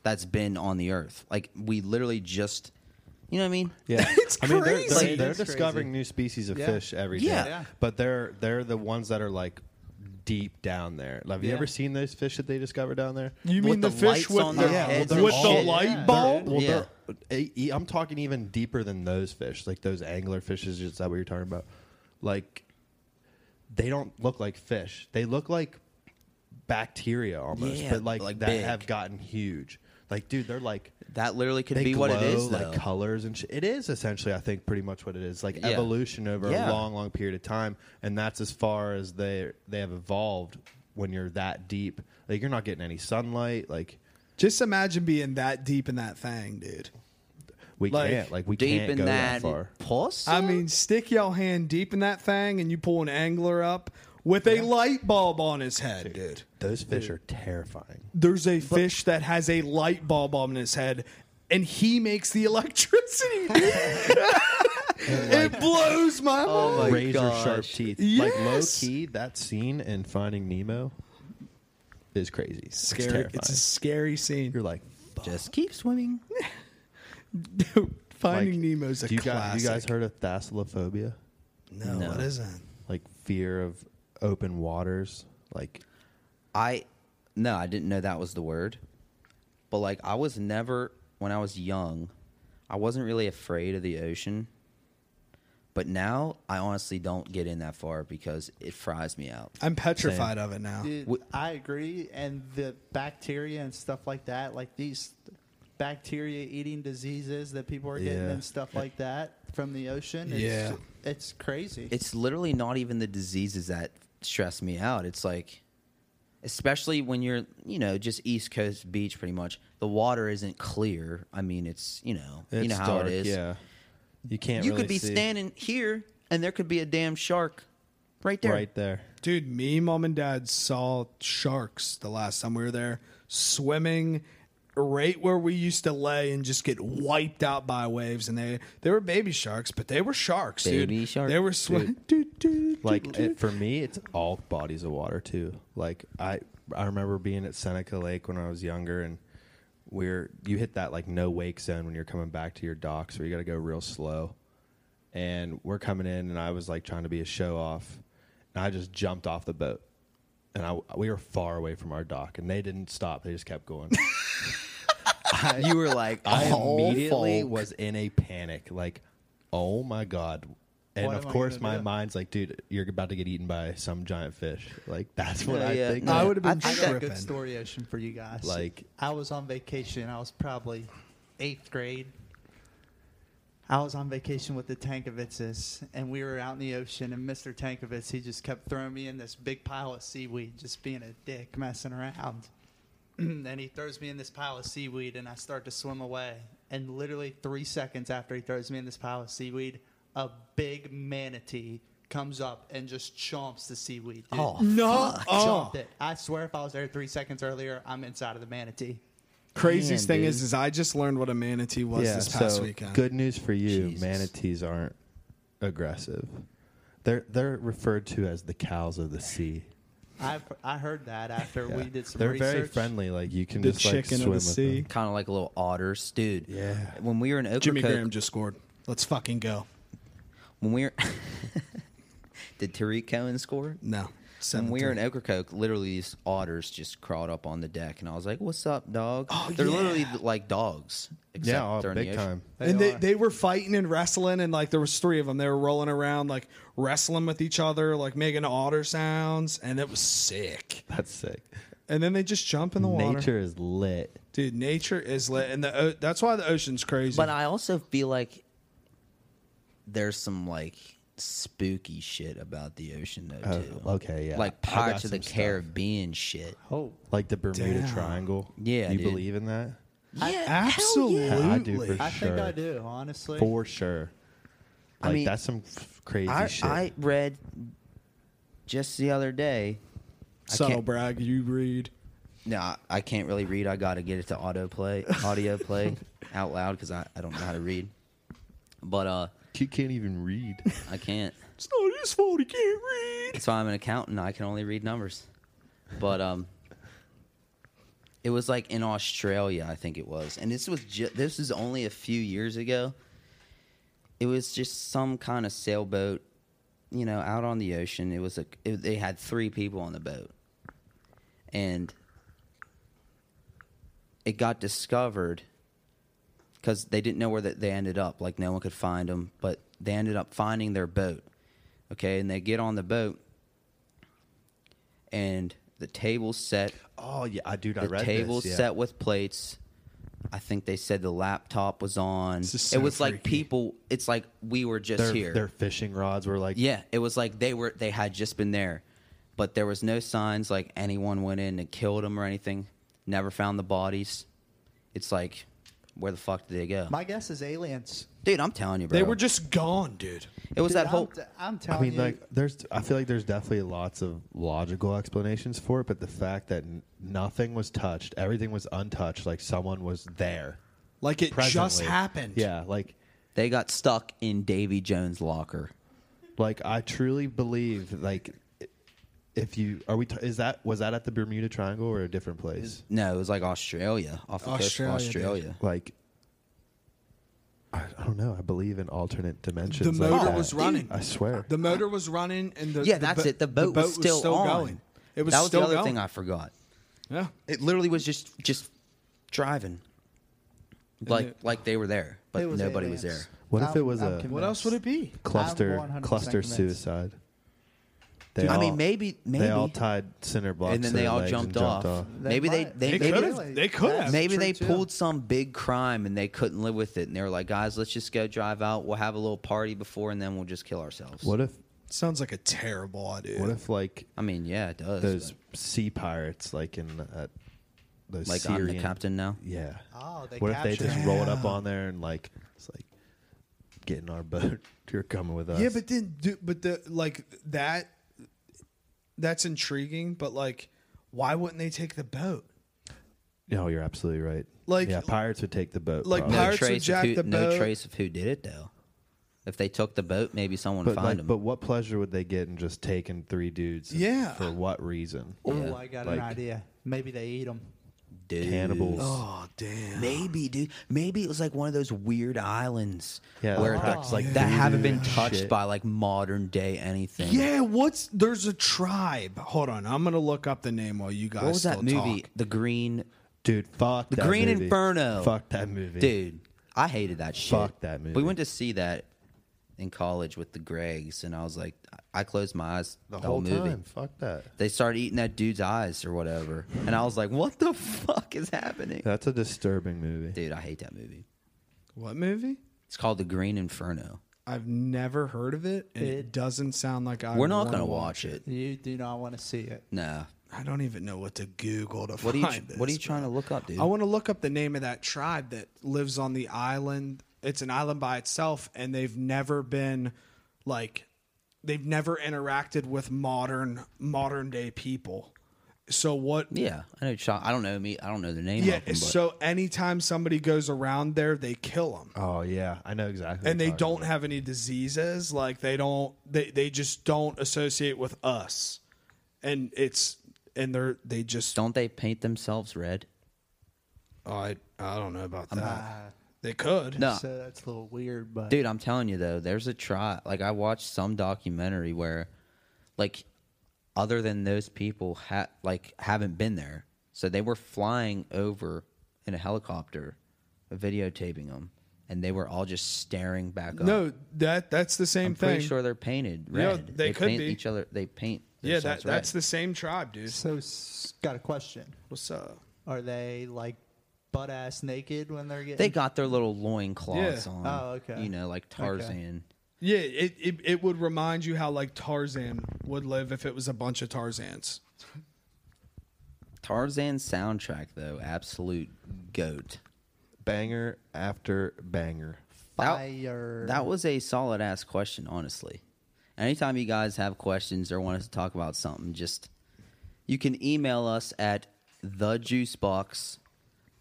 [SPEAKER 2] That's been on the earth. Like we literally just, you know what I mean?
[SPEAKER 4] Yeah,
[SPEAKER 3] It's
[SPEAKER 4] I mean, they're-
[SPEAKER 3] crazy.
[SPEAKER 4] They're,
[SPEAKER 2] It
[SPEAKER 4] they're
[SPEAKER 6] is crazy.
[SPEAKER 4] discovering new species of
[SPEAKER 6] Yeah.
[SPEAKER 4] fish every day.
[SPEAKER 2] Yeah.
[SPEAKER 6] Yeah.
[SPEAKER 4] but they're they're the ones that are like deep down there. Have you
[SPEAKER 6] Yeah.
[SPEAKER 4] ever seen those fish that they discover down there?
[SPEAKER 3] You
[SPEAKER 2] With mean
[SPEAKER 3] mean
[SPEAKER 2] the
[SPEAKER 3] the,
[SPEAKER 2] the fish lights
[SPEAKER 3] fish
[SPEAKER 2] with on
[SPEAKER 3] with
[SPEAKER 2] the-
[SPEAKER 3] the,
[SPEAKER 2] their heads
[SPEAKER 3] with
[SPEAKER 2] and
[SPEAKER 3] the
[SPEAKER 6] shit. Yeah.
[SPEAKER 3] light bulb?
[SPEAKER 4] Well,
[SPEAKER 2] Yeah.
[SPEAKER 4] they're- e- I'm talking even deeper than those fish, like those angler fishes. Is that what you're talking about? Like, they don't look like fish. They look like bacteria almost,
[SPEAKER 2] Yeah,
[SPEAKER 4] but like,
[SPEAKER 2] like
[SPEAKER 4] that
[SPEAKER 2] big.
[SPEAKER 4] have gotten huge. Like, dude, they're like
[SPEAKER 2] That literally could
[SPEAKER 4] they
[SPEAKER 2] be what it
[SPEAKER 4] glow,
[SPEAKER 2] is.
[SPEAKER 4] like
[SPEAKER 2] though.
[SPEAKER 4] colors and shit. It is essentially, I think, pretty much what it is. Like
[SPEAKER 2] Yeah.
[SPEAKER 4] evolution over
[SPEAKER 2] Yeah.
[SPEAKER 4] a long, long period of time, and that's as far as they they have evolved. When you're that deep, like you're not getting any sunlight. Like
[SPEAKER 3] Just imagine being that deep in that thing, dude.
[SPEAKER 4] we
[SPEAKER 3] Like,
[SPEAKER 4] can't, like we
[SPEAKER 2] Deep
[SPEAKER 4] can't
[SPEAKER 2] in
[SPEAKER 4] go
[SPEAKER 2] that,
[SPEAKER 4] that, far.
[SPEAKER 2] puss.
[SPEAKER 3] I mean, stick your hand deep in that thing, and you pull an angler up with a light bulb on his head, dude.
[SPEAKER 4] Those fish are terrifying.
[SPEAKER 3] there's a fish that has a light bulb on his head and he makes the electricity. it blows my mind.
[SPEAKER 2] oh my
[SPEAKER 4] Razor sharp
[SPEAKER 2] gosh.
[SPEAKER 4] teeth. Like low
[SPEAKER 3] Yes.
[SPEAKER 4] key, that scene in Finding Nemo is crazy. It's
[SPEAKER 3] Scary. It's,
[SPEAKER 4] terrifying.
[SPEAKER 3] a scary
[SPEAKER 4] you're
[SPEAKER 3] scene.
[SPEAKER 4] like
[SPEAKER 2] Just keep swimming.
[SPEAKER 3] Finding
[SPEAKER 4] like,
[SPEAKER 3] Nemo's a
[SPEAKER 4] do you
[SPEAKER 3] classic.
[SPEAKER 4] Guys, you guys heard of thassalophobia?
[SPEAKER 3] no,
[SPEAKER 2] No.
[SPEAKER 3] what is that?
[SPEAKER 4] like fear of open waters. Like
[SPEAKER 2] I no, I didn't know that was the word. But like I was never when I was young, I wasn't really afraid of the ocean. But now I honestly don't get in that far because it fries me out.
[SPEAKER 3] I'm petrified of it now.
[SPEAKER 6] Dude, I agree. And the bacteria and stuff like that, like these, bacteria eating diseases that people are getting
[SPEAKER 4] Yeah.
[SPEAKER 6] and stuff like that from the ocean. It's,
[SPEAKER 3] Yeah.
[SPEAKER 6] It's crazy.
[SPEAKER 2] it's literally not even the diseases that stress me out. It's like, especially when you're, you know, just East Coast beach, pretty much. The water isn't clear. I mean, it's you know, you know how it is.
[SPEAKER 4] Yeah, you can't.
[SPEAKER 2] you
[SPEAKER 4] really
[SPEAKER 2] could be
[SPEAKER 4] see
[SPEAKER 2] standing here, and there could be a damn shark right there.
[SPEAKER 4] right there.
[SPEAKER 3] Dude, me, mom, and dad saw sharks the last time we were there swimming right where we used to lay and just get wiped out by waves. And they they were baby sharks, but they were sharks,
[SPEAKER 2] Baby
[SPEAKER 3] dude.
[SPEAKER 2] shark.
[SPEAKER 3] They were swimming. Dude.
[SPEAKER 4] Like it, for me, it's all bodies of water too. Like I, I remember being at Seneca Lake when I was younger, and we're you hit that like no wake zone when you're coming back to your docks, where you got to go real slow. And we're coming in, and I was like trying to be a show off, and I just jumped off the boat, and I we were far away from our dock, and they didn't stop; they just kept going.
[SPEAKER 2] You were like,
[SPEAKER 4] I
[SPEAKER 2] oh,
[SPEAKER 4] immediately
[SPEAKER 2] fuck.
[SPEAKER 4] was in a panic, like, oh my god. And
[SPEAKER 6] What
[SPEAKER 4] of
[SPEAKER 6] am I
[SPEAKER 4] course,
[SPEAKER 6] gonna
[SPEAKER 4] my
[SPEAKER 6] do?
[SPEAKER 4] mind's like, dude, you're about to get eaten by some giant fish. Like that's what
[SPEAKER 2] Yeah,
[SPEAKER 4] I
[SPEAKER 2] yeah.
[SPEAKER 4] think.
[SPEAKER 2] No,
[SPEAKER 9] I would have been
[SPEAKER 6] I got a
[SPEAKER 9] tripping.
[SPEAKER 6] good story ocean for you guys.
[SPEAKER 4] Like-
[SPEAKER 6] I was on vacation. I was probably eighth grade. I was on vacation with the Tankovitzes, and we were out in the ocean. And Mr. Tankovitz, he just kept throwing me in this big pile of seaweed, just being a dick, messing around. and he throws me in this pile of seaweed, and I start to swim away. And literally three seconds after he throws me in this pile of seaweed, a big manatee comes up and just chomps the seaweed. Dude.
[SPEAKER 2] Oh,
[SPEAKER 9] No.
[SPEAKER 6] Chopped
[SPEAKER 3] Oh.
[SPEAKER 6] it. I swear, if I was there three seconds earlier, I'm inside of the manatee.
[SPEAKER 3] Craziest
[SPEAKER 2] Man,
[SPEAKER 3] thing
[SPEAKER 2] dude.
[SPEAKER 3] is, is I just learned what a manatee was
[SPEAKER 4] yeah.
[SPEAKER 3] this past
[SPEAKER 4] so
[SPEAKER 3] weekend.
[SPEAKER 4] good news for you,
[SPEAKER 2] Jesus.
[SPEAKER 4] manatees aren't aggressive. They're they're referred to as the cows of the sea.
[SPEAKER 6] I I heard that after we
[SPEAKER 4] Yeah.
[SPEAKER 6] did some
[SPEAKER 4] they're
[SPEAKER 6] research.
[SPEAKER 4] very friendly. Like you can
[SPEAKER 3] The
[SPEAKER 4] just like
[SPEAKER 3] chicken of
[SPEAKER 4] swim
[SPEAKER 3] the
[SPEAKER 4] with
[SPEAKER 3] sea.
[SPEAKER 4] them.
[SPEAKER 2] kind of like a little otters, dude.
[SPEAKER 4] Yeah.
[SPEAKER 2] When we were in Ocracoke,
[SPEAKER 3] Jimmy Graham just scored. Let's fucking go.
[SPEAKER 2] when we were, did Tariq Cohen score?
[SPEAKER 3] No.
[SPEAKER 2] when we were in
[SPEAKER 3] 17.
[SPEAKER 2] Ocracoke, literally these otters just crawled up on the deck, and I was like, "What's up, dog?" they're literally like dogs, except
[SPEAKER 4] Oh, Yeah, oh,
[SPEAKER 2] they're in
[SPEAKER 4] big
[SPEAKER 2] the ocean.
[SPEAKER 4] time.
[SPEAKER 6] They
[SPEAKER 3] and they,
[SPEAKER 6] are.
[SPEAKER 3] they were fighting and wrestling and like there was three of them they were rolling around like wrestling with each other like making otter sounds and it was sick
[SPEAKER 4] That's sick.
[SPEAKER 3] and then they just jump in the water
[SPEAKER 4] Nature is lit.
[SPEAKER 3] dude nature is lit and the o- that's why the ocean's crazy
[SPEAKER 2] But I also feel like there's some like spooky shit about the ocean though
[SPEAKER 4] Oh,
[SPEAKER 2] too.
[SPEAKER 4] okay, yeah.
[SPEAKER 2] Like
[SPEAKER 4] I got
[SPEAKER 2] Pirates of the
[SPEAKER 4] some stuff.
[SPEAKER 2] Caribbean shit.
[SPEAKER 6] Oh,
[SPEAKER 4] Like the Bermuda
[SPEAKER 3] Damn.
[SPEAKER 4] Triangle.
[SPEAKER 2] Yeah,
[SPEAKER 4] you
[SPEAKER 2] dude.
[SPEAKER 4] believe in that?
[SPEAKER 2] yeah,
[SPEAKER 3] absolutely
[SPEAKER 4] Yeah, I do for
[SPEAKER 6] I think I
[SPEAKER 4] Sure.
[SPEAKER 6] do honestly.
[SPEAKER 4] for sure.
[SPEAKER 2] I
[SPEAKER 4] Like
[SPEAKER 2] mean,
[SPEAKER 4] that's some f- crazy
[SPEAKER 2] I,
[SPEAKER 4] shit.
[SPEAKER 2] I read just the other day. I
[SPEAKER 3] subtle
[SPEAKER 2] can't-
[SPEAKER 3] brag you read
[SPEAKER 2] No, I can't really read. I got to get it to auto play, audio play out loud because I, I don't know how to read. But uh,
[SPEAKER 4] you can't even read.
[SPEAKER 2] I can't.
[SPEAKER 3] it's not his fault he can't read
[SPEAKER 2] That's why I'm an accountant. I can only read numbers. But um, it was like in Australia, I think it was, and this was ju- this was only a few years ago. It was just some kind of sailboat, you know, out on the ocean. It was a it, they had three people on the boat, and it got discovered because they didn't know where that they ended up. Like no one could find them, but they ended up finding their boat. Okay, and they get on the boat, and the table's set.
[SPEAKER 4] oh yeah, I do.
[SPEAKER 2] The table's set with plates. I think they said the laptop was on. it was like people. It's like we were just
[SPEAKER 4] Their,
[SPEAKER 2] here.
[SPEAKER 4] their fishing rods were like
[SPEAKER 2] Yeah, it was like they were they had just been there, but there was no signs like anyone went in and killed them or anything. Never found the bodies. It's like, where the fuck did they go,
[SPEAKER 6] My guess is aliens.
[SPEAKER 2] dude? I'm telling you, bro.
[SPEAKER 3] they were just gone dude
[SPEAKER 2] It was
[SPEAKER 6] Dude,
[SPEAKER 2] that whole.
[SPEAKER 6] I'm, t- I'm
[SPEAKER 4] I
[SPEAKER 6] telling
[SPEAKER 4] mean,
[SPEAKER 6] you.
[SPEAKER 4] like there's. I feel like there's definitely lots of logical explanations for it, but the fact that n- nothing was touched, everything was untouched, like someone was there.
[SPEAKER 3] like it just
[SPEAKER 4] presently.
[SPEAKER 3] happened
[SPEAKER 4] Yeah, like
[SPEAKER 2] They got stuck in Davy Jones' locker.
[SPEAKER 4] like I truly believe like if you are we t- is that was that at the Bermuda Triangle or a different place?
[SPEAKER 2] No, it was like Australia, off the
[SPEAKER 3] Australia,
[SPEAKER 2] coast
[SPEAKER 3] dude.
[SPEAKER 2] of Australia.
[SPEAKER 4] like I, I don't know. I believe in alternate
[SPEAKER 3] the
[SPEAKER 4] dimensions. like
[SPEAKER 3] motor
[SPEAKER 4] that.
[SPEAKER 3] was running
[SPEAKER 4] I swear.
[SPEAKER 3] the motor was running and the
[SPEAKER 2] Yeah,
[SPEAKER 3] the
[SPEAKER 2] that's
[SPEAKER 3] bo-
[SPEAKER 2] it. The boat, was still, on.
[SPEAKER 3] going it was
[SPEAKER 2] that was
[SPEAKER 3] still
[SPEAKER 2] the other
[SPEAKER 3] going.
[SPEAKER 2] thing I forgot.
[SPEAKER 3] yeah
[SPEAKER 2] It literally was just just driving, like like they were there, but
[SPEAKER 6] It was
[SPEAKER 2] nobody was
[SPEAKER 6] aliens.
[SPEAKER 2] there.
[SPEAKER 4] What if
[SPEAKER 6] I'm-
[SPEAKER 4] it was
[SPEAKER 6] I'm
[SPEAKER 4] a
[SPEAKER 6] convinced.
[SPEAKER 3] what else would it be
[SPEAKER 4] cluster
[SPEAKER 6] I'm 100%
[SPEAKER 4] cluster
[SPEAKER 6] convinced.
[SPEAKER 4] suicide? They
[SPEAKER 2] I
[SPEAKER 4] all-
[SPEAKER 2] mean, maybe maybe
[SPEAKER 4] They all tied center blocks,
[SPEAKER 2] and then
[SPEAKER 4] to
[SPEAKER 2] they
[SPEAKER 4] their
[SPEAKER 2] all
[SPEAKER 4] legs and
[SPEAKER 2] jumped, off.
[SPEAKER 6] They
[SPEAKER 2] Maybe they
[SPEAKER 6] might.
[SPEAKER 2] they
[SPEAKER 6] They
[SPEAKER 2] maybe
[SPEAKER 6] could've.
[SPEAKER 2] they-
[SPEAKER 6] They could have.
[SPEAKER 2] Maybe
[SPEAKER 6] True,
[SPEAKER 2] they
[SPEAKER 6] too.
[SPEAKER 2] pulled some big crime and they couldn't live with it, and they were like, "Guys, let's just go drive out. We'll have a little party before, and then we'll just kill ourselves."
[SPEAKER 4] What if?
[SPEAKER 3] Sounds like a terrible idea.
[SPEAKER 4] What if like
[SPEAKER 2] I mean, yeah, it does.
[SPEAKER 4] those
[SPEAKER 2] but-
[SPEAKER 4] sea pirates, like in uh, those
[SPEAKER 2] like I'm the
[SPEAKER 4] Syrian-
[SPEAKER 2] captain now.
[SPEAKER 4] Yeah.
[SPEAKER 6] Oh, they
[SPEAKER 4] what if they
[SPEAKER 6] captured
[SPEAKER 4] just
[SPEAKER 6] him.
[SPEAKER 4] rolled up on there and like it's like get in our boat? You're coming with us.
[SPEAKER 3] Yeah, but then, do, but the like that, that's intriguing. But like, why wouldn't they take the boat?
[SPEAKER 4] no, Oh, you're absolutely right.
[SPEAKER 3] Like-
[SPEAKER 4] yeah, pirates would take the boat.
[SPEAKER 3] Like
[SPEAKER 4] probably.
[SPEAKER 2] No
[SPEAKER 3] Pirates would
[SPEAKER 2] trace of
[SPEAKER 3] jack
[SPEAKER 2] who,
[SPEAKER 3] the
[SPEAKER 2] no
[SPEAKER 3] boat.
[SPEAKER 2] trace of who did it though. If they took the boat, maybe someone would
[SPEAKER 4] But
[SPEAKER 2] find
[SPEAKER 4] like,
[SPEAKER 2] them.
[SPEAKER 4] but what pleasure would they get in just taking three dudes? and
[SPEAKER 3] Yeah.
[SPEAKER 4] For what reason?
[SPEAKER 6] Oh,
[SPEAKER 2] Yeah.
[SPEAKER 6] I got
[SPEAKER 4] Like-
[SPEAKER 6] an idea. Maybe they eat them.
[SPEAKER 2] Dude.
[SPEAKER 4] Cannibals.
[SPEAKER 3] Oh damn!
[SPEAKER 2] Maybe, dude. Maybe it was like one of those weird islands
[SPEAKER 4] Yeah,
[SPEAKER 2] where
[SPEAKER 4] that
[SPEAKER 2] that,
[SPEAKER 4] practice, like,
[SPEAKER 2] that haven't been
[SPEAKER 4] voodoo
[SPEAKER 2] touched
[SPEAKER 4] shit.
[SPEAKER 2] by like modern day anything.
[SPEAKER 3] Yeah, what's there's a tribe. Hold on, I'm gonna look up the name while you guys.
[SPEAKER 2] What was that
[SPEAKER 3] still
[SPEAKER 2] movie?
[SPEAKER 3] talk.
[SPEAKER 2] The Green,
[SPEAKER 4] Dude, fuck
[SPEAKER 2] The
[SPEAKER 4] that
[SPEAKER 2] Green
[SPEAKER 4] movie.
[SPEAKER 2] Inferno.
[SPEAKER 4] Fuck that movie,
[SPEAKER 2] dude. I hated that shit.
[SPEAKER 4] Fuck that movie.
[SPEAKER 2] We went to see that in college with the Gregs, and I was like, I closed my eyes
[SPEAKER 4] The, whole
[SPEAKER 2] movie.
[SPEAKER 4] time. Fuck that.
[SPEAKER 2] They started eating that dude's eyes or whatever, and I was like, what the fuck is happening?
[SPEAKER 4] That's a disturbing movie.
[SPEAKER 2] Dude, I hate that movie.
[SPEAKER 3] What movie?
[SPEAKER 2] It's called The Green Inferno.
[SPEAKER 3] I've never heard of it, and it,
[SPEAKER 6] It-
[SPEAKER 3] doesn't sound like I.
[SPEAKER 2] We're not
[SPEAKER 3] wanna
[SPEAKER 2] gonna watch it.
[SPEAKER 6] You do not want to see it.
[SPEAKER 2] Nah.
[SPEAKER 3] I don't even know what to Google to
[SPEAKER 2] What are
[SPEAKER 3] find
[SPEAKER 2] you What are you
[SPEAKER 3] this,
[SPEAKER 2] trying to
[SPEAKER 3] bro.
[SPEAKER 2] look up, dude?
[SPEAKER 3] I want to look up the name of that tribe that lives on the island. It's an island by itself, and they've never been like they've never interacted with modern modern day people. So what?
[SPEAKER 2] yeah, I know. Sean- I don't know me. I don't know the name.
[SPEAKER 3] Yeah.
[SPEAKER 2] of them, but
[SPEAKER 3] so anytime somebody goes around there, they kill them,
[SPEAKER 4] Oh yeah, I know exactly.
[SPEAKER 3] and
[SPEAKER 4] what
[SPEAKER 3] they
[SPEAKER 4] you're talking
[SPEAKER 3] don't have any diseases. Like they don't. They they just don't associate with us, and it's and they're they just.
[SPEAKER 2] don't they paint themselves red?
[SPEAKER 3] Oh, I I don't know about that. they could.
[SPEAKER 2] No,
[SPEAKER 6] So that's a little weird, but
[SPEAKER 2] dude. I'm telling you though, there's a try. Like I watched some documentary where, like, other than those people, ha- like haven't been there. So they were flying over in a helicopter, videotaping them, and they were all just staring back up.
[SPEAKER 3] No, that that's the same
[SPEAKER 2] I'm
[SPEAKER 3] thing.
[SPEAKER 2] pretty sure they're painted
[SPEAKER 3] Yeah,
[SPEAKER 2] red.
[SPEAKER 3] they could
[SPEAKER 2] paint
[SPEAKER 3] be.
[SPEAKER 2] each other. They paint.
[SPEAKER 3] Yeah, that,
[SPEAKER 2] themselves
[SPEAKER 3] that's
[SPEAKER 2] red.
[SPEAKER 3] the same tribe, dude.
[SPEAKER 6] so s- got a question.
[SPEAKER 3] What's up?
[SPEAKER 6] Are they like butt ass naked when they're getting?
[SPEAKER 2] They got their little loin cloths
[SPEAKER 3] Yeah.
[SPEAKER 2] on.
[SPEAKER 6] Oh, okay.
[SPEAKER 2] You know, like Tarzan.
[SPEAKER 3] Yeah, it, it it would remind you how like Tarzan would live if it was a bunch of Tarzans.
[SPEAKER 2] Tarzan soundtrack though, absolute goat.
[SPEAKER 4] banger after banger.
[SPEAKER 6] fire.
[SPEAKER 2] That was a solid ass question, honestly. Anytime you guys have questions or want us to talk about something, just you can email us at the juicebox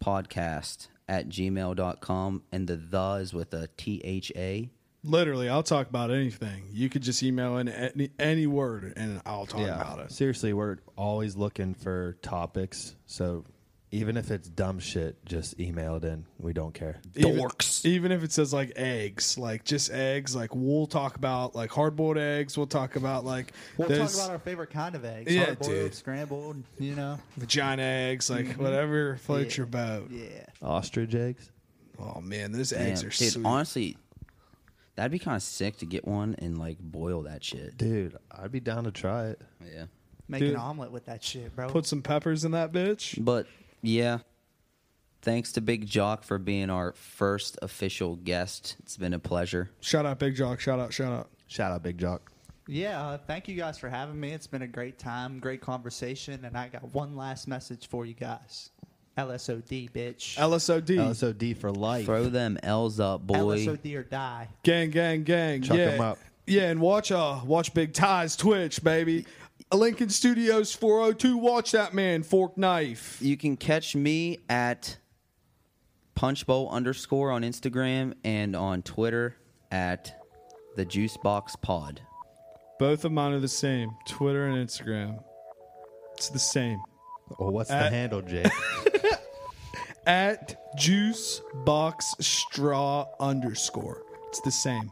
[SPEAKER 2] podcast at gmail.com and the the is with a T H A.
[SPEAKER 3] Literally, I'll talk about anything. You could just email in any, any word, and I'll talk about it.
[SPEAKER 4] Seriously, we're always looking for topics. So even if it's dumb shit, just email it in. We don't care.
[SPEAKER 3] Dorks. Even, even if it says like eggs, like just eggs, like we'll talk about like hard boiled eggs. We'll talk about like
[SPEAKER 6] We'll
[SPEAKER 3] those
[SPEAKER 6] talk about our favorite kind of eggs.
[SPEAKER 3] Yeah,
[SPEAKER 6] Hard-boiled,
[SPEAKER 3] dude.
[SPEAKER 6] Scrambled, you know.
[SPEAKER 3] vagina eggs, like whatever floats your boat.
[SPEAKER 6] Yeah.
[SPEAKER 4] Ostrich eggs.
[SPEAKER 3] Oh man, those eggs
[SPEAKER 2] Damn.
[SPEAKER 3] are
[SPEAKER 2] Dude,
[SPEAKER 3] sweet.
[SPEAKER 2] honestly, that'd be kind of sick to get one and like boil that shit.
[SPEAKER 4] Dude, I'd be down to try it.
[SPEAKER 2] Yeah.
[SPEAKER 6] Make
[SPEAKER 3] Dude.
[SPEAKER 6] an omelet with that shit, bro.
[SPEAKER 3] Put some peppers in that bitch.
[SPEAKER 4] Mm.
[SPEAKER 2] But yeah, thanks to Big Jock for being our first official guest. It's been a pleasure.
[SPEAKER 3] Shout out, Big Jock. Shout out, shout out.
[SPEAKER 4] Shout out Big Jock.
[SPEAKER 6] yeah, uh, thank you guys for having me. It's been a great time, great conversation, and I got one last message for you guys. LSOD, bitch.
[SPEAKER 3] LSOD.
[SPEAKER 4] LSOD for life.
[SPEAKER 2] Throw them L's up, boy.
[SPEAKER 6] LSOD or die.
[SPEAKER 3] Gang, gang, gang.
[SPEAKER 4] Chuck
[SPEAKER 3] yeah.
[SPEAKER 4] 'em up.
[SPEAKER 3] Yeah, and watch uh watch Big Ties Twitch, baby. Lincoln Studios 402. Watch that man, Fork Knife.
[SPEAKER 2] You can catch me at punchbowl underscore on Instagram and on Twitter at the Juicebox Pod.
[SPEAKER 3] Both of mine are the same. Twitter and Instagram. It's the same.
[SPEAKER 4] Well, what's the
[SPEAKER 3] At-
[SPEAKER 4] handle, Jake?
[SPEAKER 3] At juiceboxstraw underscore. It's the same.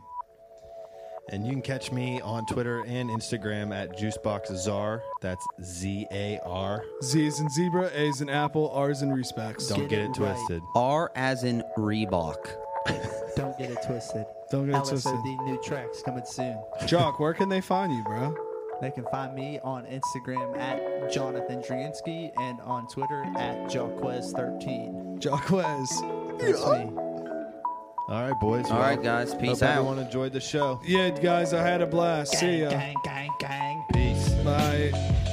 [SPEAKER 4] and you can catch me on Twitter and Instagram at JuiceboxZar. That's Z A R.
[SPEAKER 3] Z is in zebra, A's in apple, R's in respects.
[SPEAKER 4] Don't
[SPEAKER 6] Get
[SPEAKER 4] get
[SPEAKER 6] it
[SPEAKER 4] it
[SPEAKER 6] right.
[SPEAKER 4] twisted.
[SPEAKER 2] R as in Reebok.
[SPEAKER 6] Don't get it twisted.
[SPEAKER 3] Don't get it twisted.
[SPEAKER 6] LSOD new tracks coming soon.
[SPEAKER 3] Jock, where can they find you, bro?
[SPEAKER 6] They can find me on Instagram at Jonathan Dransky and on Twitter at Jacquez13.
[SPEAKER 3] Jacquez.
[SPEAKER 6] That's me.
[SPEAKER 4] All right, boys.
[SPEAKER 2] All right, guys. Peace
[SPEAKER 4] Hope
[SPEAKER 2] out.
[SPEAKER 4] everyone enjoyed the show.
[SPEAKER 3] Yeah, guys, I had a blast. See ya.
[SPEAKER 6] Gang, gang, gang, gang.
[SPEAKER 4] Peace.
[SPEAKER 3] Bye.